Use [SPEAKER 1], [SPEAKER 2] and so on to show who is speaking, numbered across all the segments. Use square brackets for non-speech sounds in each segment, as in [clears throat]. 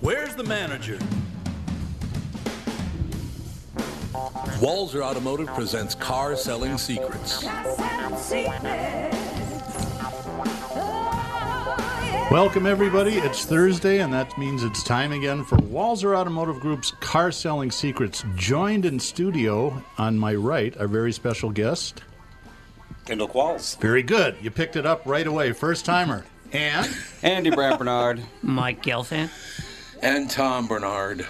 [SPEAKER 1] Where's the manager? Walzer Automotive presents Car Selling Secrets.
[SPEAKER 2] Welcome, everybody. It's Thursday, and that means it's time again for Walzer Automotive Group's Car Selling Secrets. Joined in studio on my right, our very special guest.
[SPEAKER 3] Kendall Qualls.
[SPEAKER 2] Very good. You picked it up right away. First timer. And
[SPEAKER 4] Andy Brad Bernard.
[SPEAKER 5] Mike Gelfand.
[SPEAKER 3] And Tom Bernard.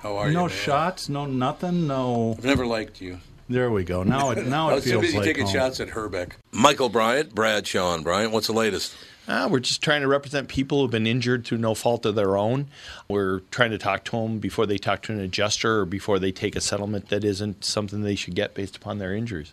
[SPEAKER 3] How are you?
[SPEAKER 2] no
[SPEAKER 3] man?
[SPEAKER 2] shots, no nothing, no.
[SPEAKER 3] I've never liked you.
[SPEAKER 2] There we go. Now it now
[SPEAKER 3] I
[SPEAKER 2] it
[SPEAKER 3] was too
[SPEAKER 2] feels
[SPEAKER 3] busy
[SPEAKER 2] like
[SPEAKER 3] taking
[SPEAKER 2] home.
[SPEAKER 3] shots at Herbeck. Michael Bryant, Brad Sean Bryant, what's the latest?
[SPEAKER 6] Ah, we're just trying to represent people who've been injured through no fault of their own. We're trying to talk to them before they talk to an adjuster or before they take a settlement that isn't something they should get based upon their injuries.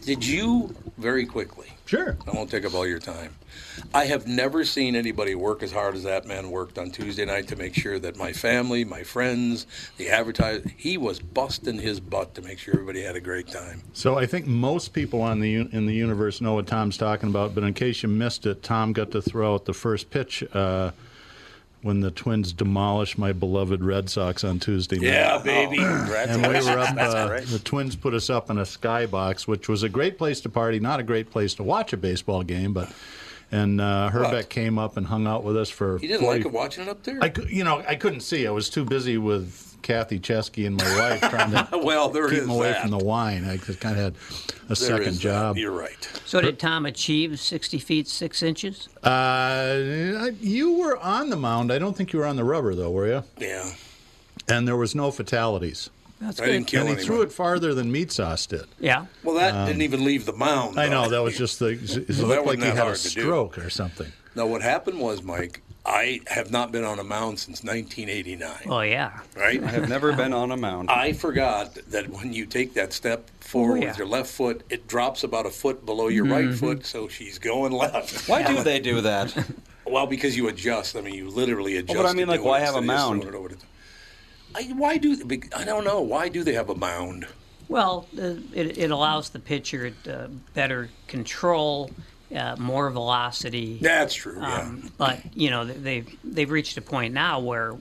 [SPEAKER 3] Did you, very quickly,
[SPEAKER 2] Sure.
[SPEAKER 3] I won't take up all your time, I have never seen anybody work as hard as that man worked on Tuesday night to make sure that my family, my friends, the advertiser, he was busting his butt to make sure everybody had a great time.
[SPEAKER 2] So I think most people on the un- in the universe know what Tom's talking about, but in case you missed it, Tom got to throw out the first pitch uh, when the Twins demolished my beloved Red Sox on Tuesday night.
[SPEAKER 3] Yeah, baby.
[SPEAKER 2] And we were
[SPEAKER 3] [laughs]
[SPEAKER 2] up. Uh,
[SPEAKER 3] correct.
[SPEAKER 2] the Twins put us up in a skybox, which was a great place to party, not a great place to watch a baseball game. But and uh, Herbeck
[SPEAKER 3] What?
[SPEAKER 2] came up and hung out with us for.
[SPEAKER 3] You didn't
[SPEAKER 2] 40
[SPEAKER 3] like it watching it up there?
[SPEAKER 2] I, cou- you know, I couldn't see. I was too busy with Kathy Chesky and my wife trying to
[SPEAKER 3] [laughs] well, there
[SPEAKER 2] keep
[SPEAKER 3] is
[SPEAKER 2] them away
[SPEAKER 3] that.
[SPEAKER 2] from the wine. I just kind of had a
[SPEAKER 3] There
[SPEAKER 2] second
[SPEAKER 3] is that.
[SPEAKER 2] job.
[SPEAKER 3] You're right.
[SPEAKER 5] So did Tom achieve 60 feet 6 inches?
[SPEAKER 2] Uh, you were on the mound. I don't think you were on the rubber though, were you?
[SPEAKER 3] Yeah.
[SPEAKER 2] And there was no fatalities.
[SPEAKER 5] That's
[SPEAKER 3] I didn't kill
[SPEAKER 2] And he
[SPEAKER 3] anyone.
[SPEAKER 2] threw it farther than meat sauce did.
[SPEAKER 5] Yeah.
[SPEAKER 3] Well, that didn't even leave the mound.
[SPEAKER 2] I know
[SPEAKER 3] though.
[SPEAKER 2] that was just the.
[SPEAKER 3] that
[SPEAKER 2] It looked like
[SPEAKER 3] wasn't
[SPEAKER 2] he
[SPEAKER 3] that
[SPEAKER 2] had a
[SPEAKER 3] hard to do.
[SPEAKER 2] stroke or something.
[SPEAKER 3] Now, what happened was, Mike, I have not been on a mound since 1989,
[SPEAKER 5] Oh, yeah.
[SPEAKER 4] I
[SPEAKER 3] right?
[SPEAKER 4] have never been on a mound.
[SPEAKER 3] I forgot that when you take that step forward
[SPEAKER 5] Oh, yeah. Mm-hmm.
[SPEAKER 3] with your left foot, it drops about a foot below your right foot, so she's going left. [laughs]
[SPEAKER 4] Why do they do that?
[SPEAKER 3] Well, because you adjust. I mean, you literally adjust.
[SPEAKER 4] but I
[SPEAKER 3] to
[SPEAKER 4] mean, like,
[SPEAKER 3] do
[SPEAKER 4] why
[SPEAKER 3] it
[SPEAKER 4] have a
[SPEAKER 3] instead of just
[SPEAKER 4] mound?
[SPEAKER 3] throwing it over the- I, why do bec- I don't know. Why do they have a mound?
[SPEAKER 5] Well, the, it, it allows the pitcher uh, better control, uh, more velocity.
[SPEAKER 3] That's true. Yeah.
[SPEAKER 5] Um, but you know th- they've they've reached a point now where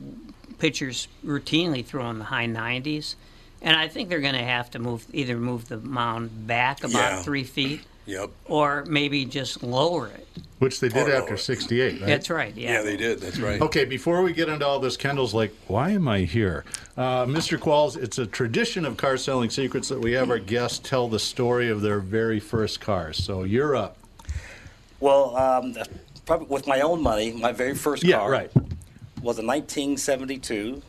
[SPEAKER 5] pitchers routinely throw in the high 90s, and I think they're going to have to move either move the mound back about
[SPEAKER 3] Yeah.
[SPEAKER 5] three feet,
[SPEAKER 3] yep.
[SPEAKER 5] or maybe just lower it.
[SPEAKER 2] Which they did
[SPEAKER 3] Oh, no.
[SPEAKER 2] after '68, right?
[SPEAKER 5] That's right. Yeah.
[SPEAKER 3] Yeah, they did. That's right.
[SPEAKER 2] Okay, before we get into all this, Kendall's like, why am I here? Uh, Mr. Qualls, it's a tradition of car selling secrets that we have our guests tell the story of their very first car. So you're up.
[SPEAKER 7] Well, um, probably with my own money, my very first
[SPEAKER 2] Yeah,
[SPEAKER 7] car
[SPEAKER 2] right.
[SPEAKER 7] was a 1972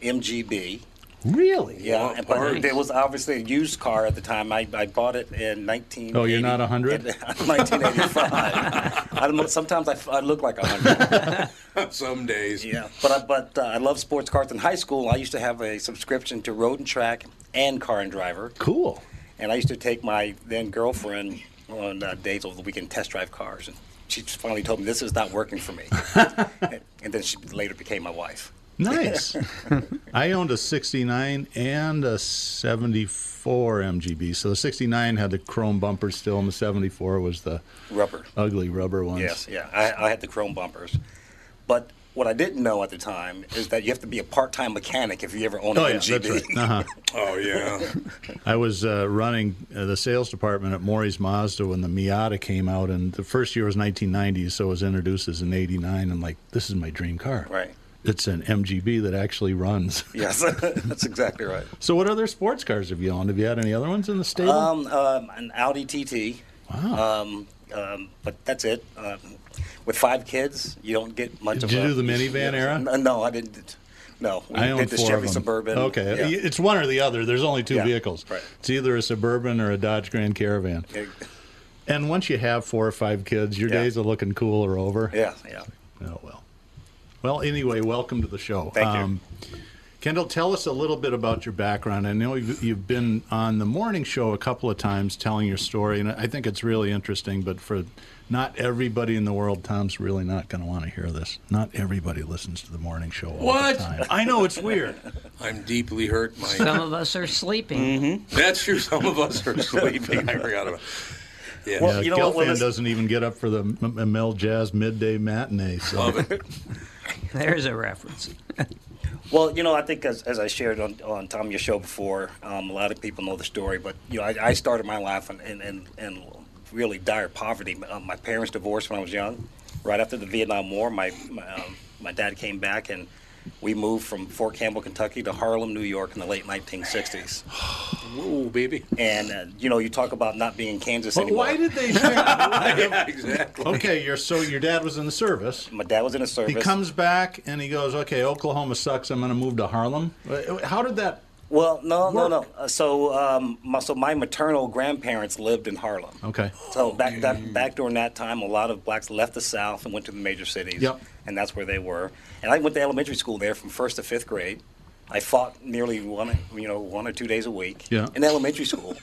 [SPEAKER 7] MGB
[SPEAKER 6] Really?
[SPEAKER 3] Wow,
[SPEAKER 7] Yeah, and- but
[SPEAKER 3] nice.
[SPEAKER 7] it was obviously a used car at the time. I, I bought it in 19.
[SPEAKER 2] Oh, you're not 100?
[SPEAKER 7] [laughs] 1985. I don't know, sometimes I, f- I look
[SPEAKER 2] [laughs]
[SPEAKER 7] like 100.
[SPEAKER 3] [laughs] Some days.
[SPEAKER 7] Yeah, but I, but uh, I love sports cars. In high school, I used to have a subscription to Road and Track and Car and Driver,
[SPEAKER 2] Cool.
[SPEAKER 7] and I used to take my then girlfriend on uh, dates over the weekend test drive cars. And she just finally told me this is not
[SPEAKER 2] [laughs]
[SPEAKER 7] working for me, and, and then she later became my wife. [laughs]
[SPEAKER 2] Nice. I owned a 69 and a 74 MGB. So the 69 had the chrome bumper still, and the 74 was the
[SPEAKER 7] Rubber.
[SPEAKER 2] ugly rubber ones.
[SPEAKER 7] Yes, yeah. I, I had the chrome bumpers. But what I didn't know at the time is that you have to be a part time mechanic if you ever own an
[SPEAKER 2] Oh, yeah,
[SPEAKER 7] MGB. [laughs]
[SPEAKER 2] that's right. Uh-huh.
[SPEAKER 3] Oh yeah.
[SPEAKER 2] I was uh, running uh, the sales department at Maury's Mazda when the Miata came out, and the first year was 1990, so it was introduced as an 89, and like, this is my dream car.
[SPEAKER 7] Right.
[SPEAKER 2] It's an MGB that actually runs. [laughs]
[SPEAKER 7] Yes, [laughs] that's exactly right.
[SPEAKER 2] So, what other sports cars have you owned? Have you had any other ones in the stable?
[SPEAKER 7] Um, um, an Audi TT.
[SPEAKER 2] Wow.
[SPEAKER 7] Um, um, but that's it. Um, with five kids, you don't get much of
[SPEAKER 2] Did you
[SPEAKER 7] a-
[SPEAKER 2] do the minivan era?
[SPEAKER 7] No, no, I didn't. No, we
[SPEAKER 2] I own
[SPEAKER 7] did the
[SPEAKER 2] four
[SPEAKER 7] Chevy
[SPEAKER 2] of them.
[SPEAKER 7] Suburban.
[SPEAKER 2] Okay,
[SPEAKER 7] Yeah.
[SPEAKER 2] it's one or the other. There's only two
[SPEAKER 7] Yeah,
[SPEAKER 2] vehicles.
[SPEAKER 7] right.
[SPEAKER 2] It's either a Suburban or a Dodge Grand Caravan.
[SPEAKER 7] Yeah,
[SPEAKER 2] And once you have four or five kids, your
[SPEAKER 7] Yeah.
[SPEAKER 2] days of looking cool are over.
[SPEAKER 7] yeah, yeah.
[SPEAKER 2] Oh well. Well, anyway, welcome to the show. Um,
[SPEAKER 7] Thank you.
[SPEAKER 2] Kendall, tell us a little bit about your background. I know you've, you've been on the morning show a couple of times telling your story, and I think it's really interesting. But for not everybody in the world, Tom's really not going to want to hear this. Not everybody listens to the morning show all
[SPEAKER 3] What?
[SPEAKER 2] the time. I know it's weird. [laughs]
[SPEAKER 3] I'm deeply hurt. My
[SPEAKER 5] Some of us are
[SPEAKER 3] Mm-hmm.
[SPEAKER 5] sleeping.
[SPEAKER 3] that's true. Some of us are sleeping. I forgot about. Yeah.
[SPEAKER 7] Well,
[SPEAKER 2] Uh,
[SPEAKER 7] you know
[SPEAKER 2] Gelfand
[SPEAKER 7] what? Well, this,
[SPEAKER 2] doesn't even get up for the M- M- Mel Jazz midday matinee. So
[SPEAKER 3] Love it.
[SPEAKER 5] There's a reference.
[SPEAKER 7] well, you know, I think as, as I shared on, on Tom your show before, um, a lot of people know the story, but you know, I, I started my life in, in, in, in really dire poverty. Um, my parents divorced when I was young. Right after the Vietnam War, my my, um, my dad came back and we moved from Fort Campbell, Kentucky, to Harlem, New York, in the late 1960s.
[SPEAKER 3] Whoa, [laughs] baby.
[SPEAKER 7] And uh, you know, you talk about not being in Kansas
[SPEAKER 2] but
[SPEAKER 7] anymore.
[SPEAKER 2] why did
[SPEAKER 3] [laughs]
[SPEAKER 2] they share?
[SPEAKER 3] Yeah, exactly.
[SPEAKER 2] okay, your so your dad was in the service.
[SPEAKER 7] my dad was in a service?
[SPEAKER 2] He comes back and he goes, "Okay, Oklahoma sucks. I'm going to move to Harlem." Uh, How did that?
[SPEAKER 7] well, no,
[SPEAKER 2] Work.
[SPEAKER 7] no, no. Uh, so, um, my, so my maternal grandparents lived in Harlem.
[SPEAKER 2] Okay,
[SPEAKER 7] So back that, back during that time, a lot of blacks left the South and went to the major cities.
[SPEAKER 2] Yep.
[SPEAKER 7] And that's where they were. And I went to elementary school there from first to fifth grade. I fought nearly one, you know, one or two days a week
[SPEAKER 2] Yeah.
[SPEAKER 7] in
[SPEAKER 2] [laughs]
[SPEAKER 7] elementary school.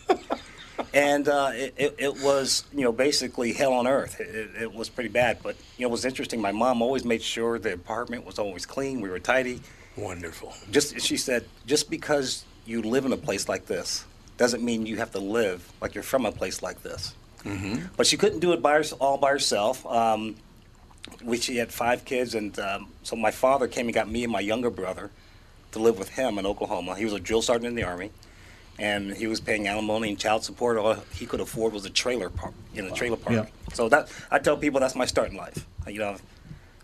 [SPEAKER 7] and uh, it, it, it was, you know, basically hell on earth. It, it, it was pretty bad. But, you know, it was interesting. My mom always made sure the apartment was always clean. We were tidy.
[SPEAKER 3] Wonderful.
[SPEAKER 7] Just She said, just because you live in a place like this doesn't mean you have to live like you're from a place like this but she couldn't do it by her, all by herself. Um, we, she had five kids, and um, so my father came and got me and my younger brother to live with him in Oklahoma. He was a drill sergeant in the army, and he was paying alimony and child support. All he could afford was a trailer park in a trailer park.
[SPEAKER 2] Yeah.
[SPEAKER 7] So that I tell people that's my start in life. You know,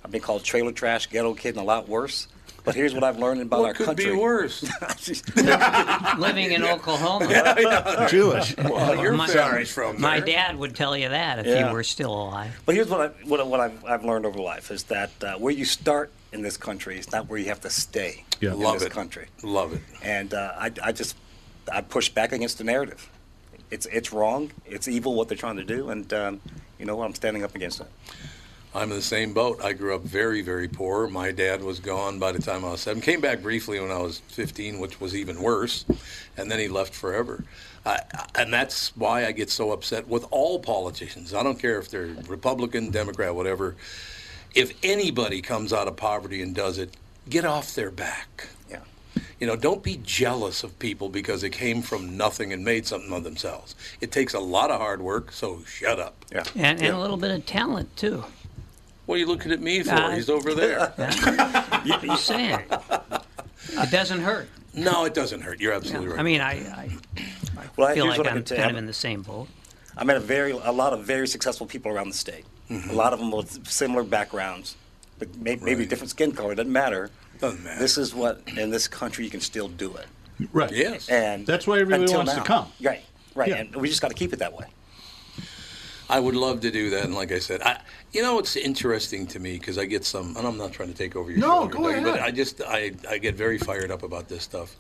[SPEAKER 7] I've been called trailer trash, ghetto kid, and a lot worse. But here's what I've learned about our
[SPEAKER 3] What could be
[SPEAKER 7] country.
[SPEAKER 3] [laughs] worse?
[SPEAKER 5] [laughs] Living in Oklahoma.
[SPEAKER 2] Jewish.
[SPEAKER 3] Well, your
[SPEAKER 5] My-
[SPEAKER 3] family's from there.
[SPEAKER 5] My dad would tell you that if
[SPEAKER 7] Yeah.
[SPEAKER 5] he were still alive.
[SPEAKER 7] [laughs] But here's what I what, I- what I've, I've learned over life is that uh, where you start in this country is not where you have to stay
[SPEAKER 2] Yeah.
[SPEAKER 7] in
[SPEAKER 3] Love
[SPEAKER 7] this
[SPEAKER 3] it.
[SPEAKER 7] country.
[SPEAKER 3] Love it.
[SPEAKER 7] And uh, I, I just I push back against the narrative. It's it's wrong. It's evil what they're trying to do. And um, you know what? I'm standing up against it.
[SPEAKER 3] I'm in the same boat. I grew up very, very poor. My dad was gone by the time I was seven. Came back briefly when I was 15, which was even worse, and then he left forever. I, I- and that's why I get so upset with all politicians. I don't care if they're Republican, Democrat, whatever. If anybody comes out of poverty and does it, get off their back.
[SPEAKER 7] Yeah.
[SPEAKER 3] You know, don't be jealous of people because they came from nothing and made something of themselves. It takes a lot of hard work, so shut up.
[SPEAKER 7] Yeah.
[SPEAKER 5] And, and a little bit of talent, too.
[SPEAKER 3] What are you looking at me for?
[SPEAKER 5] Uh,
[SPEAKER 3] He's over there.
[SPEAKER 5] What are you saying? It doesn't hurt.
[SPEAKER 3] No, it doesn't hurt. You're absolutely right.
[SPEAKER 5] I mean, I,
[SPEAKER 7] Well,
[SPEAKER 5] I feel like
[SPEAKER 7] here's what I
[SPEAKER 5] I'm
[SPEAKER 7] can tell
[SPEAKER 5] kind
[SPEAKER 7] you.
[SPEAKER 5] of in the same boat.
[SPEAKER 7] I met a very a lot of very successful people around the state.
[SPEAKER 2] Mm-hmm.
[SPEAKER 7] A lot of them with similar backgrounds, but may, maybe
[SPEAKER 3] Right.
[SPEAKER 7] different skin color. Doesn't matter.
[SPEAKER 3] Doesn't matter.
[SPEAKER 7] This is what in this country you can still do it.
[SPEAKER 2] Right.
[SPEAKER 3] yes.
[SPEAKER 7] And
[SPEAKER 2] That's why everybody
[SPEAKER 7] until
[SPEAKER 2] wants to
[SPEAKER 7] now.
[SPEAKER 2] come.
[SPEAKER 7] Right. Right.
[SPEAKER 2] Yeah.
[SPEAKER 7] And we just got to keep it that way.
[SPEAKER 3] I would love to do that, and like I said, I, you know, it's interesting to me because I get some, and I'm not trying to take over your
[SPEAKER 2] No,
[SPEAKER 3] shoulder,
[SPEAKER 2] go
[SPEAKER 3] Doug, but
[SPEAKER 2] ahead.
[SPEAKER 3] I just, I, I get very fired up about this stuff.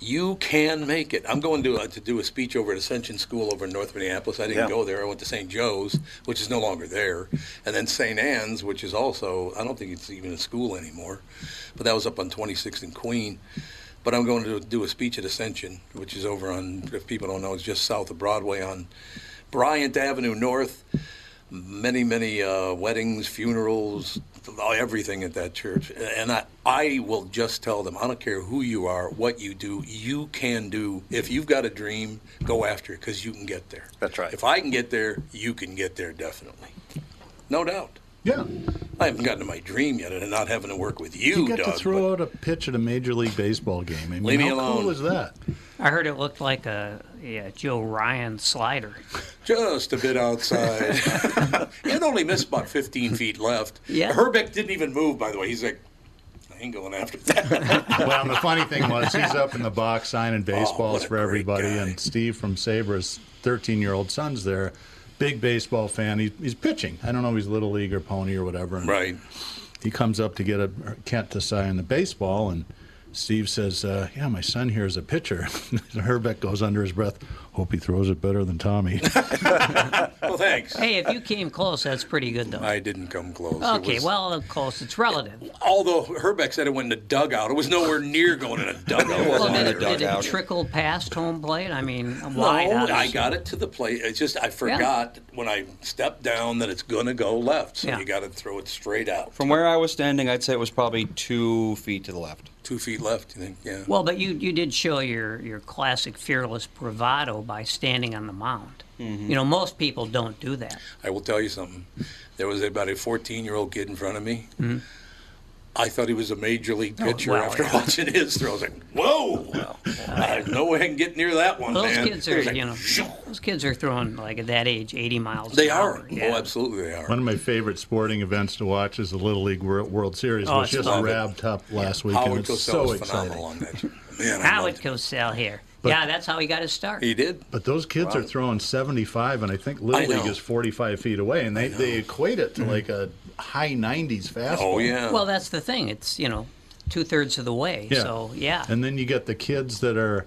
[SPEAKER 3] You can make it. I'm going to uh, to do a speech over at Ascension School over in North Minneapolis. I didn't
[SPEAKER 7] Yeah.
[SPEAKER 3] go there. I went to St. Joe's, which is no longer there, and then St. Anne's, which is also, I don't think it's even a school anymore, but that was up on 26th and Queen. But I'm going to do a speech at Ascension, which is over on, if people don't know, it's just south of Broadway on Bryant Avenue North. Many, many uh, weddings, funerals, everything at that church. And I, I will just tell them I don't care who you are, what you do, you can do. If you've got a dream, go after it because you can get there.
[SPEAKER 7] That's right.
[SPEAKER 3] If I can get there, you can get there definitely. No doubt.
[SPEAKER 2] Yeah.
[SPEAKER 3] I haven't gotten to my dream yet and not having to work with you,
[SPEAKER 2] You got to
[SPEAKER 3] Doug,
[SPEAKER 2] throw
[SPEAKER 3] but
[SPEAKER 2] out a pitch at a Major League Baseball game. I mean,
[SPEAKER 3] Leave me
[SPEAKER 2] how
[SPEAKER 3] alone.
[SPEAKER 2] cool is that?
[SPEAKER 5] I heard it looked like a yeah, Joe Ryan slider.
[SPEAKER 3] just a bit outside.
[SPEAKER 5] [laughs]
[SPEAKER 3] it only missed about 15 feet left.
[SPEAKER 5] Yeah.
[SPEAKER 3] Herbeck didn't even move, by the way. He's like, I ain't going after
[SPEAKER 5] [laughs]
[SPEAKER 3] that.
[SPEAKER 2] well, and the funny thing
[SPEAKER 3] [laughs]
[SPEAKER 2] was, he's up in the box signing baseballs
[SPEAKER 3] Oh, what a
[SPEAKER 2] for
[SPEAKER 3] great
[SPEAKER 2] everybody.
[SPEAKER 3] guy.
[SPEAKER 2] And Steve from Sabres, 13 year old son's there, big baseball fan. He, he's pitching. I don't know if he's Little League or Pony or whatever. And
[SPEAKER 3] right.
[SPEAKER 2] He comes up to get a Kent to sign the baseball. And Steve says, uh, Yeah, my son here is a pitcher. [laughs] And Herbeck goes under his breath, Hope he throws it better
[SPEAKER 3] [laughs]
[SPEAKER 2] than Tommy.
[SPEAKER 3] Well, thanks.
[SPEAKER 5] Hey, if you came close, that's pretty good though.
[SPEAKER 3] I didn't come close. It
[SPEAKER 5] Okay,
[SPEAKER 3] was-
[SPEAKER 5] well, close. It's relative.
[SPEAKER 3] Although Herbeck said it went in a dugout, it was nowhere near going in a dugout.
[SPEAKER 4] wasn't
[SPEAKER 5] [laughs] Well,
[SPEAKER 4] in
[SPEAKER 5] did
[SPEAKER 4] the
[SPEAKER 5] it, did it
[SPEAKER 4] dugout.
[SPEAKER 5] trickle past home plate? I mean,
[SPEAKER 3] No,
[SPEAKER 5] why not?
[SPEAKER 3] I got it to the plate. It's just I forgot when I stepped down that it's gonna go left, so
[SPEAKER 5] Yeah.
[SPEAKER 3] you got to throw it straight out.
[SPEAKER 4] From where I was standing, I'd say it was probably two feet to the left.
[SPEAKER 3] Two feet left, you think? Yeah.
[SPEAKER 5] Well, but you, you did show your, your classic fearless bravado by standing on the mound.
[SPEAKER 3] Mm-hmm.
[SPEAKER 5] You know, most people don't do that.
[SPEAKER 3] I will tell you something. There was about a 14-year-old kid in front of me. I thought he was a major league pitcher
[SPEAKER 5] well,
[SPEAKER 3] after
[SPEAKER 5] Mm-hmm. Oh, yeah.
[SPEAKER 3] watching his throws. Like, whoa! There's no way I can get near that one,
[SPEAKER 5] Those
[SPEAKER 3] Oh, man.
[SPEAKER 5] kids are,
[SPEAKER 3] It's like,
[SPEAKER 5] you
[SPEAKER 3] [laughs]
[SPEAKER 5] know,
[SPEAKER 3] shoo.
[SPEAKER 5] those kids are throwing like at that age, 80 miles.
[SPEAKER 3] They
[SPEAKER 5] an
[SPEAKER 3] are.
[SPEAKER 5] hour. Yeah.
[SPEAKER 3] Oh, absolutely, they are.
[SPEAKER 2] One of my favorite sporting events to watch is the Little League Wor- World Series,
[SPEAKER 5] Oh,
[SPEAKER 2] which
[SPEAKER 5] it's
[SPEAKER 2] just
[SPEAKER 3] lovely.
[SPEAKER 2] wrapped up last week. and
[SPEAKER 3] Howard
[SPEAKER 2] it's
[SPEAKER 3] Cosell
[SPEAKER 2] so
[SPEAKER 3] was
[SPEAKER 2] exciting.
[SPEAKER 3] phenomenal on that. Man, I
[SPEAKER 5] Howard
[SPEAKER 3] loved it.
[SPEAKER 5] Cosell here. yeah, that's how he got his start.
[SPEAKER 3] He did.
[SPEAKER 2] But those kids are throwing 75, and I think Little
[SPEAKER 3] I know. Mm-hmm.
[SPEAKER 2] League is 45 feet away, and they, they equate it to like a high 90s fastball.
[SPEAKER 3] Oh yeah.
[SPEAKER 5] Well, that's the thing. It's, you know, two thirds of the way.
[SPEAKER 2] Yeah.
[SPEAKER 5] So, yeah.
[SPEAKER 2] And then you get the kids that are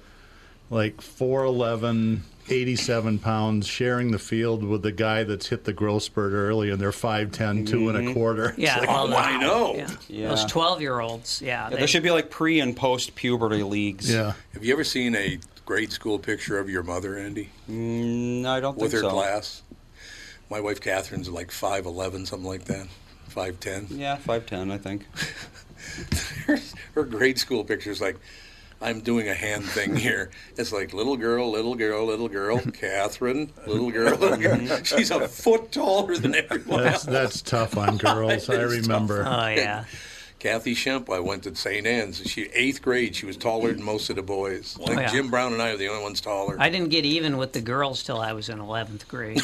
[SPEAKER 2] like 4'11, 87 pounds, sharing the field with the guy that's hit the growth spurt early, and they're 5'10, two and a quarter.
[SPEAKER 5] yeah. [laughs]
[SPEAKER 3] oh, I know.
[SPEAKER 5] Yeah.
[SPEAKER 4] Yeah.
[SPEAKER 5] Those 12 year olds. Yeah.
[SPEAKER 4] Yeah,
[SPEAKER 5] they-
[SPEAKER 4] there should be like pre and post puberty leagues.
[SPEAKER 2] Yeah.
[SPEAKER 3] Have you ever seen a grade school picture of your mother, Andy,
[SPEAKER 4] Mm, I don't
[SPEAKER 3] with her
[SPEAKER 4] think so.
[SPEAKER 3] glass? My wife Catherine's like five eleven, something like that, five ten.
[SPEAKER 4] Yeah, five ten, I think.
[SPEAKER 3] Her grade school picture's like, I'm doing a hand thing here. It's like little girl, little girl, little girl, Catherine, little girl, little girl. She's a foot taller than everyone
[SPEAKER 2] That's,
[SPEAKER 3] else.
[SPEAKER 2] that's tough on girls. I
[SPEAKER 3] It's tough.
[SPEAKER 2] remember.
[SPEAKER 3] [laughs]
[SPEAKER 5] Oh, yeah.
[SPEAKER 3] Kathy Shemp, I went to St. Anne's. She eighth grade. She was taller than most of the boys.
[SPEAKER 2] Oh,
[SPEAKER 3] Like
[SPEAKER 5] yeah.
[SPEAKER 3] Jim Brown and I are the only ones taller.
[SPEAKER 5] I didn't get even with the girls till I was in
[SPEAKER 3] [laughs]
[SPEAKER 5] 11th grade.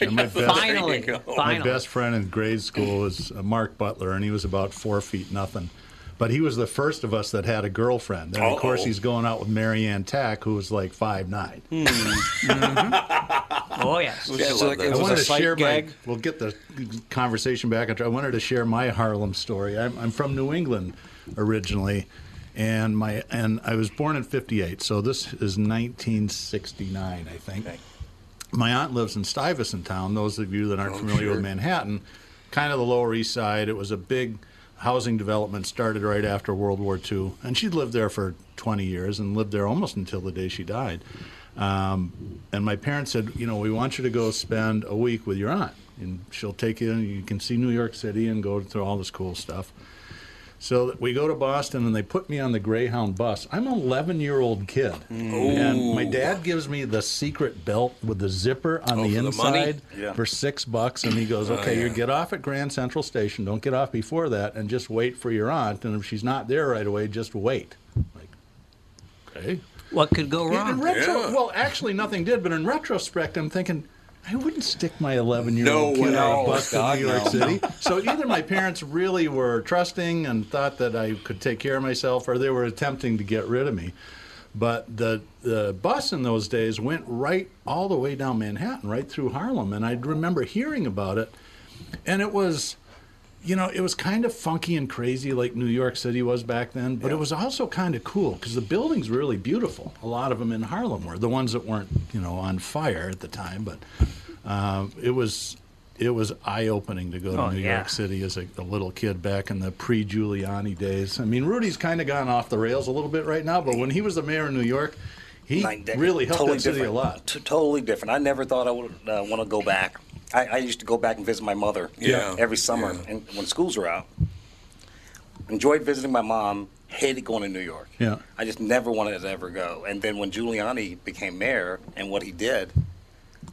[SPEAKER 2] And my best-
[SPEAKER 5] Finally.
[SPEAKER 3] There you go.
[SPEAKER 2] My
[SPEAKER 5] Finally.
[SPEAKER 2] best friend in grade school was uh, Mark Butler, and he was about four feet nothing. But he was the first of us that had a girlfriend. And of course,
[SPEAKER 3] Uh-oh.
[SPEAKER 2] he's going out with Mary Ann Tack, who was like five nine.
[SPEAKER 5] Oh, yes.
[SPEAKER 4] It was, just
[SPEAKER 3] love
[SPEAKER 4] like,
[SPEAKER 3] that.
[SPEAKER 4] it
[SPEAKER 2] I
[SPEAKER 4] was a
[SPEAKER 2] wanted to
[SPEAKER 4] sight
[SPEAKER 2] share
[SPEAKER 4] gag.
[SPEAKER 2] my. We'll get the conversation back. on track. I wanted to share my Harlem story. I'm, I'm from New England originally, and my and I was born in '58, so this is 1969, I think. My aunt lives in Stuyvesant Town. Those of you that aren't
[SPEAKER 3] Oh,
[SPEAKER 2] familiar
[SPEAKER 3] sure.
[SPEAKER 2] with Manhattan, kind of the Lower East Side. It was a big housing development started right after World War II, and she lived there for 20 years and lived there almost until the day she died. Um, and my parents said, you know, we want you to go spend a week with your aunt, and she'll take you, and you can see New York City and go through all this cool stuff. So that we go to Boston and they put me on the Greyhound bus. I'm an 11 year old kid. And my dad gives me the secret belt with the zipper on
[SPEAKER 3] Oh,
[SPEAKER 2] the
[SPEAKER 3] for the money? Oh,
[SPEAKER 2] inside
[SPEAKER 7] Yeah.
[SPEAKER 2] for six bucks. And he goes, Okay,
[SPEAKER 3] yeah.
[SPEAKER 2] you get off at Grand Central Station. Don't get off before that and just wait for your aunt. And if she's not there right away, just wait. Like, okay.
[SPEAKER 5] What could go
[SPEAKER 2] And in
[SPEAKER 5] wrong?
[SPEAKER 2] retro,
[SPEAKER 3] Yeah.
[SPEAKER 2] Well, actually, nothing did. But in retrospect, I'm thinking, I wouldn't stick my 11 year old
[SPEAKER 3] No
[SPEAKER 2] kid
[SPEAKER 3] way. Oh,
[SPEAKER 2] on a bus to
[SPEAKER 4] God,
[SPEAKER 2] New York
[SPEAKER 4] no.
[SPEAKER 2] City. So either my parents really were trusting and thought that I could take care of myself, or they were attempting to get rid of me. But the the bus in those days went right all the way down Manhattan, right through Harlem, and I remember hearing about it, and it was. You know, it was kind of funky and crazy like New York City was back then, but it was also kind of cool because the buildings were really beautiful. A lot of them in Harlem were the ones that weren't, you know, on fire at the time, but uh, it was it was eye opening to go to
[SPEAKER 5] Oh,
[SPEAKER 2] New
[SPEAKER 5] yeah.
[SPEAKER 2] York City as a, a little kid back in the pre Giuliani days. I mean, Rudy's kind of gone off the rails a little bit right now, but when he was the mayor of New York, he
[SPEAKER 7] Nine decades.
[SPEAKER 2] really helped
[SPEAKER 7] totally
[SPEAKER 2] that city
[SPEAKER 7] different.
[SPEAKER 2] a lot.
[SPEAKER 7] T- totally different. I never thought I would uh, want to go back. I, I used to go back and visit my mother
[SPEAKER 3] Yeah.
[SPEAKER 7] every summer
[SPEAKER 3] Yeah.
[SPEAKER 7] and when schools were out. Enjoyed visiting my mom. Hated going to New York.
[SPEAKER 2] Yeah.
[SPEAKER 7] I just never wanted to ever go. And then when Giuliani became mayor and what he did,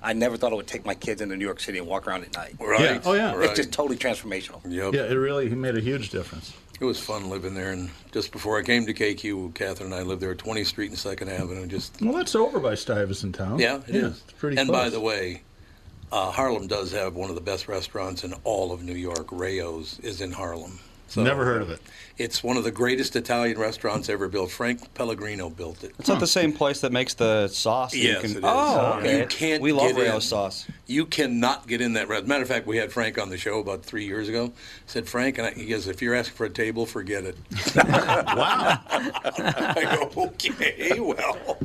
[SPEAKER 7] I never thought I would take my kids into New York City and walk around at night.
[SPEAKER 3] Right.
[SPEAKER 2] Yeah. Oh, yeah.
[SPEAKER 3] Right.
[SPEAKER 7] It's just totally transformational.
[SPEAKER 3] Yep.
[SPEAKER 2] Yeah, it really he made a huge difference.
[SPEAKER 3] It was fun living there. And just before I came to KQ, Catherine and I lived there at 20th Street and 2nd Avenue. Just
[SPEAKER 2] Well, that's over by Stuyvesant Town.
[SPEAKER 3] Yeah, it is.
[SPEAKER 2] It's pretty
[SPEAKER 3] and by
[SPEAKER 2] close.
[SPEAKER 3] the way, uh, Harlem does have one of the best restaurants in all of New York. Rayo's is in Harlem. So
[SPEAKER 2] never heard of it.
[SPEAKER 3] It's one of the greatest Italian restaurants ever built. Frank Pellegrino built it.
[SPEAKER 4] It's not the same place that makes the sauce.
[SPEAKER 3] Yes,
[SPEAKER 4] you
[SPEAKER 3] it is.
[SPEAKER 4] Oh,
[SPEAKER 3] You
[SPEAKER 4] okay.
[SPEAKER 3] can't
[SPEAKER 4] We love
[SPEAKER 3] get in.
[SPEAKER 4] Rayo sauce.
[SPEAKER 3] You cannot get in that restaurant. Matter of fact, we had Frank on the show about three years ago. Said Frank, and I, he goes, "If you're asking for a table, forget
[SPEAKER 2] [laughs]
[SPEAKER 3] it." wow. [laughs] I go, okay, well,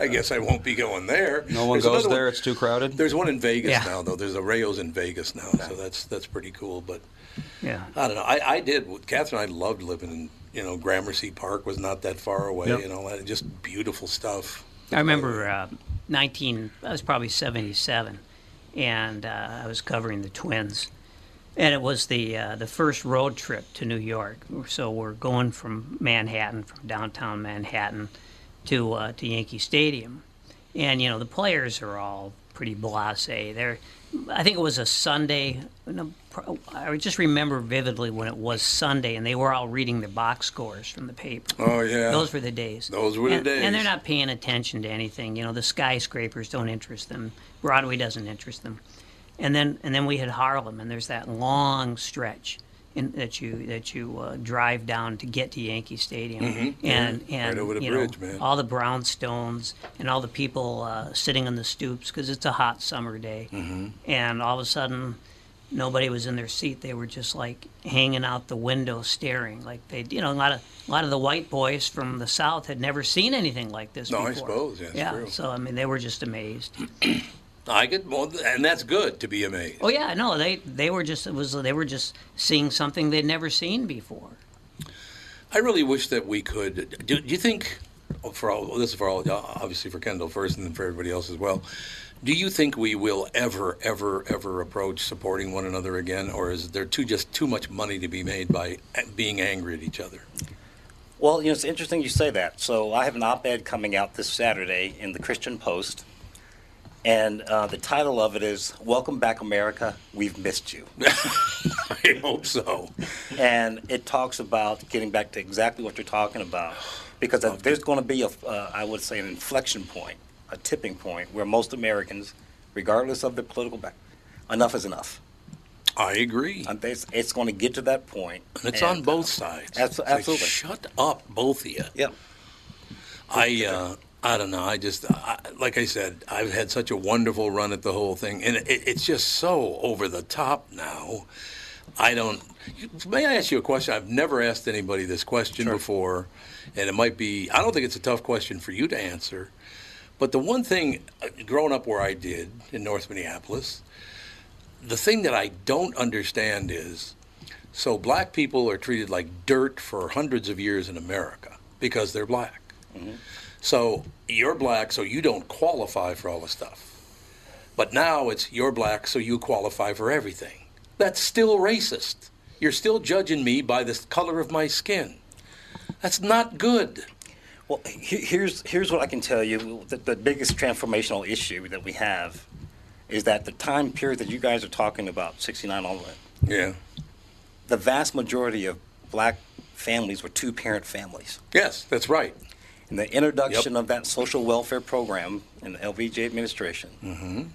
[SPEAKER 3] I guess I won't be going there.
[SPEAKER 4] No one
[SPEAKER 3] There's
[SPEAKER 4] goes
[SPEAKER 3] another
[SPEAKER 4] there. It's too crowded.
[SPEAKER 3] There's one in Vegas
[SPEAKER 5] Yeah.
[SPEAKER 3] now, though. There's a Rayo's in Vegas now, so that's that's pretty cool. But
[SPEAKER 5] Yeah.
[SPEAKER 3] I don't know. I, I did. with Catherine, I loved living in you know Gramercy Park was not that far away,
[SPEAKER 2] Yep.
[SPEAKER 3] and all that. Just beautiful stuff.
[SPEAKER 5] I remember uh, 19, I was probably 77, and uh, I was covering the Twins. And it was the uh, the first road trip to New York. So we're going from Manhattan, from downtown Manhattan, to uh, to Yankee Stadium, and you know the players are all pretty blasé. They're, I think it was a Sunday. No, pro- I just remember vividly when it was Sunday, and they were all reading the box scores from the paper.
[SPEAKER 3] Oh yeah.
[SPEAKER 5] Those were the days.
[SPEAKER 3] Those were the
[SPEAKER 5] And- And
[SPEAKER 3] days.
[SPEAKER 5] they're not paying attention to anything. You know, the skyscrapers don't interest them. Broadway doesn't interest them. And then and then we hit Harlem, and there's that long stretch in, that you that you uh, drive down to get to Yankee Stadium, and and
[SPEAKER 3] Mm-hmm. Right over the
[SPEAKER 5] you
[SPEAKER 3] bridge,
[SPEAKER 5] know
[SPEAKER 3] man.
[SPEAKER 5] all the brownstones and all the people uh, sitting on the stoops because it's a hot summer day,
[SPEAKER 3] Mm-hmm.
[SPEAKER 5] and all of a sudden. Nobody was in their seat. They were just like hanging out the window, staring. Like they, you know, a lot of a lot of the white boys from the South had never seen anything like this
[SPEAKER 3] No, I
[SPEAKER 5] before.
[SPEAKER 3] suppose, yeah, it's
[SPEAKER 5] yeah.
[SPEAKER 3] true.
[SPEAKER 5] So I mean, they were just amazed.
[SPEAKER 3] I could, well, and that's good to be amazed.
[SPEAKER 5] Oh yeah, no, they they were just it was they were just seeing something they'd never seen before.
[SPEAKER 3] I really wish that we could. Do, do you think, oh, for all this is for all, obviously for Kendall first, and then for everybody else as well. Do you think we will ever, ever, ever approach supporting one another again, or is there too just too much money to be made by a- being angry at each other?
[SPEAKER 7] Well, you know, it's interesting you say that. So I have an op-ed coming out this Saturday in the Christian Post, and uh, the title of it is "Welcome Back, America. We've
[SPEAKER 3] [laughs]
[SPEAKER 7] missed you,"
[SPEAKER 3] I hope so.
[SPEAKER 7] and it talks about getting back to exactly what you're talking about, because uh there's going to be a, uh, I would say, an inflection point, a tipping point where most Americans, regardless of their political back, enough is enough.
[SPEAKER 3] I agree.
[SPEAKER 7] And It's, it's going to get to that point.
[SPEAKER 3] And it's
[SPEAKER 7] and- uh, um,
[SPEAKER 3] on both sides.
[SPEAKER 7] Abso-
[SPEAKER 3] It's like,
[SPEAKER 7] absolutely.
[SPEAKER 3] shut up, both of you.
[SPEAKER 7] Yep.
[SPEAKER 3] I uh, I don't know. I just I, like I said, I've had such a wonderful run at the whole thing, and it, it's just so over the top now. I don't. May I ask you a question? I've never asked anybody this question before, and it might be. I don't think it's a tough question for you to answer, but the one thing, uh, growing up where I did in North Minneapolis, the thing that I don't understand is so black people are treated like dirt for hundreds of years in America because they're black. So you're black, so you don't qualify for all the stuff. But now it's you're black, so you qualify for everything. That's still racist. You're still judging me by the color of my skin. That's not good.
[SPEAKER 7] Well, he- here's here's what I can tell you. The, the biggest transformational issue that we have is that the time period that you guys are talking about, 69 all the way,
[SPEAKER 3] Yeah.
[SPEAKER 7] the vast majority of black families were two-parent families.
[SPEAKER 3] Yes, that's right.
[SPEAKER 7] And the
[SPEAKER 3] Mm-hmm.
[SPEAKER 7] introduction of that social welfare program in the LBJ administration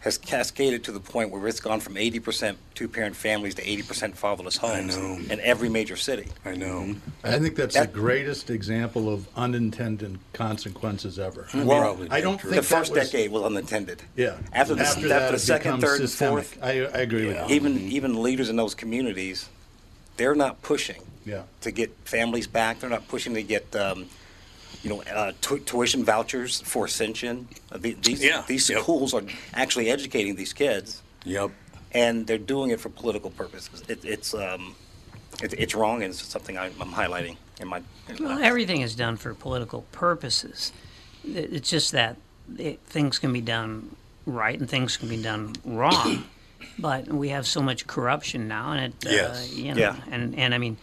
[SPEAKER 7] has cascaded to the point where it's gone from 80% two-parent families to 80% fatherless homes
[SPEAKER 3] know.
[SPEAKER 7] in every major city.
[SPEAKER 3] I know.
[SPEAKER 2] I think that's
[SPEAKER 7] That-
[SPEAKER 2] the greatest example of unintended consequences ever. I, mean,
[SPEAKER 3] Probably
[SPEAKER 2] I don't
[SPEAKER 3] true.
[SPEAKER 2] think
[SPEAKER 7] The first
[SPEAKER 2] that was-
[SPEAKER 7] decade was unintended.
[SPEAKER 2] Yeah.
[SPEAKER 7] After the, after
[SPEAKER 2] that,
[SPEAKER 7] the
[SPEAKER 2] it
[SPEAKER 7] second,
[SPEAKER 2] becomes
[SPEAKER 7] third, and
[SPEAKER 2] systemic.
[SPEAKER 7] fourth,
[SPEAKER 2] I, I agree with you.
[SPEAKER 7] even
[SPEAKER 3] Mm-hmm.
[SPEAKER 7] even leaders in those communities, they're not pushing
[SPEAKER 2] Yeah.
[SPEAKER 7] to get families back. They're not pushing to get um, you know uh, tu- tuition vouchers for ascension. Uh, the- these
[SPEAKER 3] Yeah,
[SPEAKER 7] these
[SPEAKER 3] yep.
[SPEAKER 7] schools are actually educating these kids,
[SPEAKER 3] Yep.
[SPEAKER 7] and they're doing it for political purposes. It, it's um, it, it's wrong, and it's something I, I'm highlighting in my. In
[SPEAKER 5] Well,
[SPEAKER 7] my-
[SPEAKER 5] everything is done for political purposes. It- It's just that it, things can be done right and things can be done wrong. but we have so much corruption now, and it,
[SPEAKER 3] Yes.
[SPEAKER 5] uh, you know,
[SPEAKER 7] Yeah.
[SPEAKER 5] and and I mean,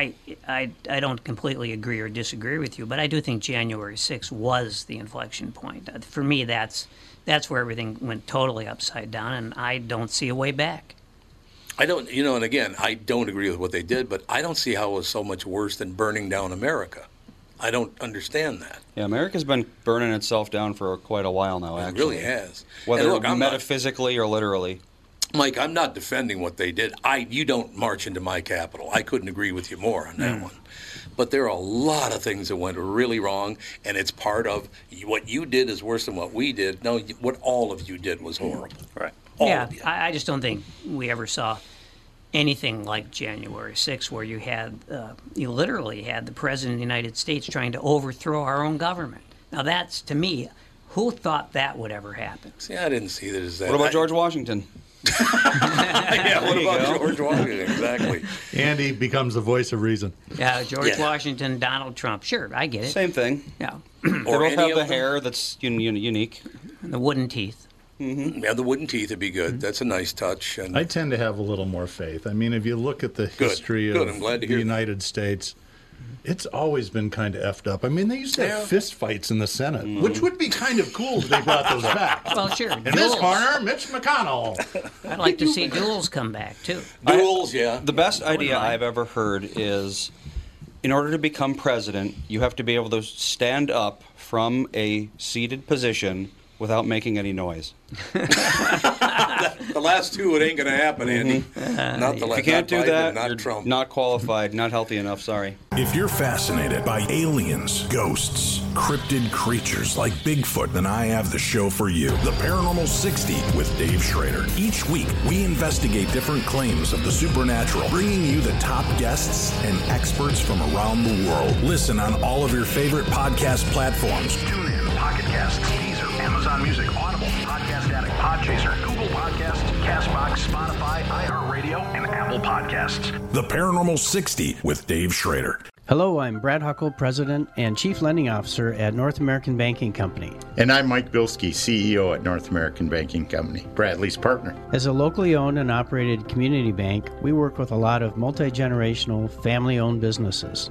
[SPEAKER 5] I, I I don't completely agree or disagree with you, but I do think January 6th was the inflection point. Uh, For me, that's that's where everything went totally upside down, and I don't see a way back.
[SPEAKER 3] I don't, you know, and again, I don't agree with what they did, but I don't see how it was so much worse than burning down America. I don't understand that.
[SPEAKER 4] Yeah, America's been burning itself down for quite a while now.
[SPEAKER 3] It
[SPEAKER 4] Actually,
[SPEAKER 3] really has.
[SPEAKER 4] Whether
[SPEAKER 3] and look, I'm not,
[SPEAKER 4] metaphysically or literally.
[SPEAKER 3] Mike, I'm not defending what they did. I, you don't march into my capital. I couldn't agree with you more on
[SPEAKER 4] Hmm.
[SPEAKER 3] that one. But there are a lot of things that went really wrong, and it's part of what you did is worse than what we did. No, you- what all of you did was horrible.
[SPEAKER 4] Hmm.
[SPEAKER 7] right.
[SPEAKER 3] All
[SPEAKER 5] yeah,
[SPEAKER 3] of you.
[SPEAKER 5] I, I just don't think we ever saw anything like January 6th, where you had, uh, you literally had the President of the United States trying to overthrow our own government. Now, that's to me, who thought that would ever
[SPEAKER 2] [laughs]
[SPEAKER 5] happen?
[SPEAKER 3] See, I didn't see that as that.
[SPEAKER 4] What
[SPEAKER 3] I-
[SPEAKER 4] about George Washington?
[SPEAKER 3] [laughs] yeah, what
[SPEAKER 4] you
[SPEAKER 3] about
[SPEAKER 4] go.
[SPEAKER 3] George
[SPEAKER 4] [laughs]
[SPEAKER 3] Washington? Exactly.
[SPEAKER 2] Andy becomes the voice of reason.
[SPEAKER 5] Yeah, George
[SPEAKER 3] Yeah.
[SPEAKER 5] Washington, Donald Trump. Sure, I get it.
[SPEAKER 4] Same thing.
[SPEAKER 5] Yeah, [clears throat]
[SPEAKER 3] Or
[SPEAKER 4] they both
[SPEAKER 3] any
[SPEAKER 4] have
[SPEAKER 3] of
[SPEAKER 4] the
[SPEAKER 3] them.
[SPEAKER 4] hair that's un- un- unique.
[SPEAKER 5] and the wooden teeth.
[SPEAKER 3] Yeah, the wooden teeth would be
[SPEAKER 4] Hmm.
[SPEAKER 3] good. That's a nice touch. And
[SPEAKER 2] I tend to have a little more faith. I mean, if you look at the
[SPEAKER 3] Good.
[SPEAKER 2] history
[SPEAKER 3] Good.
[SPEAKER 2] of
[SPEAKER 3] I'm glad to
[SPEAKER 2] the
[SPEAKER 3] hear that.
[SPEAKER 2] United States, it's always been kind of effed up. I mean, they used to have
[SPEAKER 3] Yeah.
[SPEAKER 2] fist fights in the Senate,
[SPEAKER 7] Mm-hmm.
[SPEAKER 2] which would be kind of cool if they brought those back.
[SPEAKER 7] [laughs]
[SPEAKER 5] Well, sure.
[SPEAKER 2] [laughs] in this
[SPEAKER 5] duels.
[SPEAKER 2] corner, Mitch McConnell.
[SPEAKER 5] I'd like to see duels come back too.
[SPEAKER 3] duels, yeah.
[SPEAKER 4] The best idea
[SPEAKER 5] mind.
[SPEAKER 4] I've ever heard is in order to become president, you have to be able to stand up from a seated position without making any noise.
[SPEAKER 3] the last two, it ain't going to happen, Andy. not the last.
[SPEAKER 4] If Mm-hmm. you can't
[SPEAKER 3] not
[SPEAKER 4] do
[SPEAKER 3] Biden,
[SPEAKER 4] that,
[SPEAKER 3] Not
[SPEAKER 4] you're
[SPEAKER 3] Trump.
[SPEAKER 4] not qualified, not healthy enough, sorry.
[SPEAKER 8] If you're fascinated by aliens, ghosts, cryptid creatures like Bigfoot, then I have the show for you The Paranormal 60 with Dave Schrader. Each week, we investigate different claims of the supernatural, bringing you the top guests and experts from around the world. Listen on all of your favorite podcast platforms.
[SPEAKER 9] Tune in, Pocket Casts, Deezer, Amazon Music, Audible, Podcast Addict, Podchaser, Google Podcasts, Castbox, Spotify, iHeartRadio, and Apple Podcasts.
[SPEAKER 8] The Paranormal 60 with Dave Schrader.
[SPEAKER 10] Hello, I'm Brad Huckle, President and Chief Lending Officer at North American Banking Company.
[SPEAKER 11] And I'm Mike Bilski,
[SPEAKER 2] E
[SPEAKER 11] CEO at North American Banking Company, Bradley's partner.
[SPEAKER 10] As a locally owned and operated community bank, we work with a lot of multi generational, family owned businesses.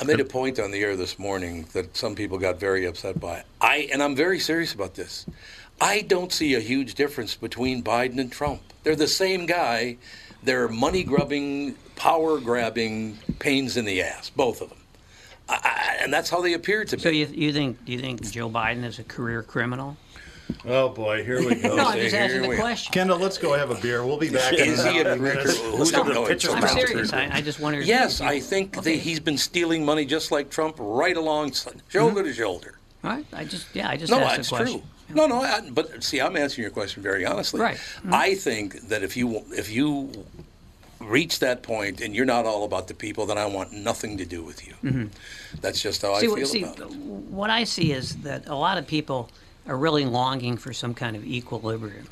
[SPEAKER 3] I made a point on the air this morning that some people got very upset by. I and I'm very serious about this. I don't see a huge difference between Biden and Trump. They're the same guy. They're money grubbing, power grabbing pains in the ass, both of them. I, I, and that's how they appear to me.
[SPEAKER 5] So you you think do you think Joe Biden is a career criminal?
[SPEAKER 2] Oh boy, here we go.
[SPEAKER 5] [laughs] No, I'm just asking the question.
[SPEAKER 2] Kendall, let's go have a beer. We'll be back. in
[SPEAKER 3] Is he a
[SPEAKER 2] about
[SPEAKER 3] drinker?
[SPEAKER 2] minutes.
[SPEAKER 3] Who knows?
[SPEAKER 5] I'm serious. I, I just wondered.
[SPEAKER 3] Yes, I think that he's been stealing money just like Trump, right along s- shoulder to shoulder.
[SPEAKER 5] All right. I just yeah. I just
[SPEAKER 3] no,
[SPEAKER 5] asked
[SPEAKER 3] that's
[SPEAKER 5] the question.
[SPEAKER 3] true. No, no, I, but see, I'm answering your question very honestly.
[SPEAKER 5] Right. Mm-hmm.
[SPEAKER 3] I think that if you if you reach that point and you're not all about the people, then I want nothing to do with you.
[SPEAKER 5] Mhm.
[SPEAKER 3] That's just how
[SPEAKER 5] see,
[SPEAKER 3] I
[SPEAKER 5] what-
[SPEAKER 3] feel
[SPEAKER 5] see,
[SPEAKER 3] about it.
[SPEAKER 5] What I see is that a lot of people are really longing for some kind of equilibrium,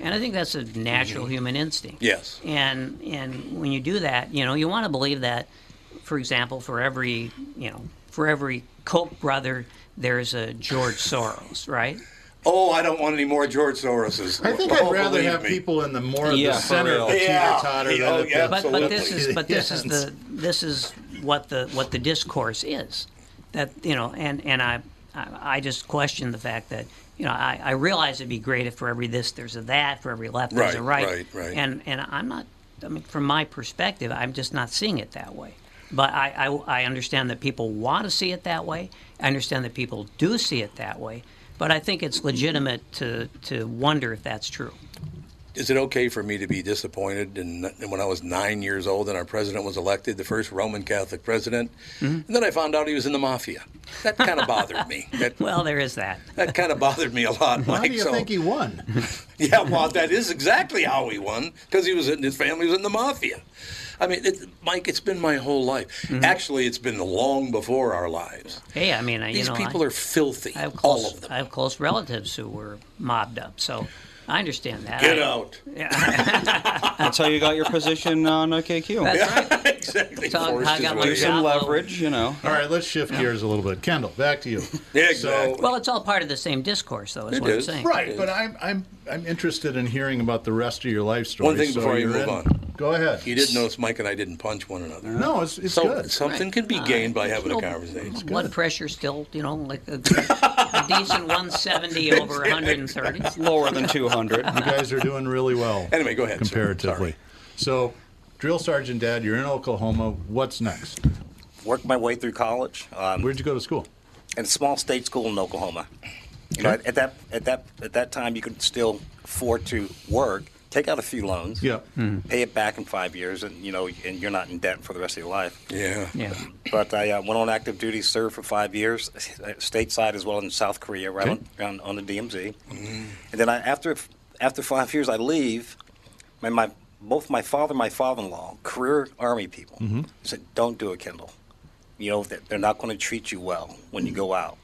[SPEAKER 5] and I think that's a natural
[SPEAKER 3] Mm-hmm.
[SPEAKER 5] human instinct.
[SPEAKER 3] Yes.
[SPEAKER 5] And and when you do that, you know, you want to believe that, for example, for every you know, for every Koch brother, there's a George Soros, right?
[SPEAKER 3] Oh, I don't want any more George Soroses.
[SPEAKER 2] I think
[SPEAKER 3] Oh,
[SPEAKER 2] I'd rather
[SPEAKER 3] believe
[SPEAKER 2] have
[SPEAKER 3] me.
[SPEAKER 2] people in the more of
[SPEAKER 3] Yeah,
[SPEAKER 2] the
[SPEAKER 3] for
[SPEAKER 2] center of the
[SPEAKER 3] real. Yeah.
[SPEAKER 2] teeter-totter
[SPEAKER 3] Yeah,
[SPEAKER 2] than
[SPEAKER 3] oh,
[SPEAKER 2] at the-
[SPEAKER 3] yeah,
[SPEAKER 5] but, but this
[SPEAKER 2] absolutely.
[SPEAKER 5] is but
[SPEAKER 3] [laughs]
[SPEAKER 5] this is
[SPEAKER 2] Yes.
[SPEAKER 5] the this is what the what the discourse is that you know and and I I I just question the fact that you know I, I realize it'd be great if for every this there's a that for every left there's a
[SPEAKER 3] Right,
[SPEAKER 5] right
[SPEAKER 3] right, right.
[SPEAKER 5] and and I'm not I mean from my perspective I'm just not seeing it that way but I, I I understand that people want to see it that way I understand that people do see it that way but I think it's legitimate to to wonder if that's true
[SPEAKER 3] Is it okay for me to be disappointed? And and when I was nine years old and our president was elected, the first Roman Catholic president,
[SPEAKER 5] Mm-hmm.
[SPEAKER 3] and then I found out he was in the mafia. That kind
[SPEAKER 5] [laughs]
[SPEAKER 3] of bothered me. That,
[SPEAKER 5] well there is that
[SPEAKER 3] that kind of bothered me a lot,
[SPEAKER 2] Why
[SPEAKER 3] Mike.
[SPEAKER 2] do you
[SPEAKER 3] so,
[SPEAKER 2] think he won?
[SPEAKER 3] [laughs] yeah, well, that is exactly how he won because he was in, his family was in the mafia. I mean, it, Mike, it's been my whole life.
[SPEAKER 5] Mm-hmm.
[SPEAKER 3] Actually, it's been long before our lives.
[SPEAKER 5] hey I mean I- you
[SPEAKER 3] These
[SPEAKER 5] know, I-
[SPEAKER 3] people are filthy,
[SPEAKER 5] I have close,
[SPEAKER 3] all of them.
[SPEAKER 5] I have close relatives who were mobbed up, so I understand that.
[SPEAKER 3] Get
[SPEAKER 5] I- [laughs]
[SPEAKER 3] out.
[SPEAKER 4] That's how you got your position on uh,
[SPEAKER 3] [laughs]
[SPEAKER 4] KQ.
[SPEAKER 5] That's right.
[SPEAKER 3] exactly.
[SPEAKER 5] So I
[SPEAKER 3] Forced his
[SPEAKER 5] got my
[SPEAKER 3] way
[SPEAKER 4] Do
[SPEAKER 3] in.
[SPEAKER 4] some leverage, you know.
[SPEAKER 2] All right, let's shift gears a little bit. Kendall, back to you.
[SPEAKER 3] Yeah,
[SPEAKER 2] So,
[SPEAKER 3] [laughs] exactly.
[SPEAKER 5] Well, it's all part of the same discourse, though. Is
[SPEAKER 3] It
[SPEAKER 5] what
[SPEAKER 3] is.
[SPEAKER 5] I'm saying.
[SPEAKER 2] right, but I'm I'm I'm interested in hearing about the rest of your life story.
[SPEAKER 3] One thing
[SPEAKER 2] So
[SPEAKER 3] before you
[SPEAKER 2] you're
[SPEAKER 3] move
[SPEAKER 2] in-
[SPEAKER 3] on.
[SPEAKER 2] Go ahead.
[SPEAKER 3] You did notice Mike and I didn't punch one another.
[SPEAKER 2] No, it's it's
[SPEAKER 3] so [laughs]
[SPEAKER 2] good.
[SPEAKER 3] something can be gained by having
[SPEAKER 5] No,
[SPEAKER 3] a conversation.
[SPEAKER 5] Blood pressure still, you know, like
[SPEAKER 3] [laughs]
[SPEAKER 5] a, a decent 170 over 130.
[SPEAKER 4] Lower
[SPEAKER 3] [laughs]
[SPEAKER 4] than 200.
[SPEAKER 2] You guys are doing really well.
[SPEAKER 3] Anyway, go ahead. sir.
[SPEAKER 2] comparatively.
[SPEAKER 3] Sorry.
[SPEAKER 2] So, drill sergeant dad, you're in Oklahoma. What's next?
[SPEAKER 7] Worked my way through college um,
[SPEAKER 2] Where'd you go to school?
[SPEAKER 7] in a small state school in Oklahoma. You know, at, at that at that at that time, you could still afford to work, take out a few loans,
[SPEAKER 2] Yeah.
[SPEAKER 7] pay it back in five years, and you know, and you're not in debt for the rest of your life.
[SPEAKER 3] Yeah.
[SPEAKER 5] Yeah.
[SPEAKER 7] But I uh, went on active duty, served for five years, uh, stateside as well in South Korea, right on, on, on the DMZ. And then I, after after five years, I leave. My, my both my father and my father-in-law, career army people, said, "Don't do it, Kendall. You know that they're not going to treat you well when you go out.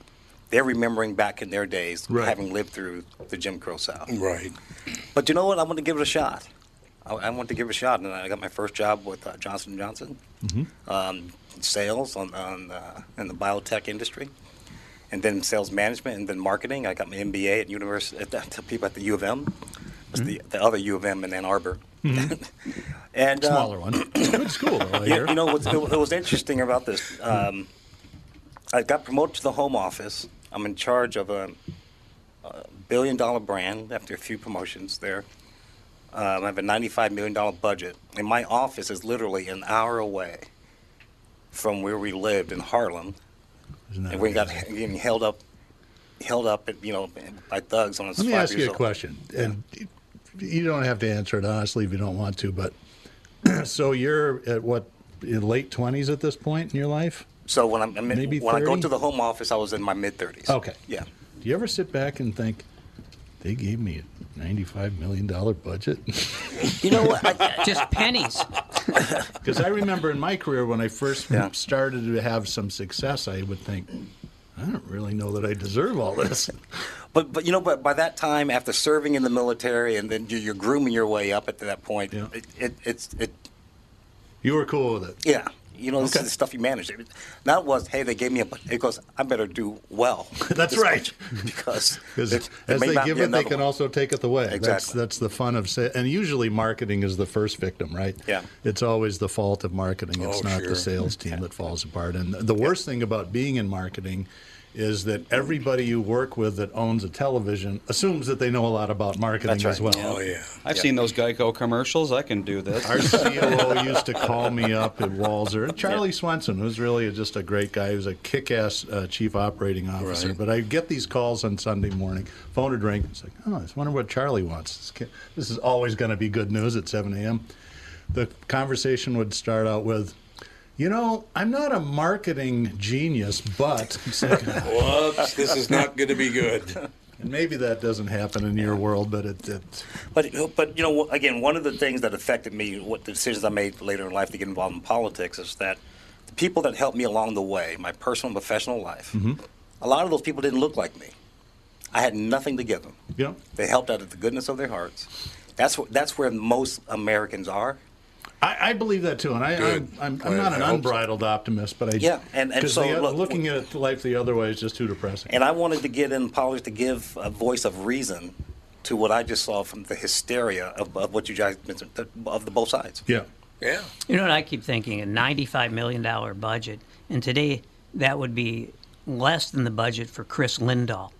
[SPEAKER 7] They're remembering back in their days,
[SPEAKER 2] Right.
[SPEAKER 7] having lived through the Jim Crow South.
[SPEAKER 3] Right.
[SPEAKER 7] But you know what? I want to give it a shot. I, I want to give it a shot, and I got my first job with uh, Johnson Johnson, um, sales on, on uh, in the biotech industry, and then sales management, and then marketing. I got my MBA at university at, the, to people at the U of M. It's the, the other U of M in Ann Arbor. [laughs] and uh,
[SPEAKER 2] Smaller one. Good school, though, I
[SPEAKER 7] you-
[SPEAKER 2] hear.
[SPEAKER 7] You know what's, it, was interesting about this? Um, I got promoted to the home office. I'm in charge of a, a billion dollar brand after a few promotions there. Um, I have a $95 million budget, and my office is literally an hour away from where we lived in Harlem.
[SPEAKER 3] [laughs]
[SPEAKER 2] Isn't that
[SPEAKER 7] And we got
[SPEAKER 2] amazing?
[SPEAKER 7] getting held up, held up, at, you know, by thugs on a
[SPEAKER 2] Let me ask you a question, and you don't have to answer it honestly if you don't want to. But [clears throat] so you're at what in late twenties at this point in your life?
[SPEAKER 7] So when I'm, I'm in-
[SPEAKER 2] Maybe
[SPEAKER 7] when I go
[SPEAKER 2] 30?
[SPEAKER 7] to the home office, I was in my mid 30s.
[SPEAKER 2] Okay.
[SPEAKER 7] Yeah.
[SPEAKER 2] Do you ever sit back and think they gave me a ninety-five million dollar
[SPEAKER 7] [laughs]
[SPEAKER 2] budget?
[SPEAKER 7] You know what? I,
[SPEAKER 5] Just pennies.
[SPEAKER 2] Because I remember in my career when I first
[SPEAKER 7] Yeah.
[SPEAKER 2] started to have some success, I would think. I don't really know that I deserve all
[SPEAKER 7] [laughs]
[SPEAKER 2] this.
[SPEAKER 7] But but you know, but by that time, after serving in the military, and then you- you're grooming your way up at that point,
[SPEAKER 2] Yeah.
[SPEAKER 7] it, it it's it
[SPEAKER 2] You were cool with it.
[SPEAKER 7] yeah. You know, this
[SPEAKER 2] Okay.
[SPEAKER 7] is the stuff you manage. It- Not was hey, they gave me a. bu- It goes, I better do well.
[SPEAKER 2] [laughs] That's
[SPEAKER 7] This-
[SPEAKER 2] right.
[SPEAKER 7] [laughs]
[SPEAKER 2] [laughs]
[SPEAKER 7] Because
[SPEAKER 2] Because
[SPEAKER 7] there- there
[SPEAKER 2] as
[SPEAKER 7] may
[SPEAKER 2] they
[SPEAKER 7] not
[SPEAKER 2] give
[SPEAKER 7] be
[SPEAKER 2] it, they
[SPEAKER 7] another
[SPEAKER 2] can
[SPEAKER 7] one.
[SPEAKER 2] also take it away. That's
[SPEAKER 7] Exactly.
[SPEAKER 2] that's the fun of sa- and usually marketing is the first victim, right?
[SPEAKER 7] Yeah.
[SPEAKER 2] It's always the fault of marketing. It's
[SPEAKER 3] Oh,
[SPEAKER 2] not
[SPEAKER 3] sure.
[SPEAKER 2] the sales team that falls apart. And the worst thing about being in marketing is that everybody you work with that owns a television assumes that they know a lot about marketing as well.
[SPEAKER 3] Oh,
[SPEAKER 7] Oh,
[SPEAKER 4] I've seen those Geico commercials. I can do this.
[SPEAKER 2] Our COO used to call me up at Walzer. Charlie Swenson, who's really just a great guy, who's a kick-ass uh, chief operating officer.
[SPEAKER 3] Right.
[SPEAKER 2] But I get these calls on Sunday morning. Phone would ring. It's like, oh, I just wonder what Charlie wants. This, kid, this is always going to be good news at 7 a.m. The conversation would start out with, you know, I'm not a marketing genius, but [laughs] it's like,
[SPEAKER 3] Whoops, this is not going to be
[SPEAKER 5] [laughs]
[SPEAKER 3] good.
[SPEAKER 2] and maybe that doesn't happen in your world, but it, it
[SPEAKER 7] But but you know, again, one of the things that affected me, what the decisions I made later in life to get involved in politics, is that the people that helped me along the way, my personal and professional life,
[SPEAKER 2] Mm-hmm.
[SPEAKER 7] a lot of those people didn't look like me. I had nothing to give them.
[SPEAKER 2] Yeah.
[SPEAKER 7] They helped out of the goodness of their hearts. That's wh- that's where most Americans are.
[SPEAKER 2] I, I believe that too, and I, I
[SPEAKER 7] Good.
[SPEAKER 2] I'm, I'm
[SPEAKER 7] Well,
[SPEAKER 2] not an
[SPEAKER 7] I hope so.
[SPEAKER 2] unbridled optimist, but I
[SPEAKER 7] Yeah, and- and
[SPEAKER 2] 'cause
[SPEAKER 7] so
[SPEAKER 2] the oth-
[SPEAKER 7] look-
[SPEAKER 2] looking at life the other way is just too depressing.
[SPEAKER 7] And I wanted to get in politics to give a voice of reason to what I just saw from the hysteria of, of what you guys mentioned of the both sides.
[SPEAKER 2] Yeah.
[SPEAKER 3] Yeah.
[SPEAKER 5] You know what I keep thinking? A $95 million budget. And today, that would be less than the budget for Chris Lindahl.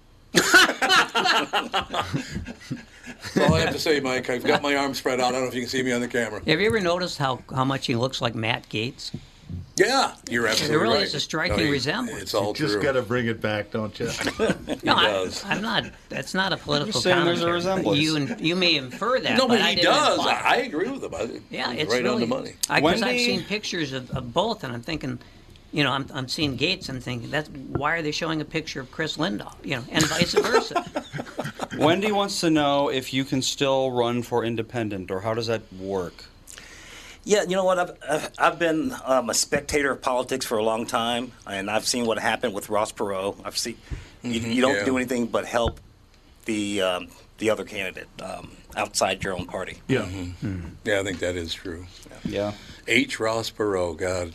[SPEAKER 3] That's all I have to say, Mike. I've got my arms spread out. I don't know if you can see me on the camera.
[SPEAKER 5] Have you ever noticed how, how much he looks like Matt Gates?
[SPEAKER 3] Yeah, you're absolutely
[SPEAKER 5] There really
[SPEAKER 3] right.
[SPEAKER 5] is a striking
[SPEAKER 3] you-
[SPEAKER 5] resemblance.
[SPEAKER 3] It's all
[SPEAKER 2] you just
[SPEAKER 3] true.
[SPEAKER 2] got to bring it back, don't you?
[SPEAKER 5] No, I, I'm not. That's not a political
[SPEAKER 2] just saying there's a
[SPEAKER 5] commentary.
[SPEAKER 2] resemblance.
[SPEAKER 5] You in- you may infer that.
[SPEAKER 3] no, but,
[SPEAKER 5] I
[SPEAKER 3] he
[SPEAKER 5] didn't
[SPEAKER 3] does.
[SPEAKER 5] imply
[SPEAKER 3] I,
[SPEAKER 5] it.
[SPEAKER 3] I agree with him. I, think
[SPEAKER 5] Yeah,
[SPEAKER 3] he's
[SPEAKER 5] it's
[SPEAKER 3] right
[SPEAKER 5] really,
[SPEAKER 3] on the money.
[SPEAKER 5] Because I've seen pictures of, of both, and I'm thinking, you know, I'm, I'm seeing Gates. I'm thinking, that's why are they showing a picture of Chris Lindahl? You know, and vice
[SPEAKER 3] [laughs]
[SPEAKER 5] versa.
[SPEAKER 4] Wendy wants to know if you can still run for independent, or how does that work?
[SPEAKER 7] Yeah, you know what? I've- I've, I've been um, a spectator of politics for a long time, and I've seen what happened with Ross Perot. I've seen you,
[SPEAKER 12] Mhm,
[SPEAKER 7] you don't
[SPEAKER 12] yeah.
[SPEAKER 7] do anything but help the um, the other candidate um, outside your own party.
[SPEAKER 2] Yeah.
[SPEAKER 3] Yeah, I think that is true.
[SPEAKER 4] Yeah.
[SPEAKER 3] H. Ross Perot, God.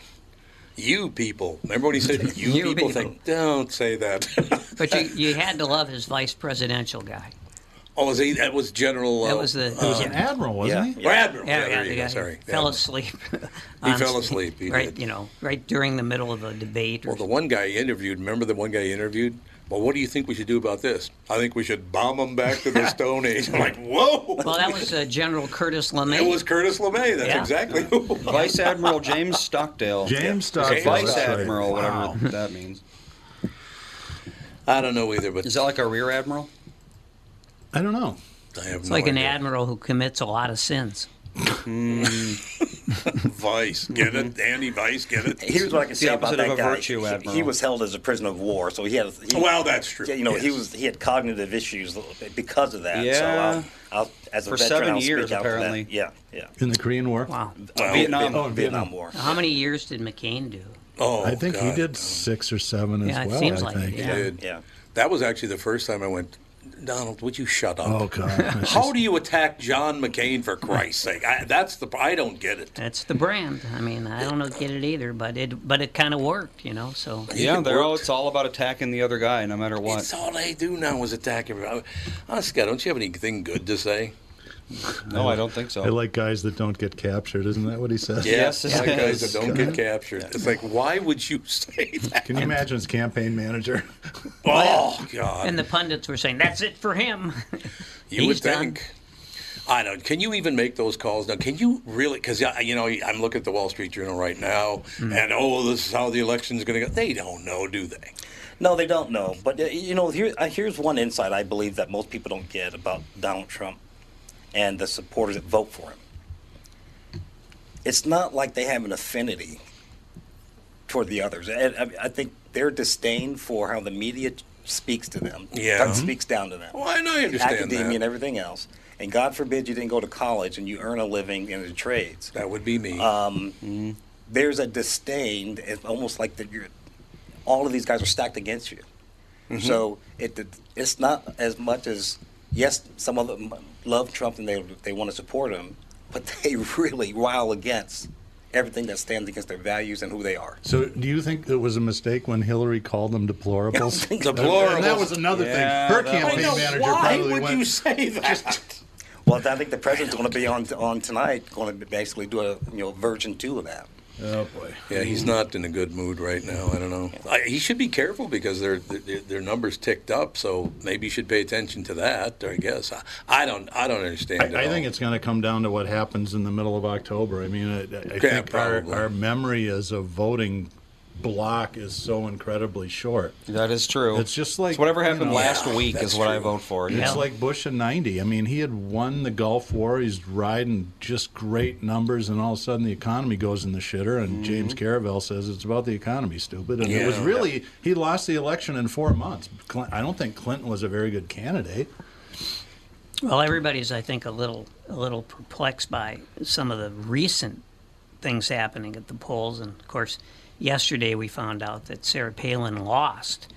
[SPEAKER 3] You people. Remember when he said,
[SPEAKER 5] [laughs]
[SPEAKER 3] you,
[SPEAKER 5] You
[SPEAKER 3] people?
[SPEAKER 5] people.
[SPEAKER 3] Think, don't say that. [laughs]
[SPEAKER 5] But you, you had to love his vice presidential guy.
[SPEAKER 3] oh, was he, that was General.
[SPEAKER 5] That
[SPEAKER 3] uh,
[SPEAKER 5] was the.
[SPEAKER 3] uh, Or Admiral. Yeah, there you go,
[SPEAKER 5] the guy
[SPEAKER 3] sorry.
[SPEAKER 5] Fell
[SPEAKER 3] Yeah. [laughs]
[SPEAKER 5] asleep.
[SPEAKER 3] He
[SPEAKER 5] on
[SPEAKER 3] fell
[SPEAKER 5] stage,
[SPEAKER 3] asleep, he
[SPEAKER 5] right,
[SPEAKER 3] did.
[SPEAKER 5] you know, right during the middle of a debate. Or
[SPEAKER 3] Well, the one guy he interviewed, remember the one guy he interviewed? Well, what do you think we should do about this? I think we should bomb them back to
[SPEAKER 5] [laughs]
[SPEAKER 3] the Stone Age. I'm like, whoa.
[SPEAKER 5] Well, that was uh, General Curtis LeMay.
[SPEAKER 3] It was Curtis LeMay. That's
[SPEAKER 5] Yeah.
[SPEAKER 3] exactly who. it was.
[SPEAKER 4] Vice Admiral James Stockdale.
[SPEAKER 2] James
[SPEAKER 4] Yeah.
[SPEAKER 2] Stockdale,
[SPEAKER 4] Vice
[SPEAKER 2] that's right.
[SPEAKER 4] Admiral, whatever
[SPEAKER 2] Wow.
[SPEAKER 4] that means.
[SPEAKER 3] I don't know either, but
[SPEAKER 4] is that like a rear admiral?
[SPEAKER 2] I don't know.
[SPEAKER 3] I have
[SPEAKER 5] It's
[SPEAKER 3] no
[SPEAKER 5] like an
[SPEAKER 3] idea.
[SPEAKER 5] admiral who commits a lot of sins.
[SPEAKER 3] [laughs] Vice. Get it? Andy Vice. Get it?
[SPEAKER 7] Here's what I can say about that guy. He- He,
[SPEAKER 3] Admiral.
[SPEAKER 7] was held as a prisoner of war, so he had. He,
[SPEAKER 3] Well, that's true.
[SPEAKER 7] Yeah, you know, he
[SPEAKER 3] Yes.
[SPEAKER 7] was he had cognitive issues because of that. So
[SPEAKER 4] Yeah.
[SPEAKER 7] I'll, I'll, as a
[SPEAKER 4] For
[SPEAKER 7] veteran,
[SPEAKER 4] seven
[SPEAKER 7] I'll speak
[SPEAKER 4] years,
[SPEAKER 7] out for that.
[SPEAKER 4] apparently.
[SPEAKER 7] Yeah, yeah.
[SPEAKER 2] In the Korean War. Wow.
[SPEAKER 7] Well,
[SPEAKER 4] Vietnam.
[SPEAKER 7] Vietnam,
[SPEAKER 4] Oh,
[SPEAKER 7] Vietnam War.
[SPEAKER 5] How many years did McCain do?
[SPEAKER 3] Oh,
[SPEAKER 2] I think he
[SPEAKER 3] God.
[SPEAKER 2] did six or seven
[SPEAKER 5] Yeah,
[SPEAKER 2] as
[SPEAKER 5] it
[SPEAKER 2] well.
[SPEAKER 5] seems
[SPEAKER 2] I
[SPEAKER 5] like it,
[SPEAKER 2] think.
[SPEAKER 5] yeah.
[SPEAKER 3] Dude, That was actually the first time I went, Donald, would you shut up?
[SPEAKER 2] Oh, God.
[SPEAKER 3] How do you attack John McCain for Christ's sake? I, that's the I don't get it.
[SPEAKER 5] That's the brand. I mean, I don't know, get it either, but it but it kind of worked, you know. So
[SPEAKER 4] Yeah, they're all, it's all about attacking the other guy, no matter what.
[SPEAKER 3] That's all they do now is attack him. I- Honest to God, don't you have anything good to say?
[SPEAKER 4] No, I don't think so.
[SPEAKER 2] I like guys that don't get captured. Isn't that what he says?
[SPEAKER 3] Yes, it's like guys
[SPEAKER 4] is.
[SPEAKER 3] that don't get captured. It's like, why would you [laughs] say that?
[SPEAKER 2] Can you imagine his campaign manager? [laughs]
[SPEAKER 3] Oh God!
[SPEAKER 5] and the pundits were saying that's it for him. [laughs]
[SPEAKER 3] You would
[SPEAKER 5] He's done.
[SPEAKER 3] think. I don't. Can you even make those calls now? Can you really? Because you know, I'm looking at the Wall Street Journal right now,
[SPEAKER 2] Hmm.
[SPEAKER 3] and oh, this is how the election's going to go. They don't know, do they?
[SPEAKER 7] No, they don't know. But uh, you know, here, uh, here's one insight I believe that most people don't get about Donald Trump and the supporters that vote for him. It's not like they have an affinity toward the others. And I, I think their disdain for how the media speaks to them,
[SPEAKER 3] Yeah. Mm-hmm.
[SPEAKER 7] that speaks down to them.
[SPEAKER 3] Well, I know I understand
[SPEAKER 7] academia
[SPEAKER 3] that.
[SPEAKER 7] and everything else. And God forbid you didn't go to college and you earn a living in the trades.
[SPEAKER 3] That would be me.
[SPEAKER 7] Um, There's a disdain. It's almost like that you're all of these guys are stacked against you. So it it's not as much as yes, some of them love Trump and they they want to support him, but [laughs] they really rile against everything that stands against their values and who they are.
[SPEAKER 2] So, do you think it was a mistake when Hillary called them deplorables? [laughs] And that was another thing. Her campaign manager probably went.
[SPEAKER 3] say that?
[SPEAKER 7] Well, I think the president's going to be on on tonight, going to basically do a you know version two of that.
[SPEAKER 3] Oh boy. Yeah, he's not in a good mood right now. I don't know. I, he should be careful because their, their their numbers ticked up, so maybe you should pay attention to that. I guess I, I don't I don't understand. it
[SPEAKER 2] I, I
[SPEAKER 3] all.
[SPEAKER 2] think it's going to come down to what happens in the middle of October. I mean, I, I
[SPEAKER 3] Yeah,
[SPEAKER 2] think our,
[SPEAKER 3] probably.
[SPEAKER 2] our memory as a voting block is so incredibly short.
[SPEAKER 4] That is true.
[SPEAKER 2] It's just like
[SPEAKER 4] It's whatever
[SPEAKER 2] you
[SPEAKER 4] happened
[SPEAKER 2] know,
[SPEAKER 4] last Yeah, week is that's what I true. vote for,
[SPEAKER 2] It's
[SPEAKER 4] yeah.
[SPEAKER 2] like Bush in '90. I mean, he had won the Gulf War. He's riding just great numbers, and all of a sudden the economy goes in the shitter. And James Caravel says it's about the economy, stupid. And it was
[SPEAKER 3] Mm-hmm. Yeah.
[SPEAKER 2] really he lost the election in four months. Clin- I don't think Clinton was a very good candidate.
[SPEAKER 5] Well, everybody's, I think, a little a little perplexed by some of the recent things happening at the polls, and of course, yesterday we found out that Sarah Palin lost.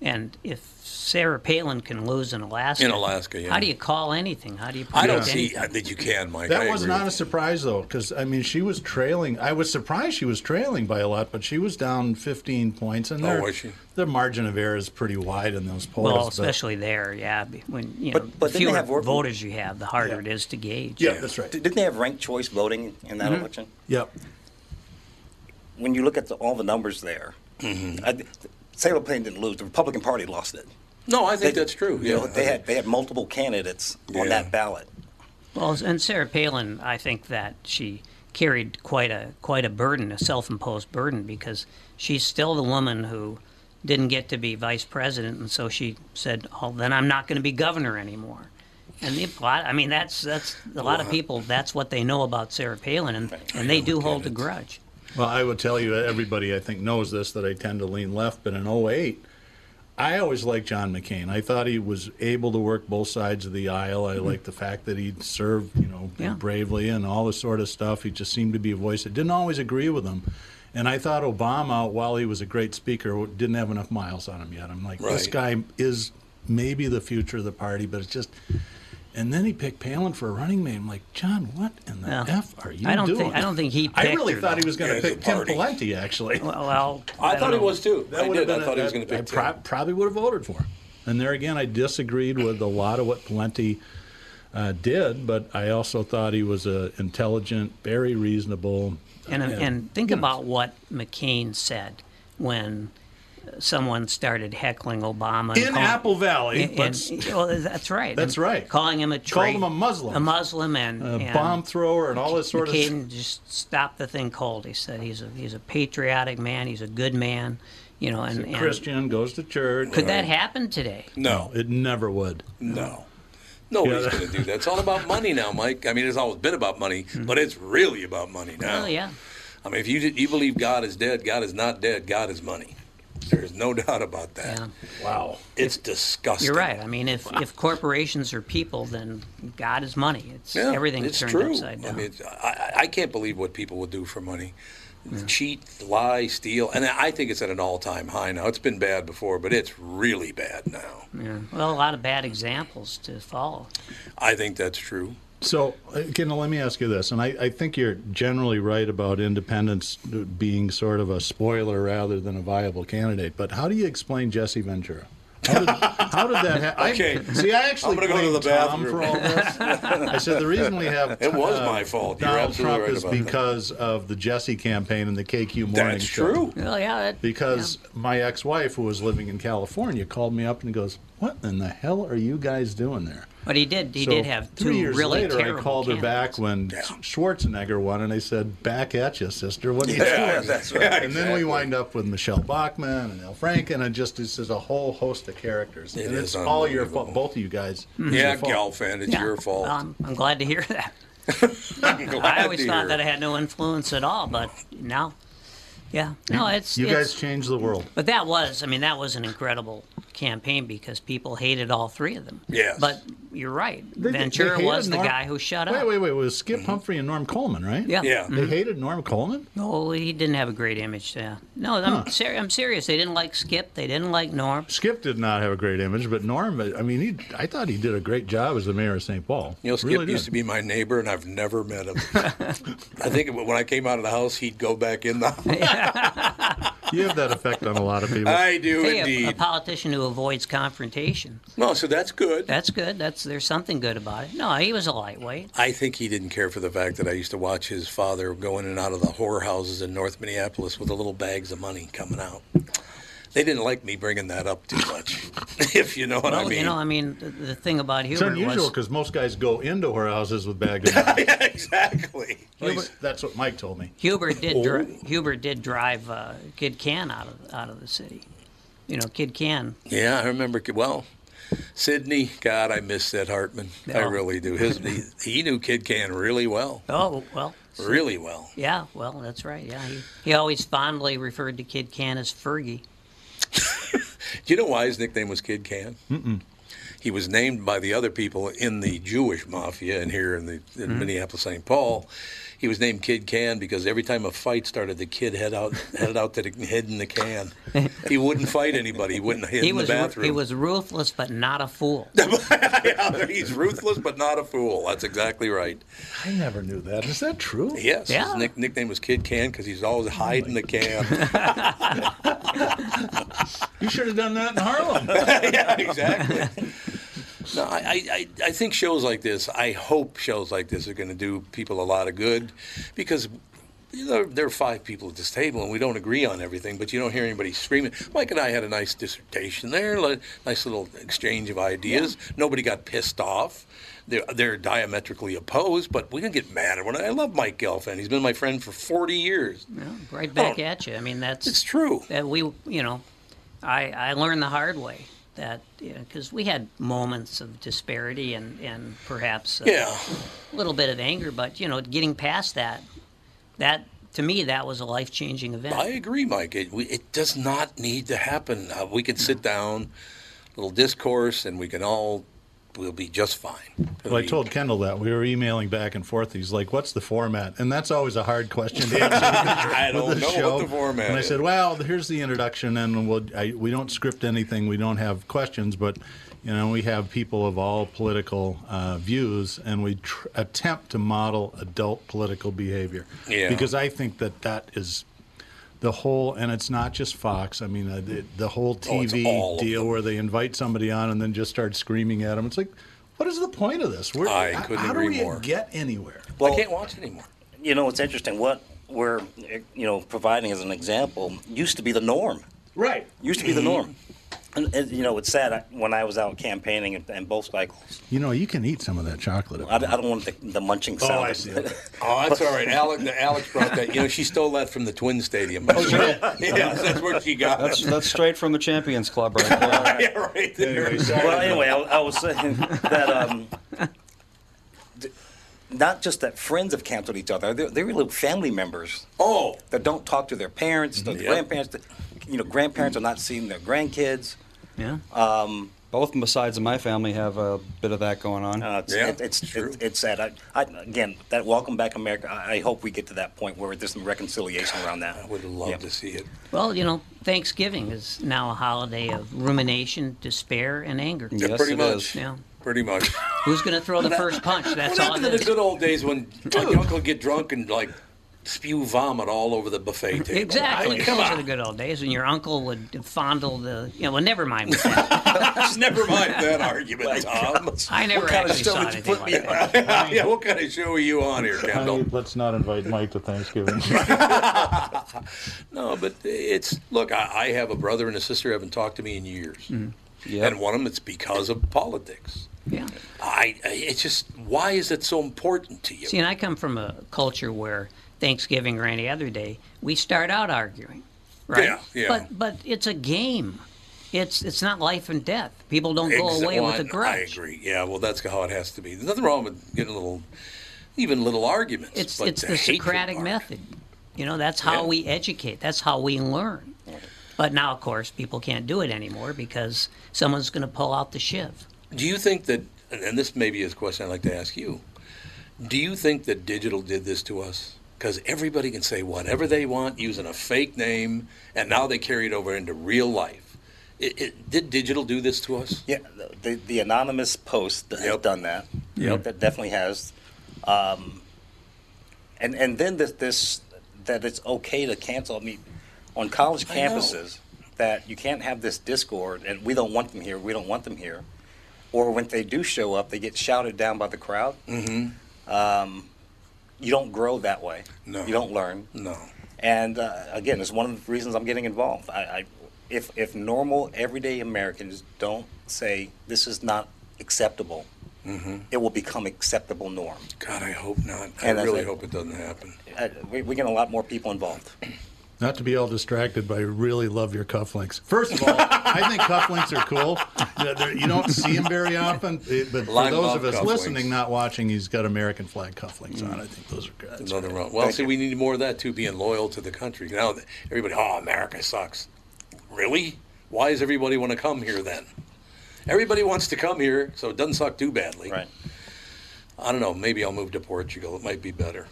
[SPEAKER 5] And if Sarah Palin can lose in Alaska,
[SPEAKER 3] In Alaska, yeah.
[SPEAKER 5] how do you call anything? How do you?
[SPEAKER 3] I don't
[SPEAKER 5] predict
[SPEAKER 3] see
[SPEAKER 5] anything?
[SPEAKER 3] uh, that you can, Mike.
[SPEAKER 2] That
[SPEAKER 3] I
[SPEAKER 2] was
[SPEAKER 3] agree
[SPEAKER 2] not a
[SPEAKER 3] with
[SPEAKER 2] surprise though, because I mean she was trailing. I was surprised she was trailing by a lot, but she was down 15 points, and
[SPEAKER 3] Oh,
[SPEAKER 2] their-
[SPEAKER 3] was she?
[SPEAKER 2] their margin of error is pretty wide in those polls.
[SPEAKER 5] Well,
[SPEAKER 2] but-
[SPEAKER 5] especially there, yeah. be- When you know,
[SPEAKER 7] But-
[SPEAKER 5] the
[SPEAKER 7] but didn't they
[SPEAKER 5] fewer
[SPEAKER 7] have work-
[SPEAKER 5] voters you have, the harder it is to gauge.
[SPEAKER 2] Yeah, that's right.
[SPEAKER 7] Didn't they have ranked choice voting in that
[SPEAKER 2] Mhm.
[SPEAKER 7] election?
[SPEAKER 2] Yep.
[SPEAKER 7] When you look at the, all the numbers there, I, Sarah Palin didn't lose. The Republican Party lost it.
[SPEAKER 3] you. No, I think
[SPEAKER 7] They-
[SPEAKER 3] that's true.
[SPEAKER 7] you
[SPEAKER 3] Yeah,
[SPEAKER 7] know, they had they had multiple candidates
[SPEAKER 3] Yeah.
[SPEAKER 7] on that ballot.
[SPEAKER 5] Well, and Sarah Palin, I think that she carried quite a quite a burden, a self-imposed burden, because she's still the woman who didn't get to be vice president, and so she said, "Oh, then I'm not going to be governor anymore." And the, lot- I mean, that's that's a lot of people. That's what they know about Sarah Palin, and, and they do hold a grudge.
[SPEAKER 2] Well, I would tell you, everybody I think knows this, that I tend to lean left, but in 08, I always liked John McCain. I thought he was able to work both sides of the aisle. I liked the fact that he served, you know,
[SPEAKER 5] Mm-hmm. Yeah.
[SPEAKER 2] bravely and all this sort of stuff. He just seemed to be a voice that didn't always agree with him. And I thought Obama, while he was a great speaker, didn't have enough miles on him yet. I'm like, this
[SPEAKER 3] Right.
[SPEAKER 2] guy is maybe the future of the party, but it's just. And then he picked Palin for a running mate. I'm like, John, what in the
[SPEAKER 5] Yeah.
[SPEAKER 2] f are you
[SPEAKER 5] I don't
[SPEAKER 2] doing?
[SPEAKER 5] think- I don't think he
[SPEAKER 2] I
[SPEAKER 5] picked
[SPEAKER 2] really
[SPEAKER 5] her,
[SPEAKER 2] thought he
[SPEAKER 5] though.
[SPEAKER 2] was going
[SPEAKER 3] Yeah,
[SPEAKER 2] to
[SPEAKER 3] it's a
[SPEAKER 2] pick Tim
[SPEAKER 3] party.
[SPEAKER 2] Pawlenty, [laughs] actually.
[SPEAKER 5] Well, well
[SPEAKER 3] I
[SPEAKER 5] don't
[SPEAKER 3] thought he
[SPEAKER 5] know.
[SPEAKER 3] was too. I
[SPEAKER 2] would've
[SPEAKER 3] did. I
[SPEAKER 2] a-
[SPEAKER 3] thought he was
[SPEAKER 2] that-
[SPEAKER 3] going to pick.
[SPEAKER 2] I prob- probably would have voted for him. And there again, I disagreed with a lot of what Plenty uh, did, but I also thought he was a intelligent, very reasonable.
[SPEAKER 5] And,
[SPEAKER 2] uh,
[SPEAKER 5] and think
[SPEAKER 2] you know,
[SPEAKER 5] about what McCain said when someone started heckling Obama and
[SPEAKER 2] in
[SPEAKER 5] calling-
[SPEAKER 2] Apple Valley,
[SPEAKER 5] And-
[SPEAKER 2] but s-
[SPEAKER 5] and- well, that's right.
[SPEAKER 2] That's
[SPEAKER 5] And
[SPEAKER 2] right.
[SPEAKER 5] Calling him a
[SPEAKER 2] Called
[SPEAKER 5] traitor,
[SPEAKER 2] him a Muslim.
[SPEAKER 5] a Muslim, and,
[SPEAKER 2] a
[SPEAKER 5] and
[SPEAKER 2] bomb thrower and all this sort of.
[SPEAKER 5] McCain just stopped the thing cold. He said he's a he's a patriotic man. He's a good man, you know. And, and
[SPEAKER 2] Christian goes to church.
[SPEAKER 5] could that happen today?
[SPEAKER 3] No,
[SPEAKER 2] It never would.
[SPEAKER 3] no. Nobody's going to do that. It's all about money now, Mike. I mean, it's always been about money,
[SPEAKER 2] Hmm.
[SPEAKER 3] but it's really about money now.
[SPEAKER 5] Oh yeah.
[SPEAKER 3] I mean, if you you believe God is dead, God is not dead. God is money. There's no [laughs] doubt about that.
[SPEAKER 5] Yeah.
[SPEAKER 2] Wow.
[SPEAKER 3] It's disgusting.
[SPEAKER 5] You're right. I mean, if, if corporations are people, then God is money. It's
[SPEAKER 3] Yeah,
[SPEAKER 5] everything's
[SPEAKER 3] it's
[SPEAKER 5] turned
[SPEAKER 3] true.
[SPEAKER 5] upside down.
[SPEAKER 3] I mean, it's- I, I- I can't believe what people will do for money. Cheat, lie, steal, and I think it's at an all-time high now. It's been bad before, but it's really bad now.
[SPEAKER 5] yeah. Well, a lot of bad examples to follow.
[SPEAKER 3] I think that's true.
[SPEAKER 2] So, uh, Kendall, let me ask you this, and I, I think you're generally right about independence being sort of a spoiler rather than a viable candidate. But how do you explain Jesse Ventura? How did, how did that happen?
[SPEAKER 3] [laughs] Okay.
[SPEAKER 2] see, I actually
[SPEAKER 3] I'm gonna go to
[SPEAKER 2] blamed
[SPEAKER 3] the
[SPEAKER 2] Tom
[SPEAKER 3] bathroom.
[SPEAKER 2] for all this. I said the reason we have
[SPEAKER 3] [laughs] It was my fault. You're
[SPEAKER 2] Donald
[SPEAKER 3] absolutely
[SPEAKER 2] Trump
[SPEAKER 3] right
[SPEAKER 2] is
[SPEAKER 3] about that.
[SPEAKER 2] because of the Jesse campaign and the KQ morning
[SPEAKER 3] That's
[SPEAKER 2] show
[SPEAKER 3] true.
[SPEAKER 5] Well, yeah. That,
[SPEAKER 2] because my ex-wife who was living in california called me up and goes what in the hell are you guys doing there
[SPEAKER 5] But he did. He
[SPEAKER 2] So
[SPEAKER 5] did have two
[SPEAKER 2] three years
[SPEAKER 5] really
[SPEAKER 2] later
[SPEAKER 5] terrible
[SPEAKER 2] i called her
[SPEAKER 5] candidates.
[SPEAKER 2] back when schwarzenegger won and i said back at you sister what are you doing
[SPEAKER 7] Yeah, that's right.
[SPEAKER 2] and then we wind up with michelle bachman and al franken and just this is a whole host of characters
[SPEAKER 3] It
[SPEAKER 2] and
[SPEAKER 3] is
[SPEAKER 2] it's all your fault
[SPEAKER 3] unbelievable.
[SPEAKER 2] both of you guys
[SPEAKER 5] Mm-hmm.
[SPEAKER 3] Yeah,
[SPEAKER 2] It's your fault.
[SPEAKER 3] Galfan, it's
[SPEAKER 5] Yeah.
[SPEAKER 3] your fault.
[SPEAKER 5] Well, I'm, I'm glad to hear [laughs] that.
[SPEAKER 3] I'm [laughs] glad
[SPEAKER 5] I always
[SPEAKER 3] to
[SPEAKER 5] thought
[SPEAKER 3] hear.
[SPEAKER 5] that I had no influence at all, but now, yeah, no, it's
[SPEAKER 2] you
[SPEAKER 5] it's-
[SPEAKER 2] guys changed the world
[SPEAKER 5] But that was, I mean, that was an incredible campaign because people hated all three of them.
[SPEAKER 3] Yes.
[SPEAKER 5] But you're right.
[SPEAKER 2] They- they
[SPEAKER 5] Ventura
[SPEAKER 2] hated
[SPEAKER 5] was the
[SPEAKER 2] Norm- Mm-hmm.
[SPEAKER 5] guy who shut
[SPEAKER 2] wait
[SPEAKER 5] up.
[SPEAKER 2] wait wait it was skip humphrey and norm coleman right
[SPEAKER 5] Yeah. Mm-hmm.
[SPEAKER 3] Yeah.
[SPEAKER 2] they hated norm coleman
[SPEAKER 5] No, he didn't have a great image. Yeah. No, I'm, ser- I'm serious. They didn't like Skip. They didn't like Norm.
[SPEAKER 2] Skip did not have a great image, but Norm, I mean, he, I thought he did a great job as the mayor of St. Paul.
[SPEAKER 3] You know, Skip
[SPEAKER 2] Really
[SPEAKER 3] used to
[SPEAKER 2] did.
[SPEAKER 3] be my neighbor, and I've never
[SPEAKER 5] [laughs] [laughs]
[SPEAKER 3] met him. I think when I came out of the house, he'd go back in the house.
[SPEAKER 2] You have that effect on a lot of
[SPEAKER 3] [laughs]
[SPEAKER 2] people.
[SPEAKER 3] I do
[SPEAKER 5] Hey, a- A,
[SPEAKER 3] indeed.
[SPEAKER 5] politician who avoids confrontation.
[SPEAKER 3] No, so that's good.
[SPEAKER 5] That's good. That's there's something good about it. No, he was a lightweight.
[SPEAKER 3] I think he didn't care for the fact that I used to watch his father go in and out of the whorehouses in North Minneapolis with the little bags of money coming out. They didn't like me bringing that up too much, [laughs] if you know what
[SPEAKER 5] well,
[SPEAKER 3] I mean. [laughs]
[SPEAKER 5] you know, I mean, the, the thing about
[SPEAKER 2] It's
[SPEAKER 5] Hubert
[SPEAKER 2] unusual
[SPEAKER 5] was
[SPEAKER 2] because most guys go into whorehouses with [laughs] bags. Of money.
[SPEAKER 3] yeah, exactly.
[SPEAKER 2] Hubert- that's what Mike told me.
[SPEAKER 5] Hubert did dri-
[SPEAKER 2] Oh.
[SPEAKER 5] Hubert did drive uh, Kid Can out of out of the city. You know, Kid Can.
[SPEAKER 3] Yeah, I remember. Well, Sydney, God, I miss Ed Hartman. I
[SPEAKER 5] Yeah.
[SPEAKER 3] really do. His, he, he knew Kid Can really well.
[SPEAKER 5] Oh well.
[SPEAKER 3] Really well.
[SPEAKER 5] Yeah, well, that's right. Yeah, he, he always fondly referred to Kid Can as Fergie.
[SPEAKER 3] Do you know why his nickname was Kid Can? Mm-mm. He was named by the other people in the Jewish mafia and here in, the, in
[SPEAKER 5] Mm-hmm.
[SPEAKER 12] Mhm.
[SPEAKER 3] Minneapolis, St. Paul. He was named Kid Can because every time a fight started, the kid head out, [laughs] headed out to the head in the can. He wouldn't fight anybody. He wouldn't hit
[SPEAKER 5] he
[SPEAKER 3] in
[SPEAKER 5] was
[SPEAKER 3] the
[SPEAKER 5] ru-
[SPEAKER 3] bathroom.
[SPEAKER 5] he was ruthless but not a fool.
[SPEAKER 3] [laughs] Yeah, he's ruthless but not a fool. That's exactly right.
[SPEAKER 2] I never knew that. Is that true?
[SPEAKER 3] Yes, his nick- nickname was Kid Can because he's always hiding the can. [laughs]
[SPEAKER 2] You should have done that in Harlem.
[SPEAKER 3] yeah, exactly. No, I, I- I, I think shows like this, I hope shows like this are going to do people a lot of good because you know, there are five people at this table and we don't agree on everything, but you don't hear anybody screaming. Mike and I had a nice dissertation there, li- nice little exchange of ideas. Nobody got pissed off. They're, they're diametrically opposed, but we didn't get mad at one. another. I love Mike Gelfand. He's been my friend for 40 years.
[SPEAKER 5] Yeah, right back at you. I mean, that's
[SPEAKER 3] Oh. it's true.
[SPEAKER 5] That we, you know, I I learned the hard way that because we had moments of disparity and and perhaps uh,
[SPEAKER 3] Yeah.
[SPEAKER 5] a little bit of anger, but you know, getting past that, that to me that was a life changing event.
[SPEAKER 3] I agree, Mike. It, we, it does not need to happen. Uh, we can sit down, little discourse, and we can all, we'll be just fine.
[SPEAKER 2] Well, I told Kendall that we were emailing back and forth. He's like, "What's the format?" And that's always a hard question to answer. [laughs]
[SPEAKER 3] I
[SPEAKER 2] with
[SPEAKER 3] don't
[SPEAKER 2] the
[SPEAKER 3] know
[SPEAKER 2] show.
[SPEAKER 3] what the format
[SPEAKER 2] And I
[SPEAKER 3] is.
[SPEAKER 2] said, "Well, here's the introduction, and we'll, I, we don't script anything. We don't have questions, but you know, we have people of all political uh, views, and we tr- attempt to model adult political behavior.
[SPEAKER 12] Yeah.
[SPEAKER 2] Because I think that that is the whole, and it's not just Fox. I mean, uh, the, the whole
[SPEAKER 12] Oh, it's
[SPEAKER 2] TV
[SPEAKER 12] all of
[SPEAKER 2] deal where they invite somebody on and then just start screaming at them. It's like, what is the point of this? Where,
[SPEAKER 3] I
[SPEAKER 2] how-
[SPEAKER 3] couldn't
[SPEAKER 2] how
[SPEAKER 3] agree
[SPEAKER 2] do we
[SPEAKER 3] more.
[SPEAKER 2] get anywhere?
[SPEAKER 3] I can't watch it anymore.
[SPEAKER 7] You know, it's interesting. What we're you know providing as an example used to be the norm.
[SPEAKER 2] Right.
[SPEAKER 7] Used to be the
[SPEAKER 3] Mm-hmm.
[SPEAKER 7] norm. And, and, you know, it's sad I, when I was out campaigning and, and both cycles.
[SPEAKER 2] You know, you can eat some of that chocolate.
[SPEAKER 7] I, I don't want the, the munching sound.
[SPEAKER 2] I see.
[SPEAKER 3] Oh, that's all right. Alex, Alex brought that. You know, she stole that from the Twin Stadium.
[SPEAKER 2] Oh,
[SPEAKER 3] By the [laughs] way. yes, that's where she got
[SPEAKER 4] That's
[SPEAKER 3] it.
[SPEAKER 4] that's straight from the Champions Club right
[SPEAKER 3] [laughs]
[SPEAKER 2] [laughs]
[SPEAKER 4] there.
[SPEAKER 3] yeah, right there.
[SPEAKER 7] [laughs] well, anyway, I, I was saying that
[SPEAKER 3] [laughs]
[SPEAKER 7] um, th- not just that friends have canceled each other; they're, they're really family members.
[SPEAKER 3] Oh,
[SPEAKER 7] that don't talk to their parents,
[SPEAKER 3] Mm-hmm.
[SPEAKER 7] their grandparents. That, you know, grandparents are not seeing their grandkids.
[SPEAKER 5] Yeah.
[SPEAKER 7] Um,
[SPEAKER 4] Both sides of my family have a bit of that going on.
[SPEAKER 7] It's, it- it's, it's, it's, sad. I, I, again, that Welcome Back America. I, I hope we get to that point where there's some reconciliation around that. I
[SPEAKER 3] would love to see it.
[SPEAKER 5] Well, you know, Thanksgiving is now a holiday of rumination, despair, and anger.
[SPEAKER 3] Yeah, pretty much.
[SPEAKER 5] Yeah.
[SPEAKER 3] Pretty much.
[SPEAKER 5] Who's going to throw the first punch? That's
[SPEAKER 3] what
[SPEAKER 5] all.
[SPEAKER 3] happened
[SPEAKER 5] it
[SPEAKER 3] to
[SPEAKER 5] is.
[SPEAKER 3] the good old days when my uncle would get drunk and like spew vomit all over the buffet table?
[SPEAKER 5] Exactly.
[SPEAKER 3] I mean, come
[SPEAKER 5] Those are
[SPEAKER 3] on.
[SPEAKER 5] the good old days when your uncle would fondle the. You know, well, never mind. With that.
[SPEAKER 3] [laughs] Never mind that argument, Tom.
[SPEAKER 5] I never
[SPEAKER 3] What kind of
[SPEAKER 5] actually
[SPEAKER 3] show
[SPEAKER 5] saw
[SPEAKER 3] did you
[SPEAKER 5] anything
[SPEAKER 3] put me on? [laughs] yeah, what kind of show are you on here, Kendall?
[SPEAKER 2] let's not invite Mike to Thanksgiving.
[SPEAKER 3] No, but it's look. I, I have a brother and a sister who haven't talked to me in years,
[SPEAKER 5] Mm-hmm.
[SPEAKER 3] and one of them it's because of politics.
[SPEAKER 5] Yeah.
[SPEAKER 3] I. I- It's just why is it so important to you?
[SPEAKER 5] See, and I come from a culture where Thanksgiving or any other day, we start out arguing, right?
[SPEAKER 3] Yeah, yeah.
[SPEAKER 5] But but it's a game. It's it's not life and death. People don't go
[SPEAKER 3] Exa-
[SPEAKER 5] away
[SPEAKER 3] well,
[SPEAKER 5] with a
[SPEAKER 3] I- I
[SPEAKER 5] grudge.
[SPEAKER 3] agree. Yeah. Well, that's how it has to be. There's nothing wrong with getting a little, even little arguments.
[SPEAKER 5] It's
[SPEAKER 3] but
[SPEAKER 5] it's
[SPEAKER 3] the
[SPEAKER 5] the
[SPEAKER 3] hatred
[SPEAKER 5] Socratic
[SPEAKER 3] part.
[SPEAKER 5] method. You know, that's how
[SPEAKER 3] Yeah.
[SPEAKER 5] we educate. That's how we learn. But now, of course, people can't do it anymore because someone's going to pull out the shiv.
[SPEAKER 3] Do you think that? And and this maybe is a question I'd like to ask you. Do you think that digital did this to us? Because everybody can say whatever they want using a fake name, and now they carry it over into real life. It, it, did digital do this to us?
[SPEAKER 7] Yeah, the, the anonymous post that has done that.
[SPEAKER 3] Yep.
[SPEAKER 7] That definitely has. Um, and and then this this that it's okay to cancel. I mean, on college
[SPEAKER 3] I know.
[SPEAKER 7] campuses that you can't have this discord and we don't want them here, we don't want them here. Or when they do show up, they get shouted down by the crowd.
[SPEAKER 3] Mm-hmm.
[SPEAKER 7] Um, you don't grow that way.
[SPEAKER 3] No.
[SPEAKER 7] You don't learn.
[SPEAKER 3] No.
[SPEAKER 7] And uh, again, it's one of the reasons I'm getting involved. I, I, if if normal everyday Americans don't say this is not acceptable,
[SPEAKER 3] Mm-hmm.
[SPEAKER 7] it will become acceptable norm.
[SPEAKER 3] God, I hope not. I
[SPEAKER 7] And I
[SPEAKER 3] really
[SPEAKER 7] think-
[SPEAKER 3] hope it doesn't happen.
[SPEAKER 7] Uh, we, we get a lot more people involved.
[SPEAKER 2] [laughs] Not to be all distracted, but I really love your cufflinks. First of all, I think cufflinks are cool. They're- they're- You don't see them very often, eh, but for
[SPEAKER 3] Lime
[SPEAKER 2] those
[SPEAKER 3] love
[SPEAKER 2] of us
[SPEAKER 3] cufflinks.
[SPEAKER 2] listening, not watching, he's got American flag cufflinks on. I think those are good.
[SPEAKER 3] There's nothing wrong. Well, see, we need more of that too, being loyal to the country. Now, that everybody, oh, America sucks. Really? Why does everybody want to come here then? Everybody wants to come here, so it doesn't suck too badly. Right. I don't know. Maybe I'll move to Portugal. It might be better.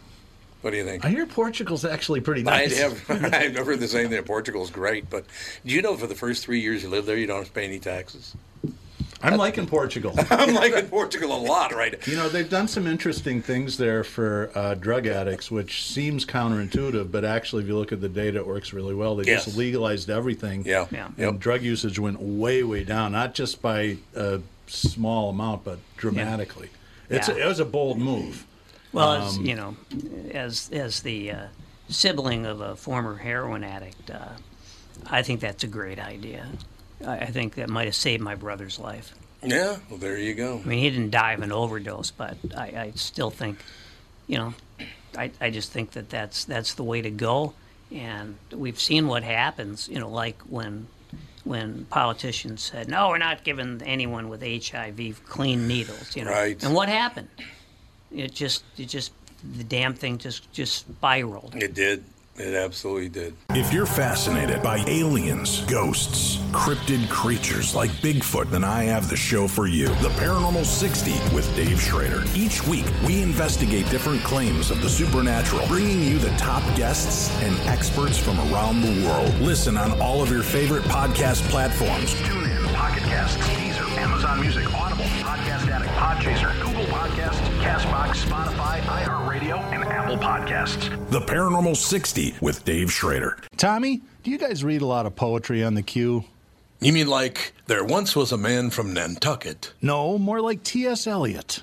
[SPEAKER 3] What do you think?
[SPEAKER 2] I hear Portugal's actually pretty
[SPEAKER 3] [laughs] I'd [laughs]
[SPEAKER 2] nice.
[SPEAKER 3] have, I've heard the same thing. Portugal's great, but do you know for the first three years you live there, you don't have to pay any taxes? [laughs]
[SPEAKER 2] I'm liking Portugal.
[SPEAKER 3] I'm liking Portugal a lot right
[SPEAKER 2] You know, they've done some interesting things there for uh, drug addicts, which seems counterintuitive, but actually, if you look at the data, it works really well. They
[SPEAKER 3] Yes.
[SPEAKER 2] just legalized everything.
[SPEAKER 3] Yeah. Yeah.
[SPEAKER 2] And drug usage went way, way down, not just by a small amount, but dramatically. It's
[SPEAKER 5] Yeah.
[SPEAKER 2] it was a bold move.
[SPEAKER 5] Well, as
[SPEAKER 2] Um,
[SPEAKER 5] you know, as as the uh, sibling of a former heroin addict, uh, I think that's a great idea. I, I think that might have saved my brother's life.
[SPEAKER 3] [laughs] Yeah, well, there you go.
[SPEAKER 5] I mean, he didn't die of an overdose, but I, I still think, you know, I, I just think that that's that's the way to go. And we've seen what happens, you know, like when when politicians said, "No, we're not giving anyone with HIV clean needles," you know,
[SPEAKER 3] Right.
[SPEAKER 5] and what happened? It just it just the damn thing just just spiraled.
[SPEAKER 3] It did. It absolutely did.
[SPEAKER 8] If you're fascinated by aliens, ghosts, cryptid creatures like Bigfoot, then I have the show for you The Paranormal 60 with Dave Schrader. Each week, we investigate different claims of the supernatural, bringing you the top guests and experts from around the world. Listen on all of your favorite podcast platforms.
[SPEAKER 9] TuneIn, Pocket Casts, Deezer, Amazon Music, Audible, Podcast Addict, Podchaser, Google Podcasts, Castbox, Spotify, iHeartRadio, and Apple Podcasts.
[SPEAKER 8] The Paranormal 60 with Dave Schrader.
[SPEAKER 2] Tommy, do you guys read a lot of poetry on the queue?
[SPEAKER 3] You mean like there once was a man from Nantucket?
[SPEAKER 2] No, more like T.S. Eliot.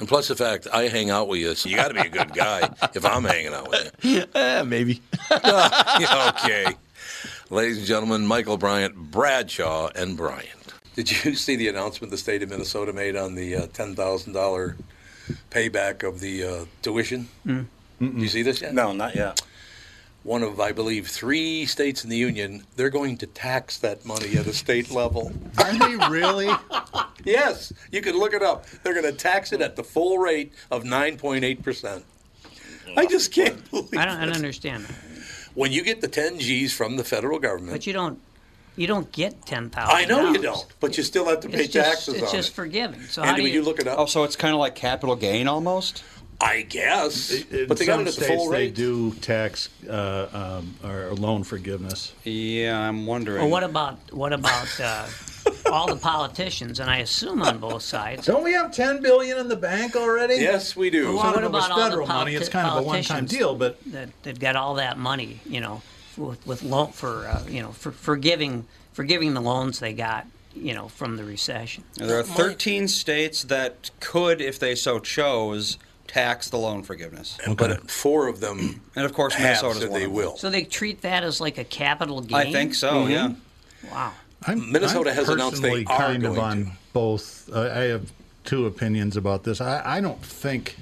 [SPEAKER 3] And plus the fact I hang out with you, so you got to be a good guy if I'm hanging out with [laughs] you.
[SPEAKER 6] Eh, maybe.
[SPEAKER 3] [laughs] okay. Ladies and gentlemen, Michael Bryant, Bradshaw, and Bryant. Did you see the announcement the state of Minnesota made on the uh, $10,000 payback of the uh, tuition?
[SPEAKER 7] Mm.
[SPEAKER 3] Did you see this yet?
[SPEAKER 7] No, not yet.
[SPEAKER 3] One of, I believe, three states in the union, they're going to tax that money at a state level.
[SPEAKER 2] Are they [laughs] really?
[SPEAKER 3] Yes, you can look it up. They're going to tax it at the full rate of 9.8%. I just can't believe
[SPEAKER 5] I don't, I
[SPEAKER 3] it.
[SPEAKER 5] don't understand.
[SPEAKER 3] When you get the 10 Gs from the federal government,
[SPEAKER 5] But you don't, you don't get ten thousand.
[SPEAKER 3] I know you don't, but you still have to pay
[SPEAKER 5] It's just-
[SPEAKER 3] taxes on
[SPEAKER 5] It's just
[SPEAKER 3] it.
[SPEAKER 5] forgiving. So how
[SPEAKER 3] Andy,
[SPEAKER 5] do
[SPEAKER 3] would you look it up?
[SPEAKER 4] Oh, so it's kind of like capital gain almost?
[SPEAKER 3] I guess. but they got it
[SPEAKER 2] some
[SPEAKER 3] at the
[SPEAKER 2] states,
[SPEAKER 3] full
[SPEAKER 2] they
[SPEAKER 3] rate.
[SPEAKER 2] do tax uh, um, or loan forgiveness.
[SPEAKER 4] Yeah, I'm wondering.
[SPEAKER 5] Well, what about what about uh, all the politicians, and I assume on both sides?
[SPEAKER 12] Don't we have ten billion in the bank already?
[SPEAKER 3] Yes, we
[SPEAKER 5] Well,
[SPEAKER 2] Some
[SPEAKER 5] what
[SPEAKER 2] of it was
[SPEAKER 5] about all the
[SPEAKER 2] federal money. It's
[SPEAKER 5] politi-
[SPEAKER 2] kind of a one-time
[SPEAKER 5] politicians
[SPEAKER 2] deal, but
[SPEAKER 5] that they've got all that money, you know, with, with loan for uh, you know for forgiving forgiving the loans they got, you know, from the recession.
[SPEAKER 4] There are 13 states that could, if they so chose, tax the loan forgiveness.
[SPEAKER 3] But four of them,
[SPEAKER 4] and of course,
[SPEAKER 3] have
[SPEAKER 4] Minnesota's
[SPEAKER 3] said
[SPEAKER 4] one
[SPEAKER 3] they
[SPEAKER 4] of them.
[SPEAKER 3] will.
[SPEAKER 5] So they treat that as like a capital gain.
[SPEAKER 4] I think so.
[SPEAKER 5] Mm-hmm.
[SPEAKER 4] Yeah.
[SPEAKER 5] Wow.
[SPEAKER 2] I'm,
[SPEAKER 3] Minnesota
[SPEAKER 2] I'm
[SPEAKER 3] has announced they
[SPEAKER 2] personally
[SPEAKER 3] are
[SPEAKER 2] kind of
[SPEAKER 3] going
[SPEAKER 2] on both. Uh, I have two opinions about this. I, I don't think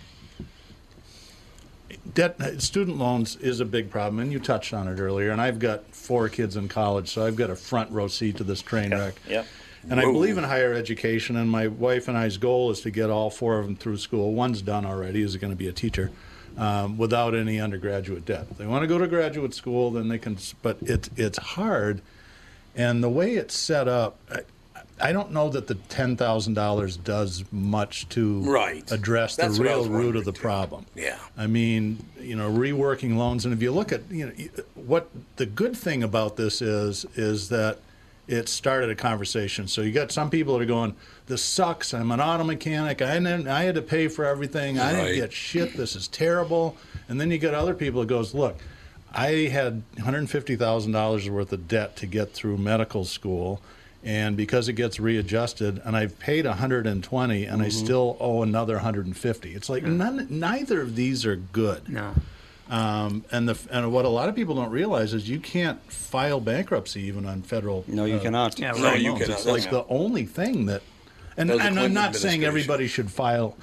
[SPEAKER 2] debt student loans is a big problem, and you touched on it earlier. And I've got four kids in college, so I've got a front row seat to this train wreck.
[SPEAKER 7] Yep.
[SPEAKER 2] And I
[SPEAKER 3] Whoa.
[SPEAKER 2] believe in higher education, and my wife and I's goal is to get all four of them through school. One's done already, is going to be a teacher, um, without any undergraduate debt. If they want to go to graduate school, then they can, s- but it, it's hard. And the way it's set up, I, I don't know that the $10,000 does much to
[SPEAKER 3] Right.
[SPEAKER 2] address
[SPEAKER 3] That's
[SPEAKER 2] the
[SPEAKER 3] what I was
[SPEAKER 2] real root
[SPEAKER 3] wondering,
[SPEAKER 2] of the problem.
[SPEAKER 3] Yeah.
[SPEAKER 2] I mean, you know, reworking loans, and if you look at, you know, what the good thing about this is, is that it started a conversation. So you got some people that are going, "This sucks. I'm an auto mechanic. I didn't, I had to pay for everything. I
[SPEAKER 3] Right.
[SPEAKER 2] didn't get shit. This is terrible." And then you get other people that goes, "Look, I had $150,000 worth of debt to get through medical school." And because it gets readjusted, and I've paid 120, and I still owe another 150. It's like none, neither of these are good.
[SPEAKER 5] No.
[SPEAKER 2] Um, and the and what a lot of people don't realize is you can't file bankruptcy even on federal.
[SPEAKER 4] No, you
[SPEAKER 2] uh,
[SPEAKER 4] cannot.
[SPEAKER 5] Yeah,
[SPEAKER 3] No,
[SPEAKER 5] right.
[SPEAKER 3] you
[SPEAKER 2] loans.
[SPEAKER 3] cannot.
[SPEAKER 2] It's like
[SPEAKER 3] That's-
[SPEAKER 2] the only thing that. And,
[SPEAKER 3] That was the
[SPEAKER 2] and I'm
[SPEAKER 3] Clinton
[SPEAKER 2] not saying
[SPEAKER 3] administration.
[SPEAKER 2] everybody should file,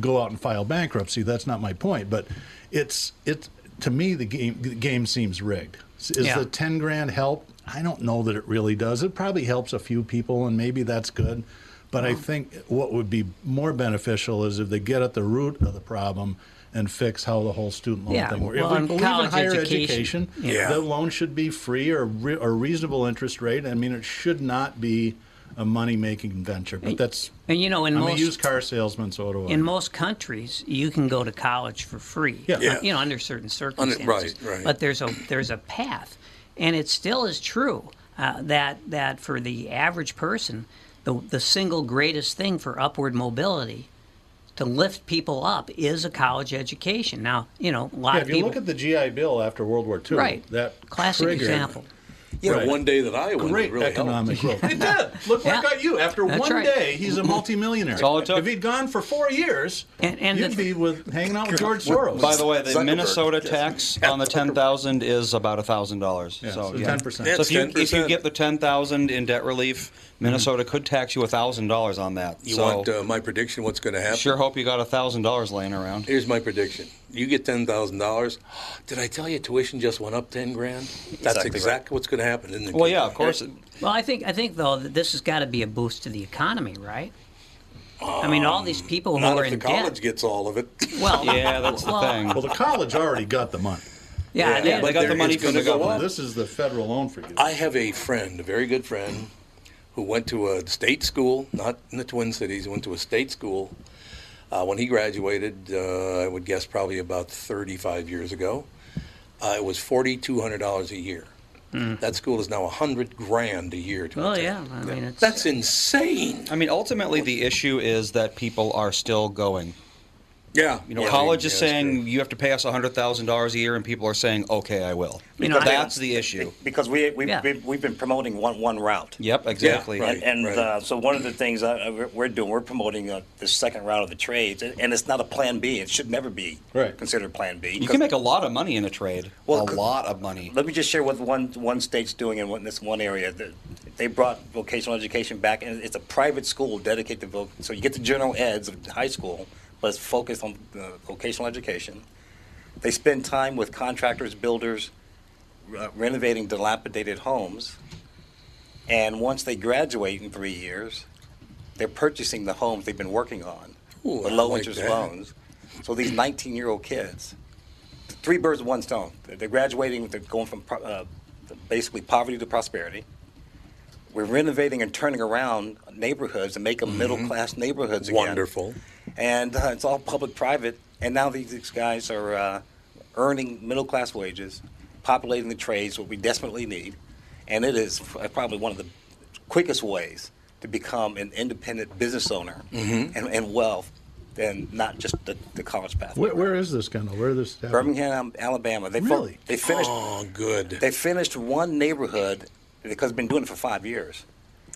[SPEAKER 2] go out and file bankruptcy. That's not my point. But it's it's to me the game the game seems rigged. Is
[SPEAKER 5] Yeah.
[SPEAKER 2] the ten grand help? I don't know that it really does. It probably helps a few people, and maybe that's good. But I think what would be more beneficial is if they get at the root of the problem and fix how the whole student loan
[SPEAKER 5] Yeah,
[SPEAKER 2] thing works.
[SPEAKER 5] well,
[SPEAKER 2] if we
[SPEAKER 5] and
[SPEAKER 2] believe in
[SPEAKER 5] college
[SPEAKER 2] higher
[SPEAKER 5] education-
[SPEAKER 2] education,
[SPEAKER 3] Yeah.
[SPEAKER 2] the loan should be free or re- or reasonable interest rate. I mean, it should not be a money making venture. But that's
[SPEAKER 5] And you know, in
[SPEAKER 2] I'm
[SPEAKER 5] most
[SPEAKER 2] a used car salesman, so do I.
[SPEAKER 5] in most countries, you can go to college for free.
[SPEAKER 2] Yeah.
[SPEAKER 3] Yeah.
[SPEAKER 5] You know, under certain circumstances.
[SPEAKER 3] right.
[SPEAKER 5] But there's a there's a path, and it still is true uh, that that for the average person, the the single greatest thing for upward mobility, to lift people up, is a college education. Now, you know, a lot
[SPEAKER 2] yeah, if
[SPEAKER 5] of
[SPEAKER 2] you
[SPEAKER 5] people.
[SPEAKER 2] look at the GI Bill after World War II,
[SPEAKER 5] right.
[SPEAKER 2] That
[SPEAKER 5] classic
[SPEAKER 2] triggered
[SPEAKER 5] example.
[SPEAKER 3] Yeah,
[SPEAKER 2] Right.
[SPEAKER 3] one day that I went
[SPEAKER 2] Great
[SPEAKER 3] really helped.
[SPEAKER 2] economic growth. [laughs] It did. Look
[SPEAKER 5] Yeah.
[SPEAKER 2] what got you. After
[SPEAKER 5] That's
[SPEAKER 2] one
[SPEAKER 5] right.
[SPEAKER 2] day, he's a multimillionaire. That's
[SPEAKER 4] all it took.
[SPEAKER 2] If he'd gone for four years,
[SPEAKER 5] And- and
[SPEAKER 2] you'd
[SPEAKER 5] the-
[SPEAKER 2] be with hanging out with George Soros.
[SPEAKER 4] By the way, the
[SPEAKER 3] Zuckerberg,
[SPEAKER 4] Minnesota
[SPEAKER 3] yes.
[SPEAKER 4] tax on the ten thousand is about thousand dollars.
[SPEAKER 2] Yeah,
[SPEAKER 4] so
[SPEAKER 2] so
[SPEAKER 4] yeah.
[SPEAKER 2] 10%.
[SPEAKER 4] So
[SPEAKER 3] That's
[SPEAKER 4] if you, if you
[SPEAKER 3] 10%.
[SPEAKER 4] get the ten thousand in debt relief,
[SPEAKER 5] Mm-hmm.
[SPEAKER 4] Minnesota could tax you thousand dollars on that.
[SPEAKER 3] You
[SPEAKER 4] so
[SPEAKER 3] want uh, my prediction? What's going to happen?
[SPEAKER 4] sure hope you got thousand dollars laying around.
[SPEAKER 3] Here's my prediction. You get ten thousand dollars. Did I tell you tuition just went up ten grand? That's exactly,
[SPEAKER 7] Exactly right.
[SPEAKER 3] what's going to happen. Isn't it?
[SPEAKER 4] Well, yeah, of course.
[SPEAKER 5] Well, I think I think though that this has got to be a boost to the economy, right? I mean, all these people who
[SPEAKER 3] Um, Not
[SPEAKER 5] are
[SPEAKER 3] if
[SPEAKER 5] in
[SPEAKER 3] the college
[SPEAKER 5] debt.
[SPEAKER 3] gets all of it.
[SPEAKER 5] well,
[SPEAKER 4] Yeah, that's the
[SPEAKER 5] well,
[SPEAKER 4] thing.
[SPEAKER 2] well, the college already got the money.
[SPEAKER 5] Yeah,
[SPEAKER 4] Yeah,
[SPEAKER 5] they-
[SPEAKER 4] they got
[SPEAKER 3] there
[SPEAKER 4] the money
[SPEAKER 3] is
[SPEAKER 4] from
[SPEAKER 3] gonna
[SPEAKER 4] the
[SPEAKER 3] go
[SPEAKER 4] government.
[SPEAKER 3] up.
[SPEAKER 2] This is the federal loan forgiveness.
[SPEAKER 3] I have a friend, a very good friend, who went to a state school, not in the Twin Cities, he went to a state school. Uh, when he graduated, uh, I would guess probably about 35 years ago, uh, it was $4,200 a year. That school is now 100 grand a year. To
[SPEAKER 5] Hmm. well, yeah.
[SPEAKER 3] attend.
[SPEAKER 5] I mean, it's,
[SPEAKER 3] That's insane.
[SPEAKER 4] I mean, ultimately, the issue is that people are still going.
[SPEAKER 3] Yeah.
[SPEAKER 4] You know,
[SPEAKER 3] Yeah, I
[SPEAKER 4] college
[SPEAKER 3] mean,
[SPEAKER 4] is
[SPEAKER 3] yeah, that's
[SPEAKER 4] saying
[SPEAKER 3] true.
[SPEAKER 4] you have to pay us hundred thousand dollars a year, and people are saying, "Okay, I will."
[SPEAKER 5] You know, I-
[SPEAKER 4] that's the issue.
[SPEAKER 7] Because we, we,
[SPEAKER 5] Yeah.
[SPEAKER 7] we, we've been promoting one, one route.
[SPEAKER 4] Yep, exactly.
[SPEAKER 3] right.
[SPEAKER 7] And, and
[SPEAKER 3] right.
[SPEAKER 7] Uh, so one of the things I, I- we're- we're doing, we're promoting uh, the second round of the trades, and, and it's not a plan B. It should never be
[SPEAKER 2] Right.
[SPEAKER 7] considered plan B.
[SPEAKER 4] You can make a lot of money in a trade.
[SPEAKER 7] Well,
[SPEAKER 4] a
[SPEAKER 7] c-
[SPEAKER 4] lot of money.
[SPEAKER 7] Let me just share what one one state's doing in, one, this one area. The- They brought vocational education back, and it's a private school dedicated to voc. So you get the general eds of high school, but it's focused on uh, vocational education. They spend time with contractors, builders, uh, renovating dilapidated homes, and once they graduate in three years, they're purchasing the homes they've been working on
[SPEAKER 3] Ooh,
[SPEAKER 7] with
[SPEAKER 3] I
[SPEAKER 7] low
[SPEAKER 3] like
[SPEAKER 7] interest
[SPEAKER 3] that.
[SPEAKER 7] loans. So these 19 year old kids three birds with one stone. They're, they're graduating. They're going from pro- uh, basically poverty to prosperity. We're renovating and turning around neighborhoods and make them middle class neighborhoods again.
[SPEAKER 3] Wonderful.
[SPEAKER 7] And uh, it's all public private. And now these, these guys are uh, earning middle class wages, populating the trades, what we desperately need. And it is f- uh, probably one of the quickest ways to become an independent business owner
[SPEAKER 2] Mhm.
[SPEAKER 7] and, and wealth and not just the, the college path.
[SPEAKER 2] Where, where is this, Kendall? Where is this? happening?
[SPEAKER 7] Birmingham, Alabama. They fo-
[SPEAKER 2] Really?
[SPEAKER 7] they finished.
[SPEAKER 3] Oh, good.
[SPEAKER 7] They finished one neighborhood because they've been doing it for five years,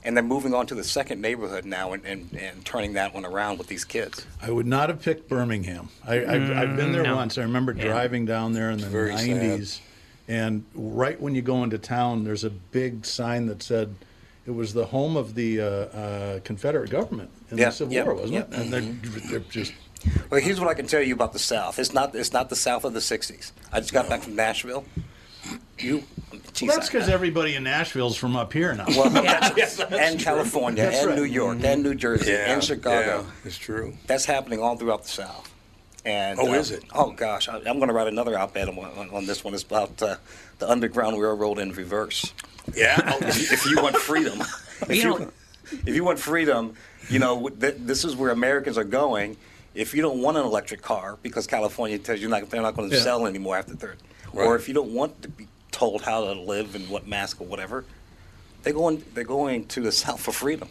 [SPEAKER 7] and they're moving on to the second neighborhood now and, and, and turning that one around with these kids.
[SPEAKER 2] I would not have picked Birmingham. I, I've, I've been there
[SPEAKER 7] Mm, no.
[SPEAKER 2] once. I remember
[SPEAKER 7] Yeah.
[SPEAKER 2] driving down there in the
[SPEAKER 7] very sad.
[SPEAKER 2] '90s, and right when you go into town, there's a big sign that said it was the home of the uh, uh, Confederate government in
[SPEAKER 7] Yeah,
[SPEAKER 2] the Civil
[SPEAKER 7] yeah,
[SPEAKER 2] War, wasn't it?
[SPEAKER 7] yeah. Mm-hmm.
[SPEAKER 2] And they're, they're just
[SPEAKER 7] Well, here's what I can tell you about the South. It's not it's not the South of the '60s. I just got back from Nashville. You, geez,
[SPEAKER 2] well, that's
[SPEAKER 7] I-
[SPEAKER 2] because everybody in Nashville's from up here now. [laughs]
[SPEAKER 7] Well, and California,
[SPEAKER 2] That's
[SPEAKER 7] and
[SPEAKER 2] right.
[SPEAKER 7] New York, and New Jersey,
[SPEAKER 2] Yeah,
[SPEAKER 7] and Chicago.
[SPEAKER 2] yeah,
[SPEAKER 3] it's true.
[SPEAKER 7] That's happening all throughout the South. And
[SPEAKER 3] Oh, is it?
[SPEAKER 7] Oh gosh, I, I'm going to write another op-ed on, on, on this one. It's about uh, the Underground Railroad in reverse.
[SPEAKER 3] Yeah.
[SPEAKER 7] Oh, if, if you want freedom, if
[SPEAKER 5] You
[SPEAKER 7] you,
[SPEAKER 5] know-
[SPEAKER 7] if you want freedom, you know th- this is where Americans are going. If you don't want an electric car because California tells you not, they're not going to
[SPEAKER 2] Yeah.
[SPEAKER 7] sell anymore after third, or
[SPEAKER 2] Right.
[SPEAKER 7] if you don't want to be told how to live and what mask or whatever, they're going they're going to the [laughs] South for freedom.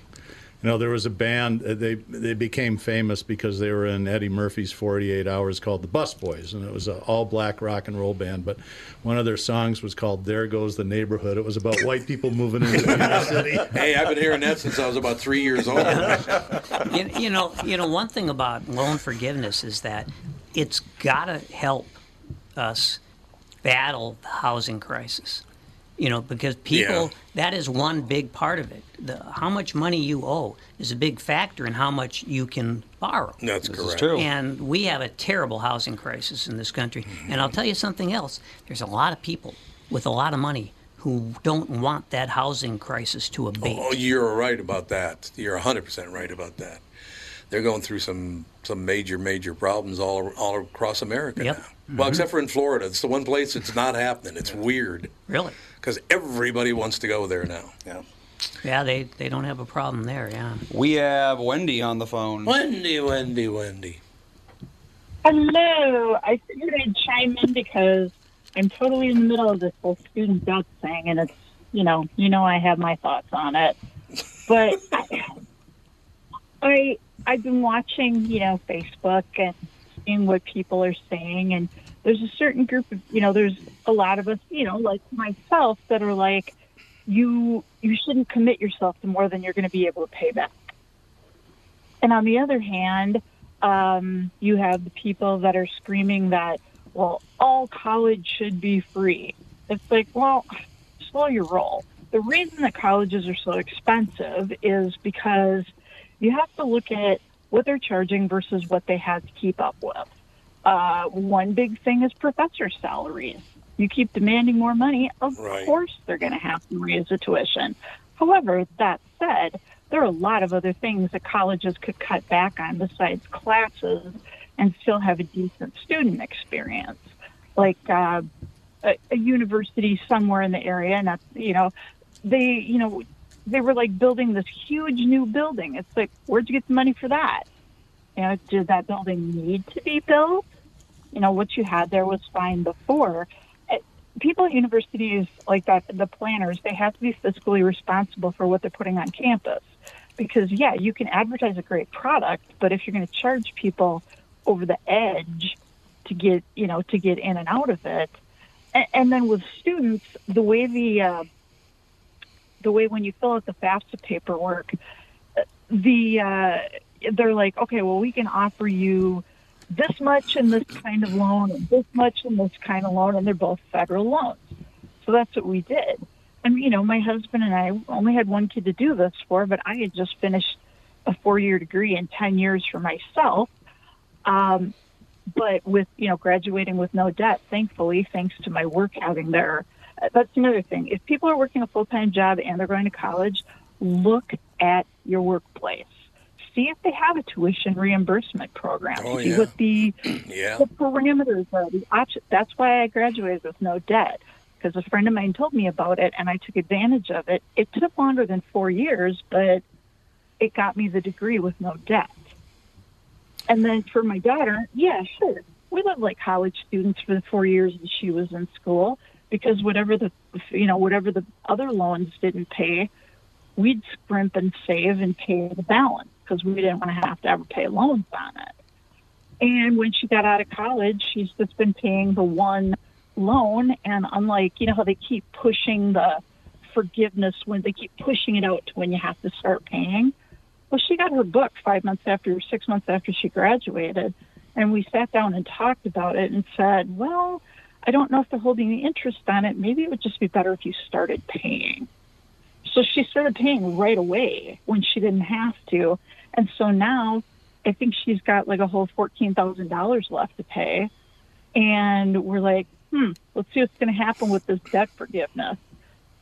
[SPEAKER 2] You know, there was a band. uh, They they became famous because they were in Eddie Murphy's 48 Hours called the Bus Boys, and it was an all black rock and roll band. But one of their songs was called "There Goes the Neighborhood." It was about white people moving into the
[SPEAKER 6] [laughs]
[SPEAKER 2] inner city.
[SPEAKER 3] Oh, hey, I've been hearing that since I was about three years old.
[SPEAKER 5] you, you know, you know, one thing about loan forgiveness is that it's got to help us battle the housing crisis. You know, because people
[SPEAKER 13] Yeah.
[SPEAKER 5] that is one big part of it. The, how much money you owe is a big factor in how much you can borrow.
[SPEAKER 3] That's This is correct. true.
[SPEAKER 5] And we have a terrible housing crisis in this country. And I'll tell you something else. There's a lot of people with a lot of money who don't want that housing crisis to abate.
[SPEAKER 3] Oh, you're right about that. You're 100% right about that. They're going through some some major major problems all all across America
[SPEAKER 5] Yep.
[SPEAKER 3] now. Well,
[SPEAKER 5] Mhm.
[SPEAKER 3] except for in Florida, it's the one place it's not happening. It's weird.
[SPEAKER 5] Really?
[SPEAKER 3] Because everybody wants to go there now.
[SPEAKER 7] Yeah.
[SPEAKER 5] Yeah, they, they don't have a problem there. Yeah.
[SPEAKER 4] We have Wendy on the phone.
[SPEAKER 3] Wendy, Wendy, Wendy.
[SPEAKER 14] Hello. I figured I'd chime in because I'm totally in the middle of this whole student debt thing, and it's you know, you know, I have my thoughts on it, but [laughs] I I've been watching you know Facebook and seeing what people are saying, and there's a certain group of you know, there's a lot of us you know, like myself, that are like you you shouldn't commit yourself to more than you're going to be able to pay back. And on the other hand, um, you have the people that are screaming that, well, all college should be free. It's like, well, slow your roll. The reason that colleges are so expensive is because you have to look at what they're charging versus what they had to keep up with. Uh, one big thing is professor salaries. You keep demanding more money, of
[SPEAKER 15] Right.
[SPEAKER 14] course they're going to have to raise the tuition. However, that said, there are a lot of other things that colleges could cut back on besides classes and still have a decent student experience, like uh, a, a university somewhere in the area. Not you know, they you know they were like building this huge new building. It's like where'd you get the money for that? You know, did that building need to be built? You know, what you had there was fine before. Uh, People at universities like that, the planners, they have to be fiscally responsible for what they're putting on campus. Because, yeah, you can advertise a great product, but if you're going to charge people over the edge to get, you know, to get in and out of it, and, and then with students, the way the uh, the way when you fill out the FAFSA paperwork, uh, the uh, they're like, okay, well, we can offer you this much and this kind of loan, and this much and this kind of loan, and they're both federal loans. So that's what we did. And you know, my husband and I only had one kid to do this for, but I had just finished a four-year degree in ten years for myself. Um, but with you know graduating with no debt thankfully thanks to my work having their that's another thing if people are working a full-time job and they're going to college look at your workplace see if they have a tuition reimbursement program.
[SPEAKER 3] Oh,
[SPEAKER 14] see
[SPEAKER 3] yeah.
[SPEAKER 14] what the,
[SPEAKER 3] Yeah.
[SPEAKER 14] the parameters are, the option. That's why I graduated with no debt because a friend of mine told me about it and I took advantage of it. It took longer than four years, but it got me the degree with no debt. And then for my daughter, yeah, sure. We lived like college students for the four years that she was in school because whatever the you know whatever the other loans didn't pay, we'd scrimp and save and pay the balance because we didn't want to have to ever pay loans on it. And when she got out of college, she's just been paying the one loan. And unlike, you know, how they keep pushing the forgiveness when they keep pushing it out to when you have to start paying. Well, she got her book five months after, six months after she graduated. And we sat down and talked about it and said, well, I don't know if they're holding the interest on it. Maybe it would just be better if you started paying. So she started paying right away when she didn't have to. And so now I think she's got like a whole $14,000 left to pay. And we're like, hmm, let's see what's going to happen with this debt forgiveness.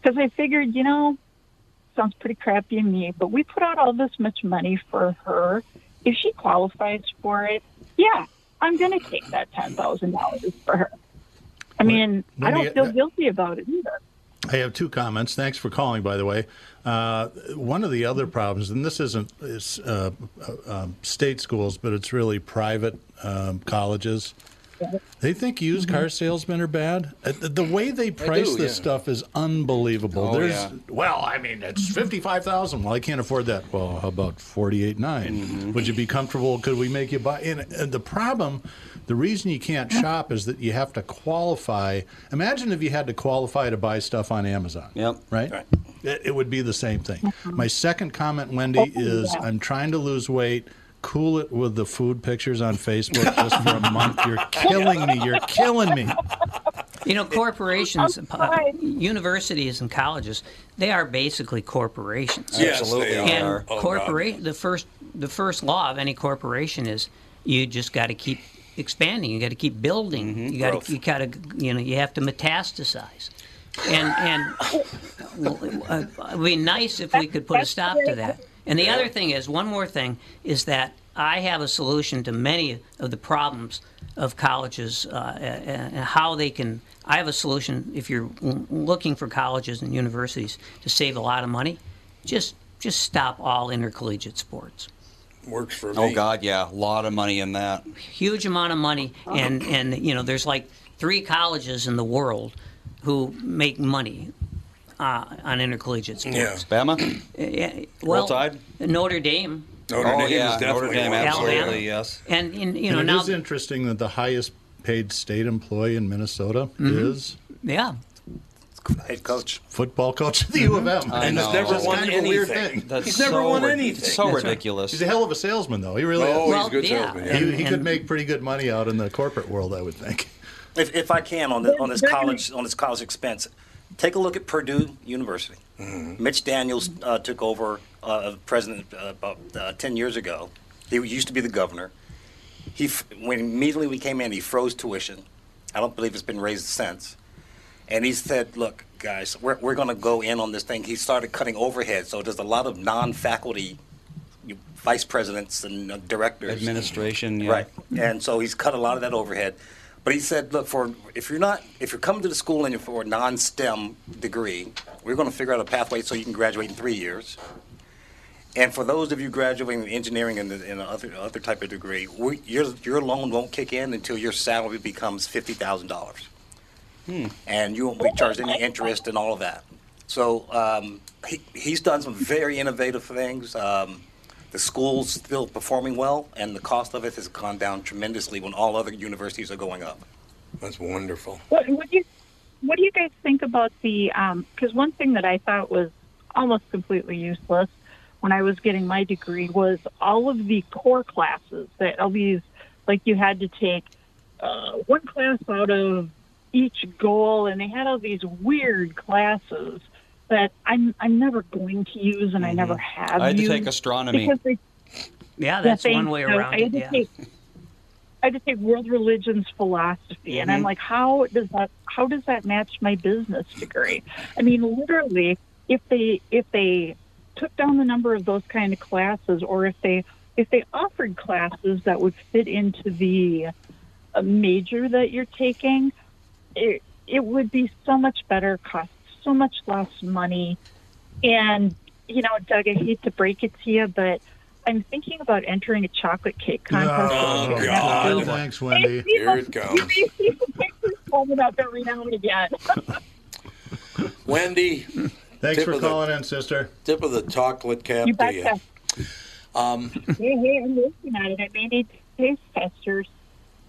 [SPEAKER 14] Because I figured, you know, sounds pretty crappy to me, but we put out all this much money for her. If she qualifies for it, yeah, I'm going to take that $10,000 for her. I mean,
[SPEAKER 2] when do
[SPEAKER 14] I don't
[SPEAKER 2] you-
[SPEAKER 14] feel guilty about it either.
[SPEAKER 2] I have two comments. Thanks for calling, by the way. Uh, one of the other problems, and this isn't it's, uh, uh, um, state schools, but it's really private um, colleges. They think used car salesmen are bad. Uh, The, the way they price
[SPEAKER 6] Mm-hmm. do,
[SPEAKER 2] this
[SPEAKER 6] yeah.
[SPEAKER 2] stuff is unbelievable.
[SPEAKER 6] Oh,
[SPEAKER 2] There's
[SPEAKER 6] yeah.
[SPEAKER 2] well, I mean, it's fifty-five thousand. Well, I can't afford that. Well, how about forty-eight Would you be comfortable? Could we make you buy? And, and the problem, the reason you can't shop is that you have to qualify. Imagine if you had to qualify to buy stuff on Amazon. Yep. Right. Mm-hmm. It, it would be the same thing. My second comment, Wendy, is I'm trying to lose weight. Cool it with the food pictures on Facebook just for a month. [laughs] You're killing me. You're killing me.
[SPEAKER 5] You know, corporations, uh, universities, and colleges, they are basically corporations.
[SPEAKER 3] Yes, Absolutely. they
[SPEAKER 5] and
[SPEAKER 3] are. Oh,
[SPEAKER 5] corporate. The first, the first law of any corporation is you just got to keep expanding. You got to keep building. You got
[SPEAKER 3] Mm-hmm. Growth.
[SPEAKER 5] to, you got to, you know, you have to metastasize. And
[SPEAKER 3] [laughs]
[SPEAKER 5] and well, uh, it would be nice if we could put a stop to that. And the other thing is, one more thing is that I have a solution to many of the problems of colleges uh, and and how they can. I have a solution if you're l- looking for colleges and universities to save a lot of money. Just just stop all intercollegiate sports.
[SPEAKER 3] Works for me.
[SPEAKER 4] Oh God, yeah, a lot of money in that.
[SPEAKER 5] Huge amount of money, and and you know there's like three colleges in the world who make money uh, on intercollegiate sports.
[SPEAKER 4] Yeah. Bama.
[SPEAKER 5] Yeah,
[SPEAKER 4] Roll
[SPEAKER 5] well,
[SPEAKER 4] Tide?
[SPEAKER 5] Notre Dame.
[SPEAKER 4] Notre Oh, Dame is yeah, Notre definitely Dame, one. absolutely,
[SPEAKER 5] Alabama.
[SPEAKER 4] yes.
[SPEAKER 5] And, in, you know
[SPEAKER 2] And it
[SPEAKER 5] now,
[SPEAKER 2] is interesting that the highest paid state employee in Minnesota
[SPEAKER 5] Mhm.
[SPEAKER 2] is
[SPEAKER 5] yeah,
[SPEAKER 7] head coach,
[SPEAKER 2] football coach of the U of M,
[SPEAKER 4] I
[SPEAKER 2] and it's
[SPEAKER 4] know.
[SPEAKER 2] never
[SPEAKER 4] That's
[SPEAKER 2] won
[SPEAKER 4] kind of a
[SPEAKER 2] anything.
[SPEAKER 4] weird thing. That's He's never so won rid- anything. so That's right. ridiculous.
[SPEAKER 2] He's a hell of a salesman, though. He really.
[SPEAKER 7] Oh,
[SPEAKER 2] is.
[SPEAKER 7] he's a Well, good yeah. salesman, yeah.
[SPEAKER 2] He, he
[SPEAKER 7] And-
[SPEAKER 2] could make pretty good money out in the corporate world, I would think.
[SPEAKER 7] if, if I can on the, on this college on this college expense, take a look at Purdue University. Mitch Daniels uh, took over uh, as president uh, about uh, ten years ago. He used to be the governor. He f- when immediately we came in, he froze tuition. I don't believe it's been raised since. And he said, "Look, guys, we're we're going to go in on this thing." He started cutting overhead, so there's a lot of non-faculty you- vice presidents and uh, directors,
[SPEAKER 4] Administration, yeah.
[SPEAKER 7] right? And so he's cut a lot of that overhead. But he said, "Look, for if you're not if you're coming to the school and you're for a non-STEM degree, we're going to figure out a pathway so you can graduate in three years. And for those of you graduating in engineering and, and other other type of degree, we, your your loan won't kick in until your salary becomes fifty thousand dollars, and you won't be charged any interest and all of that. So um, he, he's done some very innovative things. Um, the school's still performing well, and the cost of it has gone down tremendously when all other universities are going up.
[SPEAKER 3] That's wonderful.
[SPEAKER 14] What, what do you What do you guys think about the? Because one thing that I thought was almost completely useless when I was getting my degree was all of the core classes that all these like you had to take uh, one class out of each goal, and they had all these weird classes that I'm I'm never going to use, and I never have.
[SPEAKER 4] Mm-hmm. I had to
[SPEAKER 14] used
[SPEAKER 4] take astronomy.
[SPEAKER 14] because they
[SPEAKER 5] yeah,
[SPEAKER 14] that
[SPEAKER 5] that's
[SPEAKER 14] thing,
[SPEAKER 5] one way
[SPEAKER 14] you know,
[SPEAKER 5] around
[SPEAKER 14] I
[SPEAKER 5] it.
[SPEAKER 14] had to
[SPEAKER 5] Yeah.
[SPEAKER 14] take, I had to take world religions philosophy, and I'm
[SPEAKER 5] Mhm.
[SPEAKER 14] like, how does that how does that match my business degree? I mean, literally, if they if they took down the number of those kind of classes, or if they if they offered classes that would fit into the uh, major that you're taking, it, it would be so much better, cost so much less money. And, you know, Doug, I hate to break it to you, but I'm thinking about entering a chocolate cake contest.
[SPEAKER 3] Oh, God.
[SPEAKER 2] Thanks, Wendy.
[SPEAKER 3] Here it comes.
[SPEAKER 14] You may see some pictures floating out there every now and again.
[SPEAKER 3] Wendy.
[SPEAKER 2] Thanks
[SPEAKER 3] tip
[SPEAKER 2] for
[SPEAKER 3] of the-
[SPEAKER 2] calling in, sister.
[SPEAKER 3] Tip of the chocolate cap
[SPEAKER 14] You
[SPEAKER 3] to you.
[SPEAKER 14] betcha.
[SPEAKER 3] Um,
[SPEAKER 14] Hey, hey, uh, I'm looking at it. I may need taste testers.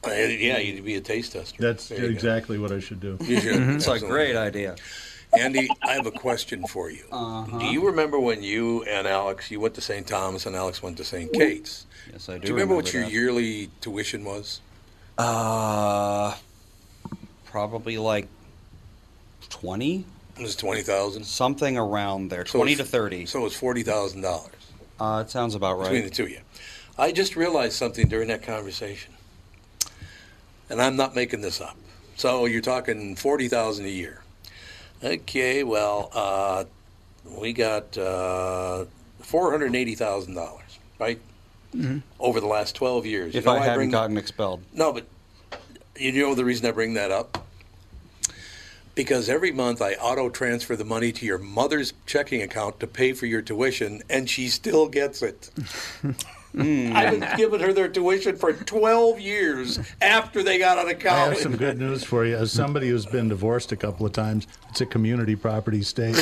[SPEAKER 3] uh, yeah, you'd be a taste tester.
[SPEAKER 2] That's
[SPEAKER 3] There you go.
[SPEAKER 2] exactly what I should do.
[SPEAKER 3] You should.
[SPEAKER 4] Mhm. It's a
[SPEAKER 3] Absolutely.
[SPEAKER 4] great idea.
[SPEAKER 3] Andy, I have a question for you.
[SPEAKER 4] Uh-huh.
[SPEAKER 3] Do you remember when you and Alex, you went to St. Thomas and Alex went to St. Kate's?
[SPEAKER 4] Yes, I do.
[SPEAKER 3] Do you remember what
[SPEAKER 4] remember
[SPEAKER 3] your yearly tuition was?
[SPEAKER 4] that. Uh, probably like twenty.
[SPEAKER 3] It was twenty thousand.
[SPEAKER 4] Something around there,
[SPEAKER 3] So
[SPEAKER 4] twenty to
[SPEAKER 3] it's-
[SPEAKER 4] thirty.
[SPEAKER 3] So it was forty thousand dollars
[SPEAKER 4] Uh, it sounds about right.
[SPEAKER 3] between the two of you. I just realized something during that conversation, and I'm not making this up. So you're talking forty thousand a year. Okay, well, uh, we got uh, four hundred eighty thousand dollars, right, over the last twelve years.
[SPEAKER 4] Mm-hmm. If
[SPEAKER 3] You know
[SPEAKER 4] I
[SPEAKER 3] why
[SPEAKER 4] hadn't
[SPEAKER 3] bring-
[SPEAKER 4] gotten expelled,
[SPEAKER 3] No, but you know the reason I bring that up? Because every month I auto transfer the money to your mother's checking account to pay for your tuition, and she still gets it. Hmm. I've been giving her their tuition for 12 years after they got out of
[SPEAKER 2] I have
[SPEAKER 3] college.
[SPEAKER 2] some good news for you. As somebody who's been divorced a couple of times, it's a community property state.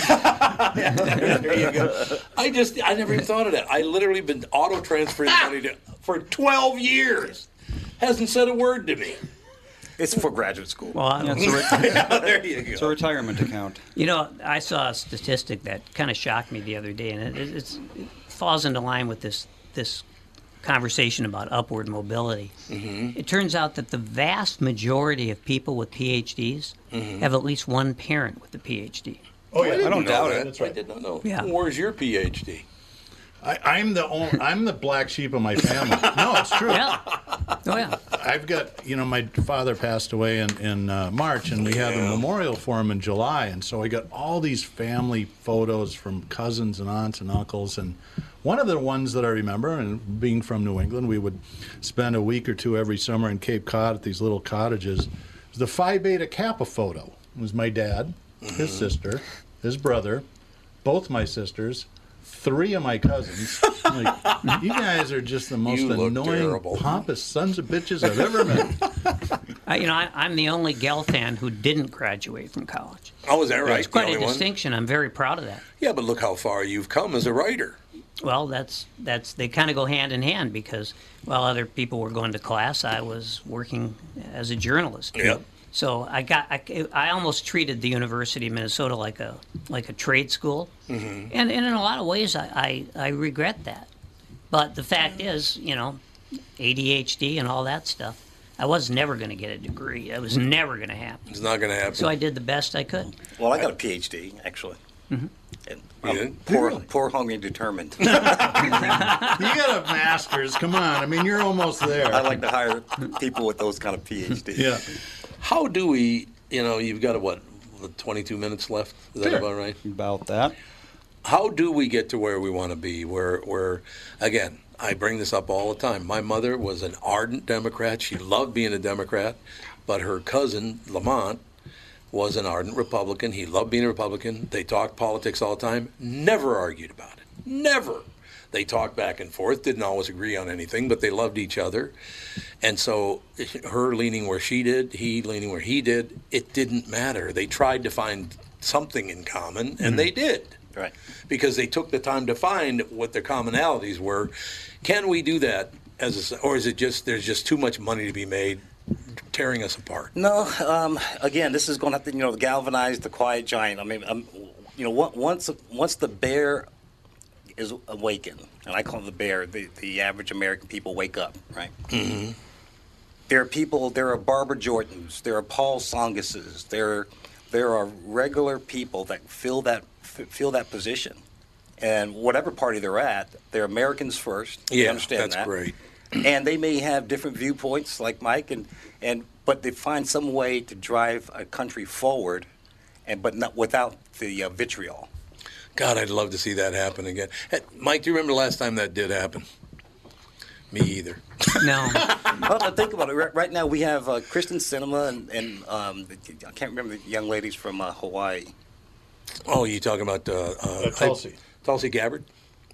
[SPEAKER 3] there you go. I just, I never even thought of that. I literally been auto transferring money to, for 12 years. Hasn't said a word to me. [laughs]
[SPEAKER 7] It's for graduate school.
[SPEAKER 5] Well, I-
[SPEAKER 4] it's a, re-
[SPEAKER 3] there you go.
[SPEAKER 4] it's a retirement account.
[SPEAKER 5] [laughs] You know, I saw a statistic that kind of shocked me the other day, and it, it's, it falls into line with this this conversation about upward mobility.
[SPEAKER 7] Mm-hmm.
[SPEAKER 5] It turns out that the vast majority of people with PhDs
[SPEAKER 7] Mm-hmm.
[SPEAKER 5] have at least one parent with a PhD.
[SPEAKER 2] Oh, yeah,
[SPEAKER 3] didn't
[SPEAKER 4] I don't
[SPEAKER 3] know
[SPEAKER 4] doubt
[SPEAKER 3] that.
[SPEAKER 4] it.
[SPEAKER 2] That's right.
[SPEAKER 3] I did not know.
[SPEAKER 5] Yeah.
[SPEAKER 3] Where's your PhD?
[SPEAKER 2] I, I'm the only, I'm the black sheep of my family. No, it's true.
[SPEAKER 7] [laughs]
[SPEAKER 5] Yeah. Oh yeah.
[SPEAKER 2] I've got, you know, my father passed away in, in uh, March, and we had a
[SPEAKER 3] Yeah.
[SPEAKER 2] memorial for him in July. And so I got all these family photos from cousins and aunts and uncles. And one of the ones that I remember, and being from New England, we would spend a week or two every summer in Cape Cod at these little cottages. was the Phi Beta Kappa photo. It was my dad, his sister, his brother, both my sisters. Three of my cousins. Like, you guys are just the most
[SPEAKER 3] You look
[SPEAKER 2] annoying,
[SPEAKER 3] terrible.
[SPEAKER 2] pompous sons of bitches I've ever met.
[SPEAKER 5] [laughs] I, you know, I, I'm the only Gelfand who didn't graduate from college.
[SPEAKER 3] Oh, is that right?
[SPEAKER 5] It's
[SPEAKER 3] The
[SPEAKER 5] quite a
[SPEAKER 3] only one?
[SPEAKER 5] distinction. I'm very proud of that.
[SPEAKER 3] Yeah, but look how far you've come as a writer.
[SPEAKER 5] Well, that's that's they kind of go hand in hand because while other people were going to class, I was working as a journalist.
[SPEAKER 3] Yep.
[SPEAKER 5] So I got I, I almost treated the University of Minnesota like a like a trade school, mm-hmm. and, and in a lot of ways I, I, I regret that. But the fact is, you know, ADHD and all that stuff, I was never going to get a degree. That
[SPEAKER 3] Mm.
[SPEAKER 5] was never going to happen.
[SPEAKER 3] It's not going to happen.
[SPEAKER 5] So I did the best I could.
[SPEAKER 7] Well, I got a PhD actually. And I'm
[SPEAKER 3] You did?
[SPEAKER 7] poor, poor, hungry, and determined.
[SPEAKER 2] You got a master's. Come on. I mean, you're almost there.
[SPEAKER 7] I like to hire people with those kind of PhDs.
[SPEAKER 2] Yeah.
[SPEAKER 3] How do we, you know, you've got what, 22 minutes left? Is that
[SPEAKER 2] Sure.
[SPEAKER 3] about right?
[SPEAKER 4] About that.
[SPEAKER 3] How do we get to where we want to be? Where, where, again, I bring this up all the time. My mother was an ardent Democrat. She loved being a Democrat, but her cousin, Lamont, was an ardent Republican. He loved being a Republican. They talked politics all the time, never argued about it. Never. They talked back and forth, didn't always agree on anything, but they loved each other. And so her leaning where she did, he leaning where he did, it didn't matter. They tried to find something in common, and they did
[SPEAKER 7] Right.
[SPEAKER 3] because they took the time to find what their commonalities were. Can we do that as a, s- or is it just there's just too much money to be made tearing us apart?
[SPEAKER 7] No, um, again, this is going to have to, you know, galvanize the quiet giant. I mean, um, you know, on- once once the bear is awakened, and I call it the bear, the, the average American people wake up, right? Mm-hmm. There are people, there are Barbara Jordans, there are Paul Songuses, there there are regular people that fill that f- fill that position, and whatever party they're at, they're Americans first. You
[SPEAKER 3] Yeah,
[SPEAKER 7] understand
[SPEAKER 3] that's
[SPEAKER 7] that
[SPEAKER 3] great.
[SPEAKER 7] and they may have different viewpoints like Mike and, and but they find some way to drive a country forward and but not without the uh, vitriol.
[SPEAKER 3] God, I'd love to see that happen again. Hey, Mike, do you remember the last time that did happen? Me either. [laughs]
[SPEAKER 5] No.
[SPEAKER 7] well, but think about it. Right, right now, we have uh, Christian Cinema and, and um, I can't remember the young ladies from uh, Hawaii.
[SPEAKER 3] Oh, you talking about uh, uh,
[SPEAKER 7] Tulsi.
[SPEAKER 3] I- Tulsi Gabbard?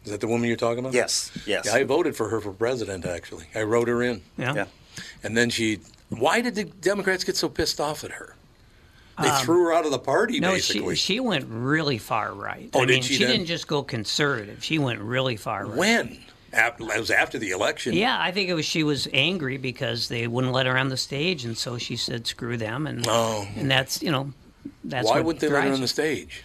[SPEAKER 3] Is that the woman you're talking about?
[SPEAKER 7] Yes, yes.
[SPEAKER 3] Yeah, I voted for her for president. Actually, I wrote her in.
[SPEAKER 5] Yeah.
[SPEAKER 3] And then she. Why did the Democrats get so pissed off at her? They
[SPEAKER 5] Um,
[SPEAKER 3] threw her out of the party.
[SPEAKER 5] no,
[SPEAKER 3] basically.
[SPEAKER 5] she she went really far right.
[SPEAKER 3] Oh,
[SPEAKER 5] I
[SPEAKER 3] did
[SPEAKER 5] mean,
[SPEAKER 3] she
[SPEAKER 5] she
[SPEAKER 3] then?
[SPEAKER 5] didn't just go conservative. She went really far right.
[SPEAKER 3] When? After, that was after the election.
[SPEAKER 5] Yeah, I think it was she was angry because they wouldn't let her on the stage, and so she said, "Screw them." And
[SPEAKER 3] Oh.
[SPEAKER 5] and that's you know, that's
[SPEAKER 3] Why
[SPEAKER 5] what
[SPEAKER 3] wouldn't they let her
[SPEAKER 5] drives
[SPEAKER 3] on
[SPEAKER 5] it.
[SPEAKER 3] the stage?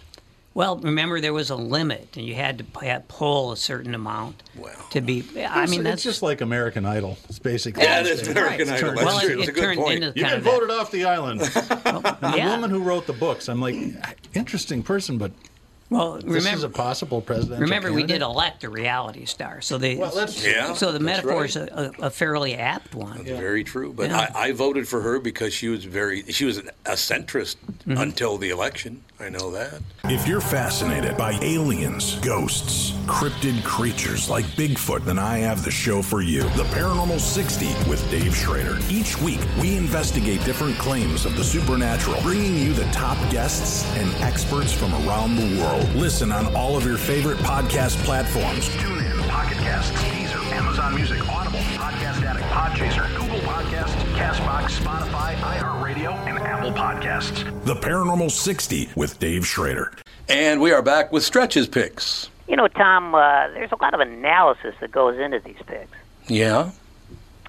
[SPEAKER 5] Well, remember there was a limit, and you had to pay, pull a certain amount to be. I
[SPEAKER 2] It's-
[SPEAKER 5] mean,
[SPEAKER 2] it's
[SPEAKER 5] that's [laughs]
[SPEAKER 2] just like American Idol. It's basically
[SPEAKER 5] Yeah, it is American
[SPEAKER 2] It's
[SPEAKER 5] Idol.
[SPEAKER 2] turned-
[SPEAKER 5] That's Well, true. it- It's a it good turned point. into
[SPEAKER 2] You've
[SPEAKER 5] kind
[SPEAKER 2] been
[SPEAKER 5] of that-
[SPEAKER 2] voted off the island. and the
[SPEAKER 5] [laughs] yeah.
[SPEAKER 2] woman who wrote the books, I'm like, interesting person, but
[SPEAKER 5] Well,
[SPEAKER 2] this is
[SPEAKER 5] remember-
[SPEAKER 2] a possible presidential.
[SPEAKER 5] Remember, we did
[SPEAKER 2] candidate?
[SPEAKER 5] elect a reality star, so they.
[SPEAKER 2] Well, that's-
[SPEAKER 3] Yeah,
[SPEAKER 5] so the
[SPEAKER 3] that's
[SPEAKER 5] metaphor is
[SPEAKER 3] right.
[SPEAKER 5] a, a, a fairly apt one.
[SPEAKER 3] Very true. But
[SPEAKER 5] Yeah.
[SPEAKER 3] I, I voted for her because she was very she was an, a centrist
[SPEAKER 5] Mm-hmm.
[SPEAKER 8] Mhm.
[SPEAKER 3] until the election. I know that.
[SPEAKER 8] If you're fascinated by aliens, ghosts, cryptid creatures like Bigfoot, then I have the show for you The Paranormal 60 with Dave Schrader. Each week, we investigate different claims of the supernatural, bringing you the top guests and experts from around the world. Listen on all of your favorite podcast platforms.
[SPEAKER 9] Tune in, Pocket Casts, Deezer, Amazon Music, Audible, Podcast Addict, Podchaser, Google Podcasts, Castbox, Spotify, iHeartRadio, and Apple Podcasts.
[SPEAKER 8] The Paranormal 60 with Dave Schrader.
[SPEAKER 3] And we are back with stretches picks.
[SPEAKER 13] You know, Tom, uh, there's a lot of analysis that goes into these picks.
[SPEAKER 3] Yeah.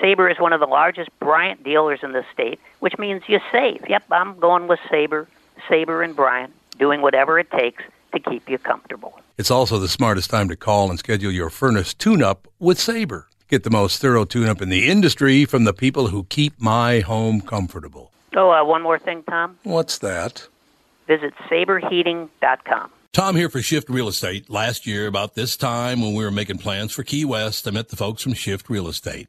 [SPEAKER 13] Sabre is one of the largest Bryant dealers in the state, which means you save. Yep, I'm going with Sabre, Sabre and Bryant, doing whatever it takes to keep you comfortable.
[SPEAKER 1] It's also the smartest time to call and schedule your furnace tune up with Sabre. Get the most thorough tune up in the industry from the people who keep my home comfortable.
[SPEAKER 13] Oh, uh, one more thing, Tom.
[SPEAKER 1] What's that?
[SPEAKER 13] Visit saberheating.com.
[SPEAKER 1] Tom here for Shift Real Estate. Last year, about this time when we were making plans for Key West, I met the folks from Shift Real Estate.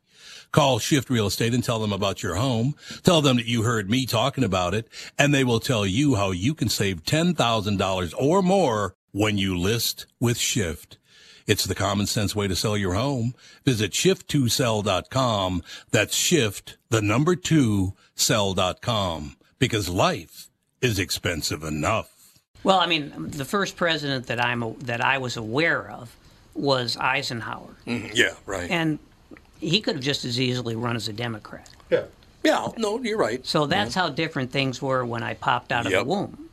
[SPEAKER 1] Call Shift Real Estate and tell them about your home. Tell them that you heard me talking about it, and they will tell you how you can save $10,000 or more when you list with Shift. It's the common sense way to sell your home. Visit shift2sell.com. That's shift, the number two, sell.com. Because life is expensive enough.
[SPEAKER 5] Well, I mean, the first president that I'm a- that I was aware of was Eisenhower,
[SPEAKER 3] yeah, right.
[SPEAKER 5] and he could have just as easily run as a Democrat.
[SPEAKER 3] Yeah. Yeah, no, you're right.
[SPEAKER 5] So that's how different things were when I popped out of
[SPEAKER 3] Mm-hmm. Yep.
[SPEAKER 5] the womb.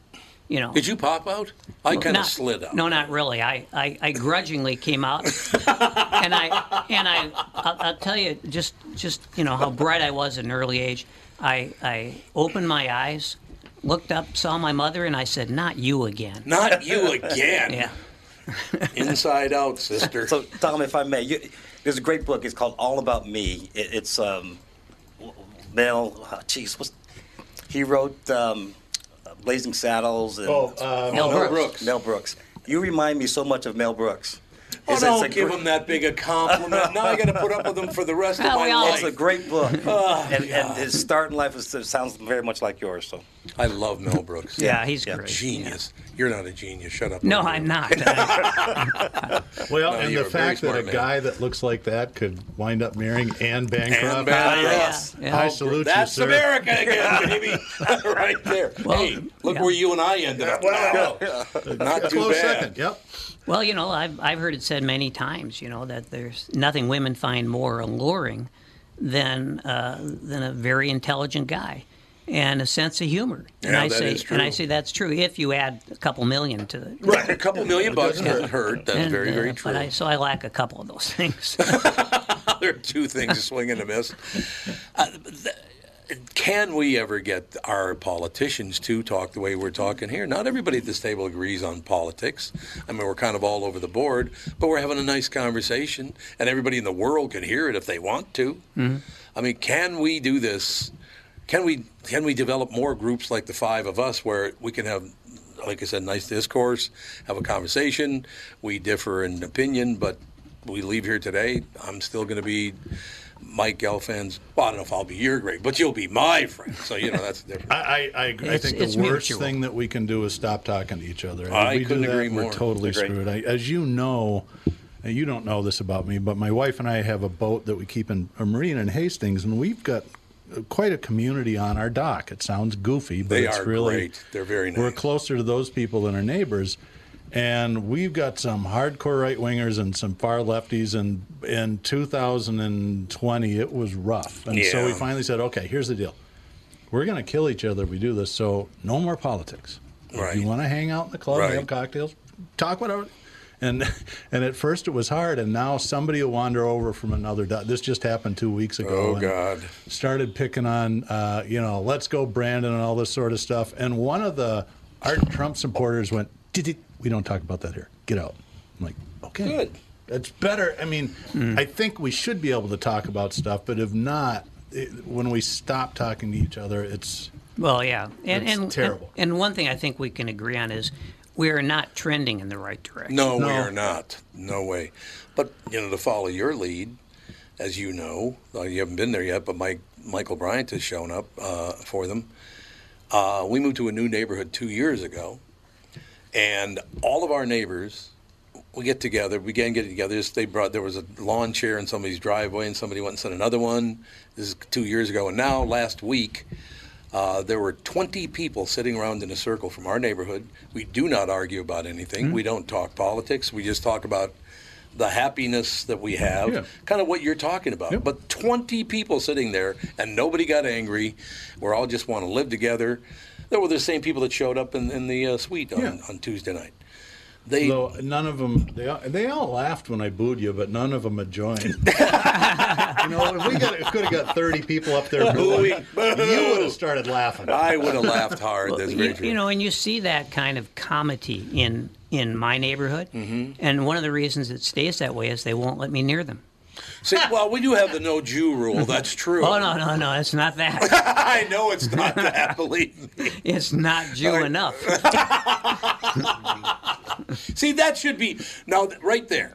[SPEAKER 5] You know,
[SPEAKER 3] Did you pop out? I
[SPEAKER 5] Well,
[SPEAKER 3] kind of
[SPEAKER 5] not-
[SPEAKER 3] slid out.
[SPEAKER 5] No, not really. I, I, I grudgingly
[SPEAKER 3] [laughs]
[SPEAKER 5] came out, and I and I I'll, I'll tell you just just you know how bright I was at an early age. I I opened my eyes, looked up, saw my mother, and I said, "Not you again."
[SPEAKER 3] Not you again.
[SPEAKER 5] [laughs] Yeah.
[SPEAKER 3] Inside out, sister.
[SPEAKER 5] [laughs]
[SPEAKER 7] so, Tom, if I may, you, there's a great book. It's called All About Me. It, it's um, Mel. uh, Jeez, what's he wrote? Um, Blazing Saddles. And,
[SPEAKER 2] Oh, uh, Mel Brooks.
[SPEAKER 7] Mel Brooks. You remind me so much of Mel Brooks.
[SPEAKER 3] Oh,
[SPEAKER 7] It's- it's
[SPEAKER 3] don't
[SPEAKER 7] a
[SPEAKER 3] give
[SPEAKER 7] gr-
[SPEAKER 3] him that big a compliment. now I got to put up with him for the rest of my life.
[SPEAKER 7] It's a great book,
[SPEAKER 3] [laughs] Oh,
[SPEAKER 7] and, and his start in life is, sounds very much like yours. So
[SPEAKER 3] I love Mel Brooks.
[SPEAKER 7] Yeah, he's great.
[SPEAKER 3] Genius. You're not a genius. Shut up.
[SPEAKER 5] No, I'm not.
[SPEAKER 2] Well,
[SPEAKER 3] No,
[SPEAKER 2] and
[SPEAKER 3] you're
[SPEAKER 2] the
[SPEAKER 3] a very
[SPEAKER 2] fact that a
[SPEAKER 3] smart man.
[SPEAKER 2] guy that looks like that could wind up marrying Anne Bancroft.
[SPEAKER 3] And bad [laughs] yes.
[SPEAKER 2] I salute
[SPEAKER 3] That's
[SPEAKER 2] you, sir.
[SPEAKER 3] America again, baby. right there. hey, look where you and I ended up. Wow. Not too
[SPEAKER 2] Close
[SPEAKER 3] bad.
[SPEAKER 2] second, Yep.
[SPEAKER 5] Well, you know, I've I've heard it said many times. You know that there's nothing women find more alluring than uh, than a very intelligent guy and a sense of humor. and
[SPEAKER 3] Yeah,
[SPEAKER 5] I
[SPEAKER 3] that
[SPEAKER 5] say,
[SPEAKER 3] is true.
[SPEAKER 5] and I say that's true if you add a couple million to it.
[SPEAKER 3] Right, a couple million bucks doesn't hurt. That's
[SPEAKER 5] And,
[SPEAKER 3] very,
[SPEAKER 5] uh,
[SPEAKER 3] very
[SPEAKER 5] but
[SPEAKER 3] true.
[SPEAKER 5] I, so I lack a couple of those [laughs]
[SPEAKER 3] [laughs]
[SPEAKER 5] things.
[SPEAKER 3] there are two things to swing and a miss. Uh, th- can we ever get our politicians to talk the way we're talking here? Not everybody at this table agrees on politics. I mean, we're kind of all over the board, but we're having a nice conversation, and everybody in the world can hear it if they want to. I mean, can we do this? Can we can we develop more groups like the five of us where we can have, like I said, nice discourse, have a conversation. We differ in opinion, but we leave here today. I'm still going to be Mike Gelfand's. Well, I don't know if I'll be your great, but you'll be my friend. So you know that's the difference.
[SPEAKER 2] I, I, I, agree. I think the worst thing that we can do is stop talking to each other. And
[SPEAKER 3] I
[SPEAKER 2] if we
[SPEAKER 3] couldn't
[SPEAKER 2] do that,
[SPEAKER 3] agree more.
[SPEAKER 2] We're totally
[SPEAKER 3] Agree.
[SPEAKER 2] screwed. I, as you know, and you don't know this about me, but my wife and I have a boat that we keep in a marina in Hastings, and we've got uh, quite a community on our dock. It sounds goofy, but
[SPEAKER 3] They
[SPEAKER 2] it's
[SPEAKER 3] are
[SPEAKER 2] really
[SPEAKER 3] great. They're very nice.
[SPEAKER 2] We're closer to those people than our neighbors. And we've got some hardcore right wingers and some far lefties. And in 2020, it was rough. And so we
[SPEAKER 3] Yeah.
[SPEAKER 2] finally said, okay, here's the deal we're going to kill each other if we do this. So no more politics.
[SPEAKER 3] Right.
[SPEAKER 2] If you want to hang out in the club, and have
[SPEAKER 3] Right.
[SPEAKER 2] cocktails, talk whatever. And and at first it was hard, and now somebody will wander over from another. do- This just happened two weeks ago.
[SPEAKER 3] Oh,
[SPEAKER 2] and
[SPEAKER 3] God.
[SPEAKER 2] Started picking on, uh, you know, let's go Brandon and all this sort of stuff. And one of the ardent Trump supporters went, "Did it? We don't talk about that here. Get out." I'm like, okay, good. That's better. I mean, I think we should be able to talk about stuff, but if not, it, when we stop talking to each other, it's
[SPEAKER 5] Well, yeah, and
[SPEAKER 2] It's
[SPEAKER 5] and,
[SPEAKER 2] terrible.
[SPEAKER 5] And, one thing I think we can agree on is we are not trending in the right direction.
[SPEAKER 3] No, we are not. No way. But you know, to follow your lead, as you know, uh, you haven't been there yet, but Mike Michael Bryant has shown up uh, for them. Uh, we moved to a new neighborhood two years ago, and all of our neighbors. We get together. We began getting together. They brought there was a lawn chair in somebody's driveway, and somebody went and sent another one. This is two years ago, and now last week, uh, there were 20 people sitting around in a circle from our neighborhood. We do not argue about anything. We don't talk politics. We just talk about the happiness that we have,
[SPEAKER 2] Yeah.
[SPEAKER 3] kind of what you're talking about. But 20 people sitting there, and nobody got angry. We're all just want to live together. There were the same people that showed up in, in the uh, suite on, on Tuesday night. They,
[SPEAKER 2] Though none of them, they all, they all laughed when I booed you, but none of them had [laughs] joined. you know, if we got, could have got 30 people up there [laughs] booing, you would have started laughing.
[SPEAKER 3] I would have laughed hard. That's very
[SPEAKER 5] you,
[SPEAKER 3] true.
[SPEAKER 5] you know, and you see that kind of comedy in in my neighborhood,
[SPEAKER 4] Mm-hmm.
[SPEAKER 5] and one of the reasons it stays that way is they won't let me near them.
[SPEAKER 3] See, well, we do have the no Jew rule. That's true.
[SPEAKER 5] Oh no, no, no! It's not that.
[SPEAKER 3] [laughs]
[SPEAKER 4] [laughs]
[SPEAKER 3] I know it's not that. Believe me,
[SPEAKER 5] it's not Jew
[SPEAKER 4] [laughs]
[SPEAKER 5] enough.
[SPEAKER 3] See, that should be now th- right there.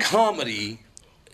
[SPEAKER 3] Comedy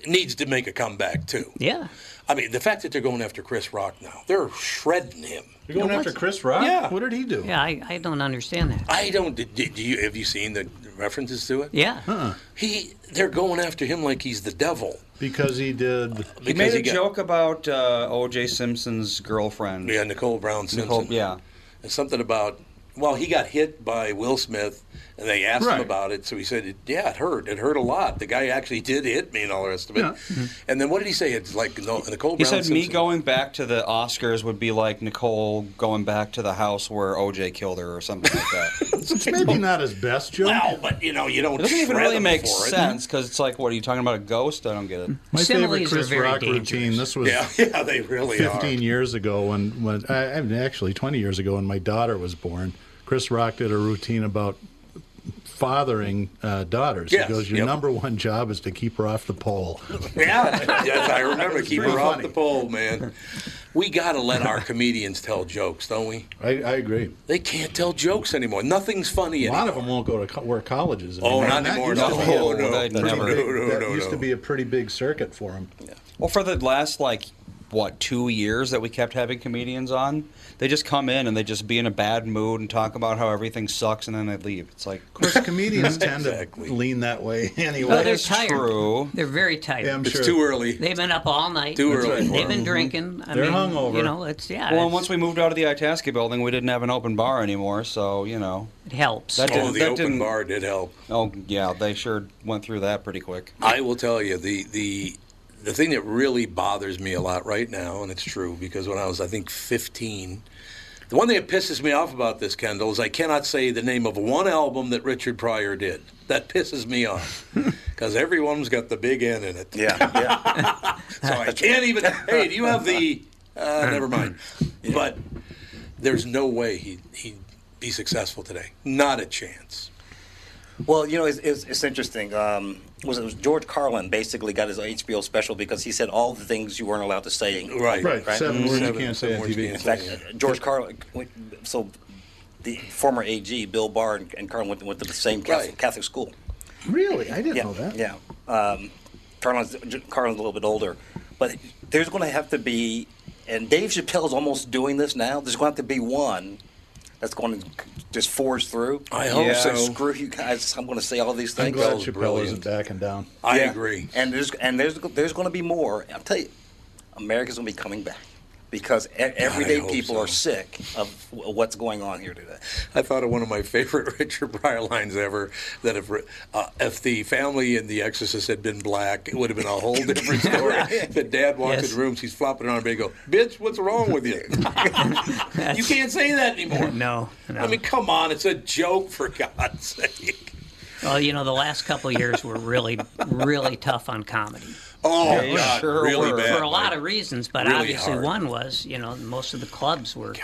[SPEAKER 3] needs to make a comeback too.
[SPEAKER 5] Mm-hmm. Yeah.
[SPEAKER 3] I mean, the fact that they're going after Chris Rock now, they're shredding him.
[SPEAKER 2] You're going after Chris Rock?
[SPEAKER 3] Yeah.
[SPEAKER 2] What did he do?
[SPEAKER 5] Yeah, I, I don't understand that.
[SPEAKER 3] I don't. Did, did you have you seen the references to it?
[SPEAKER 5] Yeah.
[SPEAKER 3] He, they're going after him like he's the devil.
[SPEAKER 2] Because he did.
[SPEAKER 4] He made a joke about uh, O.J. Simpson's girlfriend.
[SPEAKER 3] Yeah, Nicole Brown Simpson.
[SPEAKER 4] Nicole, yeah.
[SPEAKER 3] And something about well, he got hit by Will Smith, and they asked
[SPEAKER 4] Right.
[SPEAKER 3] him about it. So he said, "Yeah, it hurt. It hurt a lot. The guy actually did hit me, and all the rest of it."
[SPEAKER 2] Mm-hmm.
[SPEAKER 3] And then what did he say? It's like no, Nicole Brown.
[SPEAKER 4] He said me
[SPEAKER 3] Simpson.
[SPEAKER 4] going back to the Oscars would be like Nicole going back to the house where O.J. killed her or something
[SPEAKER 3] [laughs]
[SPEAKER 4] like that.
[SPEAKER 2] It's maybe not his best joke.
[SPEAKER 3] Well, but you know, you
[SPEAKER 4] it
[SPEAKER 3] don't.
[SPEAKER 4] doesn't even
[SPEAKER 3] shred
[SPEAKER 4] really
[SPEAKER 3] them
[SPEAKER 4] make
[SPEAKER 3] for it.
[SPEAKER 4] sense because it's like, what are you talking about? A ghost? I don't get it.
[SPEAKER 2] My favorite Chris Rock routine. This was
[SPEAKER 3] Yeah, yeah, they really
[SPEAKER 2] 15 years ago when, when I, I mean, actually 20 years ago when my daughter was born. Chris Rock did a routine about fathering uh, daughters.
[SPEAKER 3] Yes,
[SPEAKER 2] he goes, "Your
[SPEAKER 3] yep.
[SPEAKER 2] number one job is to keep her off the pole."
[SPEAKER 3] [laughs] Yeah, yes, I remember.
[SPEAKER 2] It's
[SPEAKER 3] Keep
[SPEAKER 2] pretty
[SPEAKER 3] her off
[SPEAKER 2] funny.
[SPEAKER 3] the pole, man. We got to let our comedians tell jokes, don't we?
[SPEAKER 2] I, I agree.
[SPEAKER 3] They can't tell jokes anymore. Nothing's funny
[SPEAKER 2] A
[SPEAKER 3] anymore.
[SPEAKER 2] lot of them won't go to co- where colleges.
[SPEAKER 3] Oh,
[SPEAKER 2] anymore.
[SPEAKER 3] not
[SPEAKER 2] And that
[SPEAKER 3] anymore.
[SPEAKER 2] used to be a
[SPEAKER 3] No, no,
[SPEAKER 2] pretty
[SPEAKER 3] never.
[SPEAKER 2] big-
[SPEAKER 3] No, no,
[SPEAKER 2] that
[SPEAKER 3] no,
[SPEAKER 2] used
[SPEAKER 3] no.
[SPEAKER 2] to be a pretty big circuit for them.
[SPEAKER 4] Well, for the last like what two years that we kept having comedians on, they just come in and they just be in a bad mood and talk about how everything sucks and then they leave. It's like, of
[SPEAKER 2] course, comedians tend to lean that way anyway.
[SPEAKER 5] Well, they're tired. They're very tired.
[SPEAKER 2] Yeah, I'm It's sure. Mm-hmm. too
[SPEAKER 3] early.
[SPEAKER 5] They've been up all night.
[SPEAKER 4] Too That's early right. for
[SPEAKER 5] They've been
[SPEAKER 4] them.
[SPEAKER 5] drinking. I mean, You know, it's yeah.
[SPEAKER 4] Well, and
[SPEAKER 5] it's-
[SPEAKER 4] once we moved out of the Itasca building, we didn't have an open bar anymore, so you know
[SPEAKER 5] it helps.
[SPEAKER 3] Oh, the open bar did help.
[SPEAKER 4] Oh yeah, they sure went through that pretty quick.
[SPEAKER 3] I will tell you the the the thing that really bothers me a lot right now, and it's true because when I was, I think, 15, the one thing that pisses me off about this, Kendall, is I cannot say the name of one album that Richard Pryor did. That pisses me off because everyone's got the big N in it.
[SPEAKER 7] [laughs] Yeah.
[SPEAKER 3] so I can't even. Hey, do you have the? Uh, never mind. But there's no way he he'd be successful today. Not a chance.
[SPEAKER 7] Well, you know, it's, it's, it's interesting. Um, was it was George Carlin basically got his HBO special because he said all the things you weren't allowed to say.
[SPEAKER 3] Right. Right. Seven words you Seven-
[SPEAKER 2] can't say seven on words TV. you
[SPEAKER 7] In
[SPEAKER 2] can't
[SPEAKER 7] fact, uh,
[SPEAKER 2] say,
[SPEAKER 7] George Carlin. So the former AG Bill Barr and, and Carlin went, went to the same Catholic, Catholic school.
[SPEAKER 12] Really? I didn't
[SPEAKER 7] yeah,
[SPEAKER 3] Oh,
[SPEAKER 12] know that.
[SPEAKER 7] Yeah. Um, Carlin's, Carlin's a little bit older. But there's going to have to be, and Dave Chappelle's almost doing this now, there's going to have to be one that's going to just forge through.
[SPEAKER 3] I hope Yeah. so.
[SPEAKER 7] Screw you guys. I'm going to say all these
[SPEAKER 2] I'm
[SPEAKER 7] things.
[SPEAKER 2] glad Chappelle isn't backing down.
[SPEAKER 7] Yeah. And there's and there's there's going to be more. I'll tell you, America's going to be coming back because e- everyday
[SPEAKER 3] hope
[SPEAKER 7] people
[SPEAKER 3] so.
[SPEAKER 7] are sick of w- what's going on here today.
[SPEAKER 3] I thought of one of my [laughs] favorite Richard Pryor lines ever. That if uh, if the family in The Exorcist had been black, it would have been a
[SPEAKER 5] [laughs]
[SPEAKER 3] whole different story. If [laughs] the dad walks in the room, she's flopping around, and go, "Bitch, what's wrong with
[SPEAKER 5] [laughs]
[SPEAKER 3] you? [laughs] you can't say that anymore."
[SPEAKER 5] No, no.
[SPEAKER 3] I mean, come on, it's a joke for God's
[SPEAKER 5] [laughs]
[SPEAKER 3] sake.
[SPEAKER 5] Well, you know, the last couple of years were really, really tough on comedy.
[SPEAKER 3] Oh, They God, sure really
[SPEAKER 5] for,
[SPEAKER 3] were. bad,
[SPEAKER 5] a lot
[SPEAKER 3] Mike.
[SPEAKER 5] of reasons, but
[SPEAKER 3] Really
[SPEAKER 5] obviously
[SPEAKER 3] hard.
[SPEAKER 5] one was, you know, most of the clubs were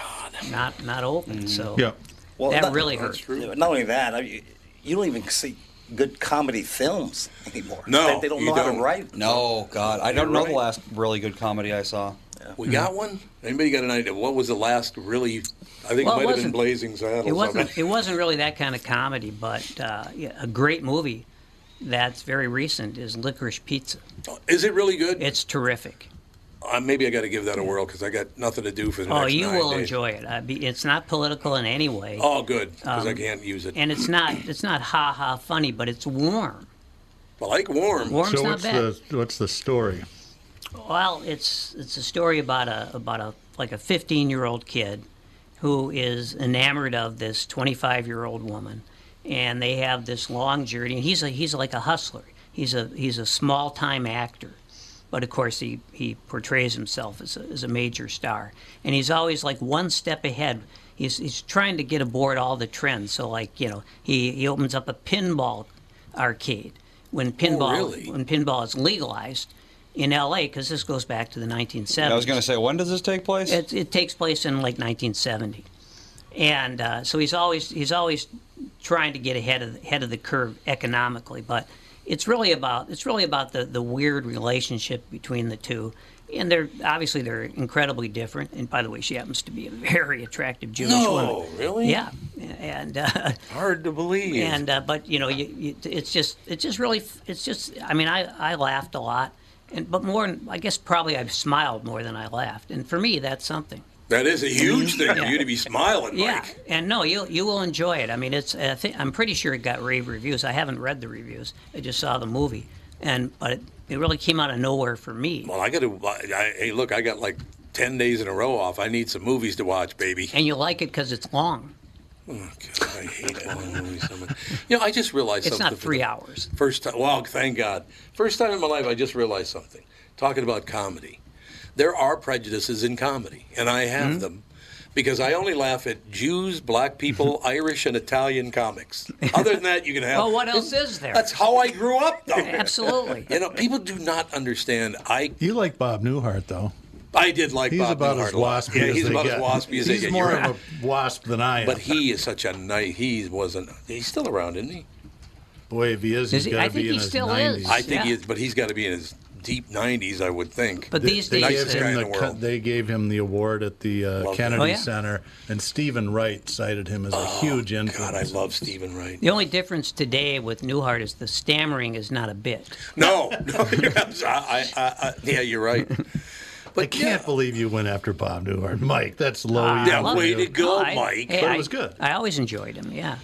[SPEAKER 5] not not open, so
[SPEAKER 7] Well,
[SPEAKER 5] that
[SPEAKER 7] not-
[SPEAKER 5] really hurt.
[SPEAKER 7] Not only that, I mean, you don't even see good comedy films anymore. they, they don't know how to write.
[SPEAKER 4] No, God, I don't
[SPEAKER 7] You're
[SPEAKER 4] know
[SPEAKER 7] right.
[SPEAKER 4] the last really good comedy I saw.
[SPEAKER 3] We got one. Anybody got an idea? What was the last really? I think it might have
[SPEAKER 5] Well, it
[SPEAKER 3] been
[SPEAKER 5] wasn't-
[SPEAKER 3] Blazing Saddles.
[SPEAKER 5] It wasn't. It wasn't really that kind of comedy, but uh, yeah, a great movie that's very recent is Licorice Pizza.
[SPEAKER 3] Is it really good?
[SPEAKER 5] It's terrific.
[SPEAKER 3] Uh, maybe I got to give that a whirl because I got nothing to do for the
[SPEAKER 5] Oh,
[SPEAKER 3] next
[SPEAKER 5] you
[SPEAKER 3] nine
[SPEAKER 5] will
[SPEAKER 3] days.
[SPEAKER 5] enjoy it. I be, it's not political in any way.
[SPEAKER 3] Oh, good, because I
[SPEAKER 5] Um,
[SPEAKER 3] can't use it.
[SPEAKER 5] and it's not it's not ha ha funny, but it's warm.
[SPEAKER 3] I like warm.
[SPEAKER 5] Warm's
[SPEAKER 2] so
[SPEAKER 5] not
[SPEAKER 2] what's
[SPEAKER 5] bad.
[SPEAKER 2] the what's the story?
[SPEAKER 5] Well, it's it's a story about a about a like a 15 year old kid who is enamored of this 25 year old woman, and they have this long journey. And he's a, he's like a hustler. He's a he's a small time actor, but of course he he portrays himself as a, as a major star, and he's always like one step ahead. He's, he's trying to get aboard all the trends. So like you know he, he opens up a pinball arcade when pinball
[SPEAKER 4] really?
[SPEAKER 5] when pinball is legalized in L.A. because this goes back to the 1970s.
[SPEAKER 4] I was going to say, when does this take place?
[SPEAKER 5] It, it takes place in like 1970, and uh, so he's always he's always trying to get ahead of the, ahead of the curve economically. But it's really about it's really about the the weird relationship between the two, and they're obviously they're incredibly different. And by the way, she happens to be a [laughs] very attractive Jewish
[SPEAKER 3] No,
[SPEAKER 5] woman.
[SPEAKER 3] really?
[SPEAKER 5] Yeah, and uh,
[SPEAKER 3] hard to believe.
[SPEAKER 5] And uh, but you know, you, you, it's just it's just really it's just. I mean, I I laughed a lot, and but more. I guess probably I've smiled more than I laughed, and for me, that's something.
[SPEAKER 3] That is a huge thing for you to be smiling,
[SPEAKER 5] Yeah,
[SPEAKER 3] Mike.
[SPEAKER 5] and no, you you will enjoy it. I mean, it's I think, I'm pretty sure it got rave reviews. I haven't read the reviews. I just saw the movie, and but it, it really came out of nowhere for me.
[SPEAKER 3] Well, I got to. I, I, hey, look, I got like ten days in a row off. I need some movies to watch,
[SPEAKER 5] [laughs]
[SPEAKER 3] baby.
[SPEAKER 5] And you like it because it's long.
[SPEAKER 3] Oh, God, I hate long movies. so much. You know, I just realized
[SPEAKER 5] It's
[SPEAKER 3] something.
[SPEAKER 5] not
[SPEAKER 3] for
[SPEAKER 5] three
[SPEAKER 3] the
[SPEAKER 5] hours.
[SPEAKER 3] First time. Well, thank God. First time in my life, I just realized something. Talking about comedy, there are prejudices in comedy, and I have
[SPEAKER 2] Mm-hmm.
[SPEAKER 3] them. Because I only laugh at Jews, black
[SPEAKER 2] [laughs]
[SPEAKER 3] people, Irish, and Italian comics. Other than that, you can have.
[SPEAKER 5] Well, what else is there?
[SPEAKER 3] That's how I grew up, though.
[SPEAKER 5] [laughs] Absolutely.
[SPEAKER 3] You know, people do not understand. I
[SPEAKER 2] You like Bob Newhart though.
[SPEAKER 3] I did like
[SPEAKER 2] He's
[SPEAKER 3] Bob
[SPEAKER 2] about
[SPEAKER 3] Newhart
[SPEAKER 2] as
[SPEAKER 3] a lot.
[SPEAKER 2] waspy
[SPEAKER 3] Yeah,
[SPEAKER 2] as
[SPEAKER 3] he's
[SPEAKER 2] they
[SPEAKER 3] about
[SPEAKER 2] get.
[SPEAKER 3] as waspy as they
[SPEAKER 2] He's
[SPEAKER 3] get.
[SPEAKER 2] more
[SPEAKER 3] You're
[SPEAKER 2] of a wasp than I am.
[SPEAKER 3] But he is such a nice. He wasn't. He's still around, isn't he?
[SPEAKER 2] Boy, if he is, he's
[SPEAKER 5] Is he-
[SPEAKER 2] got
[SPEAKER 5] I
[SPEAKER 2] to
[SPEAKER 5] think
[SPEAKER 2] be in
[SPEAKER 5] he
[SPEAKER 2] his
[SPEAKER 5] still
[SPEAKER 2] 90s.
[SPEAKER 5] is.
[SPEAKER 3] I think he
[SPEAKER 5] Yeah.
[SPEAKER 3] is, but he's got to be in his deep 90s, I would think.
[SPEAKER 5] But these
[SPEAKER 2] they
[SPEAKER 5] days,
[SPEAKER 2] gave him
[SPEAKER 5] uh,
[SPEAKER 3] in
[SPEAKER 2] the,
[SPEAKER 3] the
[SPEAKER 2] co-
[SPEAKER 3] world.
[SPEAKER 2] they gave him the award at the uh,
[SPEAKER 3] Love
[SPEAKER 2] Kennedy
[SPEAKER 5] him. Oh, yeah.
[SPEAKER 2] Center, and Stephen Wright cited him as a huge influence.
[SPEAKER 3] Oh, God, I love Stephen Wright.
[SPEAKER 5] The only difference today with Newhart is the stammering is not a bit.
[SPEAKER 3] No, no, [laughs] you're abs- I, I, I, I, yeah, you're right.
[SPEAKER 2] I can't believe you went after Bob Newhart, Mike. That's low. E
[SPEAKER 5] Ah,
[SPEAKER 2] even
[SPEAKER 5] I love
[SPEAKER 2] for
[SPEAKER 5] it.
[SPEAKER 2] you.
[SPEAKER 5] No, I- hey,
[SPEAKER 2] but
[SPEAKER 5] I-
[SPEAKER 2] it was good.
[SPEAKER 5] I always enjoyed him. Yeah,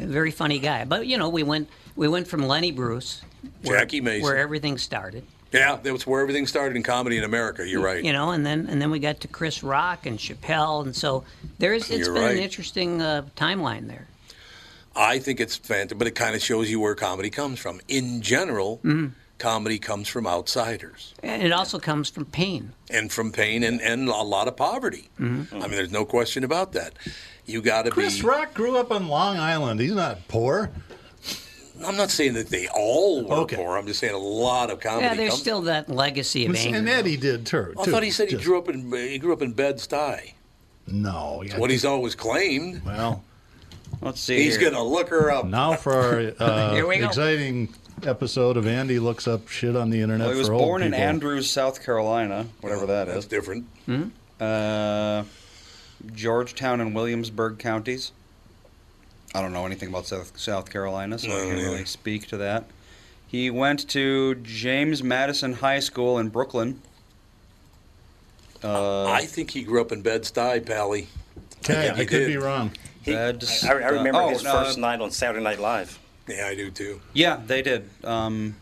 [SPEAKER 5] A very funny guy. But you know, we went we went from Lenny Bruce, [laughs] where-
[SPEAKER 3] Jackie Mason.
[SPEAKER 5] where everything started.
[SPEAKER 3] Yeah, that's where everything started in comedy in America. You're right.
[SPEAKER 5] You know, and then and then we got to Chris Rock and Chappelle, and so there's it's
[SPEAKER 3] You're
[SPEAKER 5] been an
[SPEAKER 3] right.
[SPEAKER 5] interesting uh, timeline there. Mm-hmm.
[SPEAKER 3] I think it's fantastic, but it kind of shows you where comedy comes from. In general, comedy comes from outsiders
[SPEAKER 5] And it also comes from pain.
[SPEAKER 3] and from pain and, and a lot of poverty.
[SPEAKER 5] Mhm.
[SPEAKER 3] I mean, there's no question about that. You got to
[SPEAKER 2] Chris
[SPEAKER 3] be.
[SPEAKER 2] Rock grew up on Long Island. He's not poor.
[SPEAKER 3] I'm not saying that they all were poor. I'm just saying a lot of comedy.
[SPEAKER 5] yeah, there's
[SPEAKER 3] comes-
[SPEAKER 5] still that legacy of anger.
[SPEAKER 2] And Eddie did too.
[SPEAKER 3] I thought he said he
[SPEAKER 2] Just-
[SPEAKER 3] grew up in he grew up in Bed Stuy.
[SPEAKER 2] No.
[SPEAKER 3] It's what he's always claimed.
[SPEAKER 2] Well,
[SPEAKER 4] let's
[SPEAKER 2] see
[SPEAKER 3] He's
[SPEAKER 2] here.
[SPEAKER 3] gonna look her up.
[SPEAKER 2] Now for
[SPEAKER 4] [laughs]
[SPEAKER 2] our uh,
[SPEAKER 4] Here we go.
[SPEAKER 2] exciting episode of Andy looks up shit on the internet
[SPEAKER 4] Well, he was
[SPEAKER 2] for old
[SPEAKER 4] born in
[SPEAKER 2] people.
[SPEAKER 4] Andrews, South Carolina, whatever that is. That's
[SPEAKER 3] different.
[SPEAKER 4] hmm Uh, Georgetown and Williamsburg counties. I don't know anything about South, South Carolina, so I can't really speak to that. He went to James Madison High School in Brooklyn. Uh,
[SPEAKER 3] I think he grew up in Bed Stuy, Pally.
[SPEAKER 2] Okay,
[SPEAKER 3] think he
[SPEAKER 2] I could
[SPEAKER 3] did.
[SPEAKER 2] be wrong.
[SPEAKER 7] He, I,
[SPEAKER 4] Bad
[SPEAKER 7] I remember
[SPEAKER 4] stuff.
[SPEAKER 7] his
[SPEAKER 4] Oh, no,
[SPEAKER 7] first night on Saturday Night Live.
[SPEAKER 3] Yeah, I do too.
[SPEAKER 4] Yeah, they did. Um,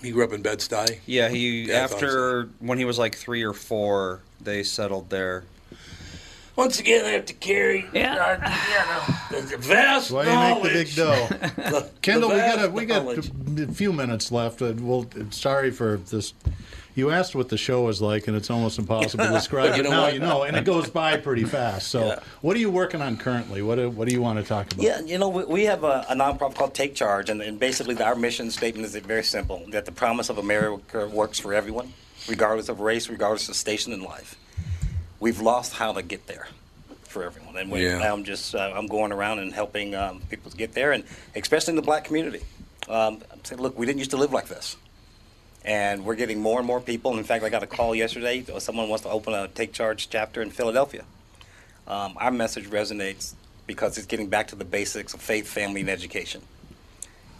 [SPEAKER 3] he grew up in Bed Stuy.
[SPEAKER 4] Yeah, he
[SPEAKER 3] Yeah, I thought
[SPEAKER 4] after when he was like three or four, they settled there.
[SPEAKER 3] Once again, I have to carry yeah. uh, you know, the vast
[SPEAKER 2] Why you make the big dough?
[SPEAKER 4] [laughs]
[SPEAKER 2] Kendall, we got a, we got a few minutes left. Uh, Well, sorry for this. You asked what the show was like, and it's almost impossible to describe.
[SPEAKER 3] You
[SPEAKER 2] it
[SPEAKER 3] know
[SPEAKER 2] now
[SPEAKER 3] what?
[SPEAKER 2] you know, and it goes by pretty fast. So, what are you working on currently? What do, What do you want to talk about?
[SPEAKER 7] Yeah, you know, we, we have a, a nonprofit called Take Charge, and, and basically our mission statement is very simple: that the promise of America works for everyone, regardless of race, regardless of station in life. We've lost how to get there for everyone, and we,
[SPEAKER 3] Yeah.
[SPEAKER 7] I'm just uh, I'm going around and helping um, people get there, and especially in the black community. Um, I'm saying, look, we didn't used to live like this. And we're getting more and more people. In fact, I got a call yesterday. Someone wants to open a Take Charge chapter in Philadelphia. Um, our message resonates because it's getting back to the basics of faith, family, and education.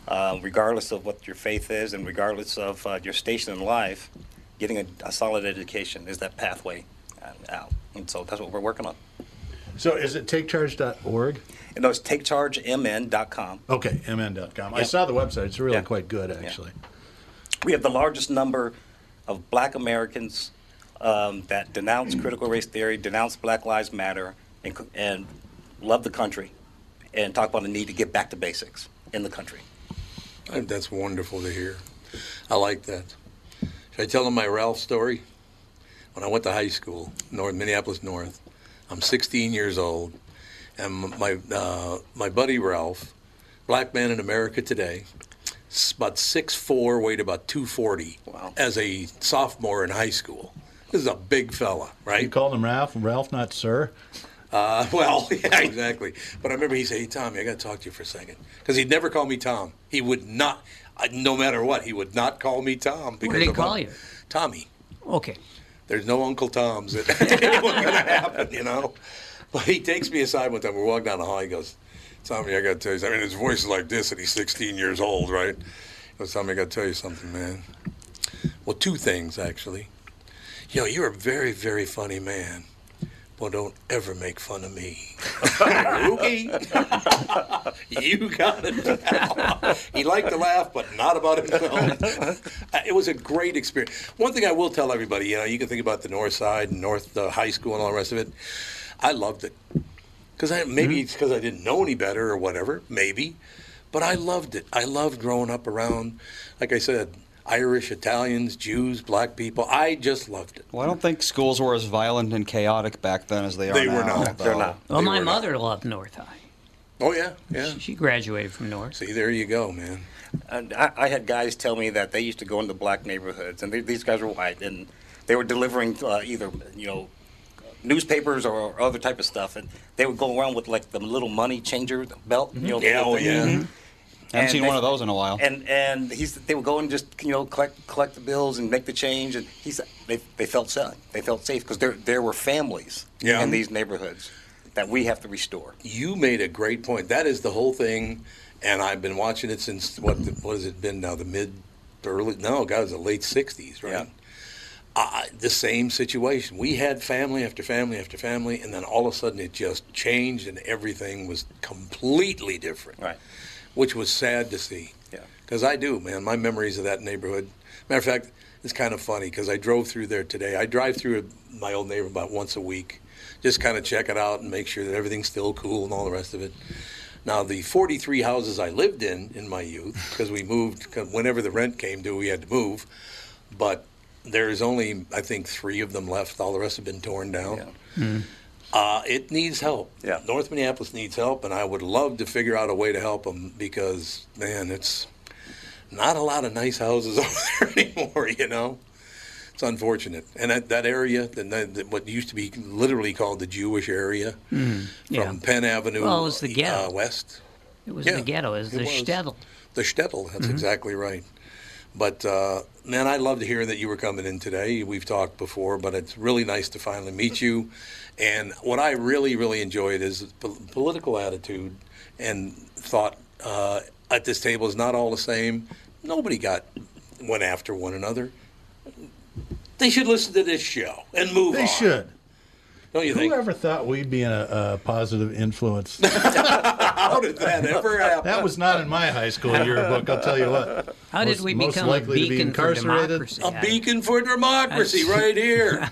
[SPEAKER 7] Uh, regardless of what your faith is and regardless of uh, your station in life, getting a, a solid education is that pathway uh, out. And so that's what we're working on.
[SPEAKER 2] So, is it takecharge.org?
[SPEAKER 7] And no, it's takechargemn.com.
[SPEAKER 2] Okay, mn.com. I
[SPEAKER 7] Yeah.
[SPEAKER 2] saw the website. It's really quite good, actually.
[SPEAKER 7] We have the largest number of black Americans um, that denounce critical race theory, denounce Black Lives Matter, and, co- and love the country and talk about the need to get back to basics in the country.
[SPEAKER 3] I- That's wonderful to hear. I like that. Should I tell them my Ralph story? When I went to high school, North Minneapolis North, I'm 16 years old, and my uh, my buddy Ralph, black man in America today, s- about 6'4", weighed about 240 as a sophomore in high school. This is a big fella, right?
[SPEAKER 2] You called him Ralph, Ralph, not Sir.
[SPEAKER 3] Uh, [laughs] well, yeah, exactly. But I remember he said, "Hey, Tommy, I got to talk to you for a second. because he'd never call me Tom. He would not, I, no matter what, he would not call me Tom. Because
[SPEAKER 5] did he
[SPEAKER 3] of
[SPEAKER 5] call
[SPEAKER 3] Uncle-
[SPEAKER 5] you?
[SPEAKER 3] Tommy.
[SPEAKER 5] Okay.
[SPEAKER 3] There's no Uncle Toms. It [laughs] wasn't going to happen, you know. But he takes me aside one time. We're walking down the hall. He goes, "Tommy, I got to tell you. something." I mean, his voice is like this, and he's 16 years old, right? He goes, "Tommy, I got to tell you something, man. Well, two things actually. You know, you're a very, very funny man." Well, don't ever make fun of me. [laughs] Rookie, you got it. [laughs] pal. he liked to laugh, but not about himself. Uh, it was a great experience. One thing I will tell everybody, you know, you can think about the North Side and North uh, High School and all the rest of it. I loved it because I maybe it's because I didn't know any better or whatever, maybe, but I loved it. I loved growing up around, like I said, Irish, Italians, Jews, black people. I just loved it.
[SPEAKER 4] Well, I don't think schools were as violent and chaotic back then as they are
[SPEAKER 3] They
[SPEAKER 4] now.
[SPEAKER 3] were not. They're
[SPEAKER 4] though.
[SPEAKER 3] not.
[SPEAKER 5] Well, my mother loved North High.
[SPEAKER 3] Oh yeah, yeah.
[SPEAKER 5] She graduated from North.
[SPEAKER 3] See, there you go, man.
[SPEAKER 7] And I, I had guys tell me that they used to go into black neighborhoods, and they, these guys were white, and they were delivering uh, either you know newspapers or, or other type of stuff, and they would go around with like the little money changer belt. You know,
[SPEAKER 4] Yeah,
[SPEAKER 7] little
[SPEAKER 4] oh,
[SPEAKER 7] thing.
[SPEAKER 4] yeah. Mhm. I haven't
[SPEAKER 7] And
[SPEAKER 4] seen
[SPEAKER 7] they-
[SPEAKER 4] one of those in a while.
[SPEAKER 7] And and he's they would go and just you know collect collect the bills and make the change, and he said they they felt safe. They felt safe because there there were families
[SPEAKER 3] Yeah.
[SPEAKER 7] in these neighborhoods that we have to restore.
[SPEAKER 3] You made a great point. That is the whole thing, and I've been watching it since what? What has it been now? The mid, early? No, God, it's the late '60s, right? I, the same situation. We had family after family after family, and then all of a sudden it just changed, and everything was completely different.
[SPEAKER 7] Right.
[SPEAKER 3] Which was sad to see. Yeah. Because I do, man. My memories of that neighborhood. Matter of fact, it's kind of funny because I drove through there today. I drive through my old neighborhood about once a week, just kind of check it out and make sure that everything's still cool and all the rest of it. Now, the 43 houses I lived in in my youth, because we moved 'cause whenever the rent came due, we had to move. But there's only, I think, three of them left. All the rest have been torn down. Uh, it needs help. Yeah. North Minneapolis needs help, and I would love to figure out a way to help them because, man, it's not a lot of nice houses [laughs] over there anymore, you know? It's unfortunate. And that, that area, the, the, what used to be literally called the Jewish area
[SPEAKER 5] Mm,
[SPEAKER 3] from
[SPEAKER 5] yeah.
[SPEAKER 3] Penn Avenue
[SPEAKER 5] Well, it was the
[SPEAKER 3] uh,
[SPEAKER 5] ghetto.
[SPEAKER 3] west.
[SPEAKER 5] It was the ghetto. It was the shtetl.
[SPEAKER 3] The shtetl,
[SPEAKER 2] Mm-hmm.
[SPEAKER 3] that's
[SPEAKER 5] Mhm.
[SPEAKER 3] exactly right. But uh, man, I loved hearing that you were coming in today. We've talked before, but it's really nice to finally meet you. And what I really, really enjoyed is po- political attitude and thought uh, at this table is not all the same. Nobody got went after one another. They should listen to this show and move
[SPEAKER 2] They
[SPEAKER 3] on.
[SPEAKER 2] should.
[SPEAKER 3] Don't you [laughs] think?
[SPEAKER 2] Whoever thought we'd be in a, a positive influence?
[SPEAKER 3] [laughs] How did that ever happen?
[SPEAKER 2] That was not in my high school yearbook. I'll tell you what.
[SPEAKER 3] How did we become a beacon for democracy? A beacon for democracy right
[SPEAKER 2] [laughs]
[SPEAKER 3] here.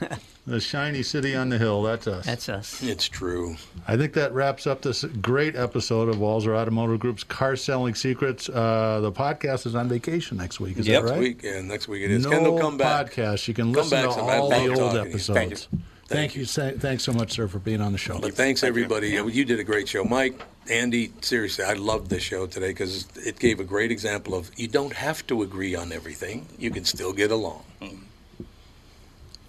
[SPEAKER 2] the shiny city on the hill. That's us. That's
[SPEAKER 5] us.
[SPEAKER 3] It's true.
[SPEAKER 2] I think that wraps up this great episode of Walzer Automotive Group's Car Selling Secrets. Uh, the podcast is on vacation next week. Is
[SPEAKER 3] Yep.
[SPEAKER 2] that right?
[SPEAKER 3] Next week, and next week it is.
[SPEAKER 2] No
[SPEAKER 3] Kendall, come back.
[SPEAKER 2] podcast. You can
[SPEAKER 3] Come
[SPEAKER 2] listen
[SPEAKER 3] back
[SPEAKER 2] to
[SPEAKER 3] sometime.
[SPEAKER 2] all
[SPEAKER 3] Love
[SPEAKER 2] the old
[SPEAKER 3] talking to you.
[SPEAKER 2] episodes.
[SPEAKER 3] Thank you.
[SPEAKER 2] Thank you. Sa- Thanks so much, sir, for being on the show.
[SPEAKER 3] But thanks, everybody. You did a great show. Mike, Andy, seriously, I loved this show today because it gave a great example of you don't have to agree on everything, you can still get along.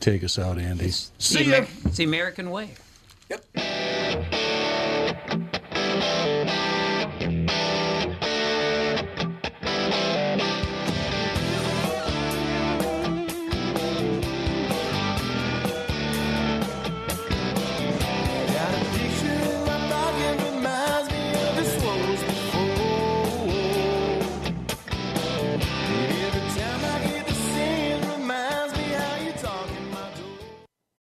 [SPEAKER 2] Take us out, Andy.
[SPEAKER 5] See the, Amer- it's the American way.
[SPEAKER 3] Yep.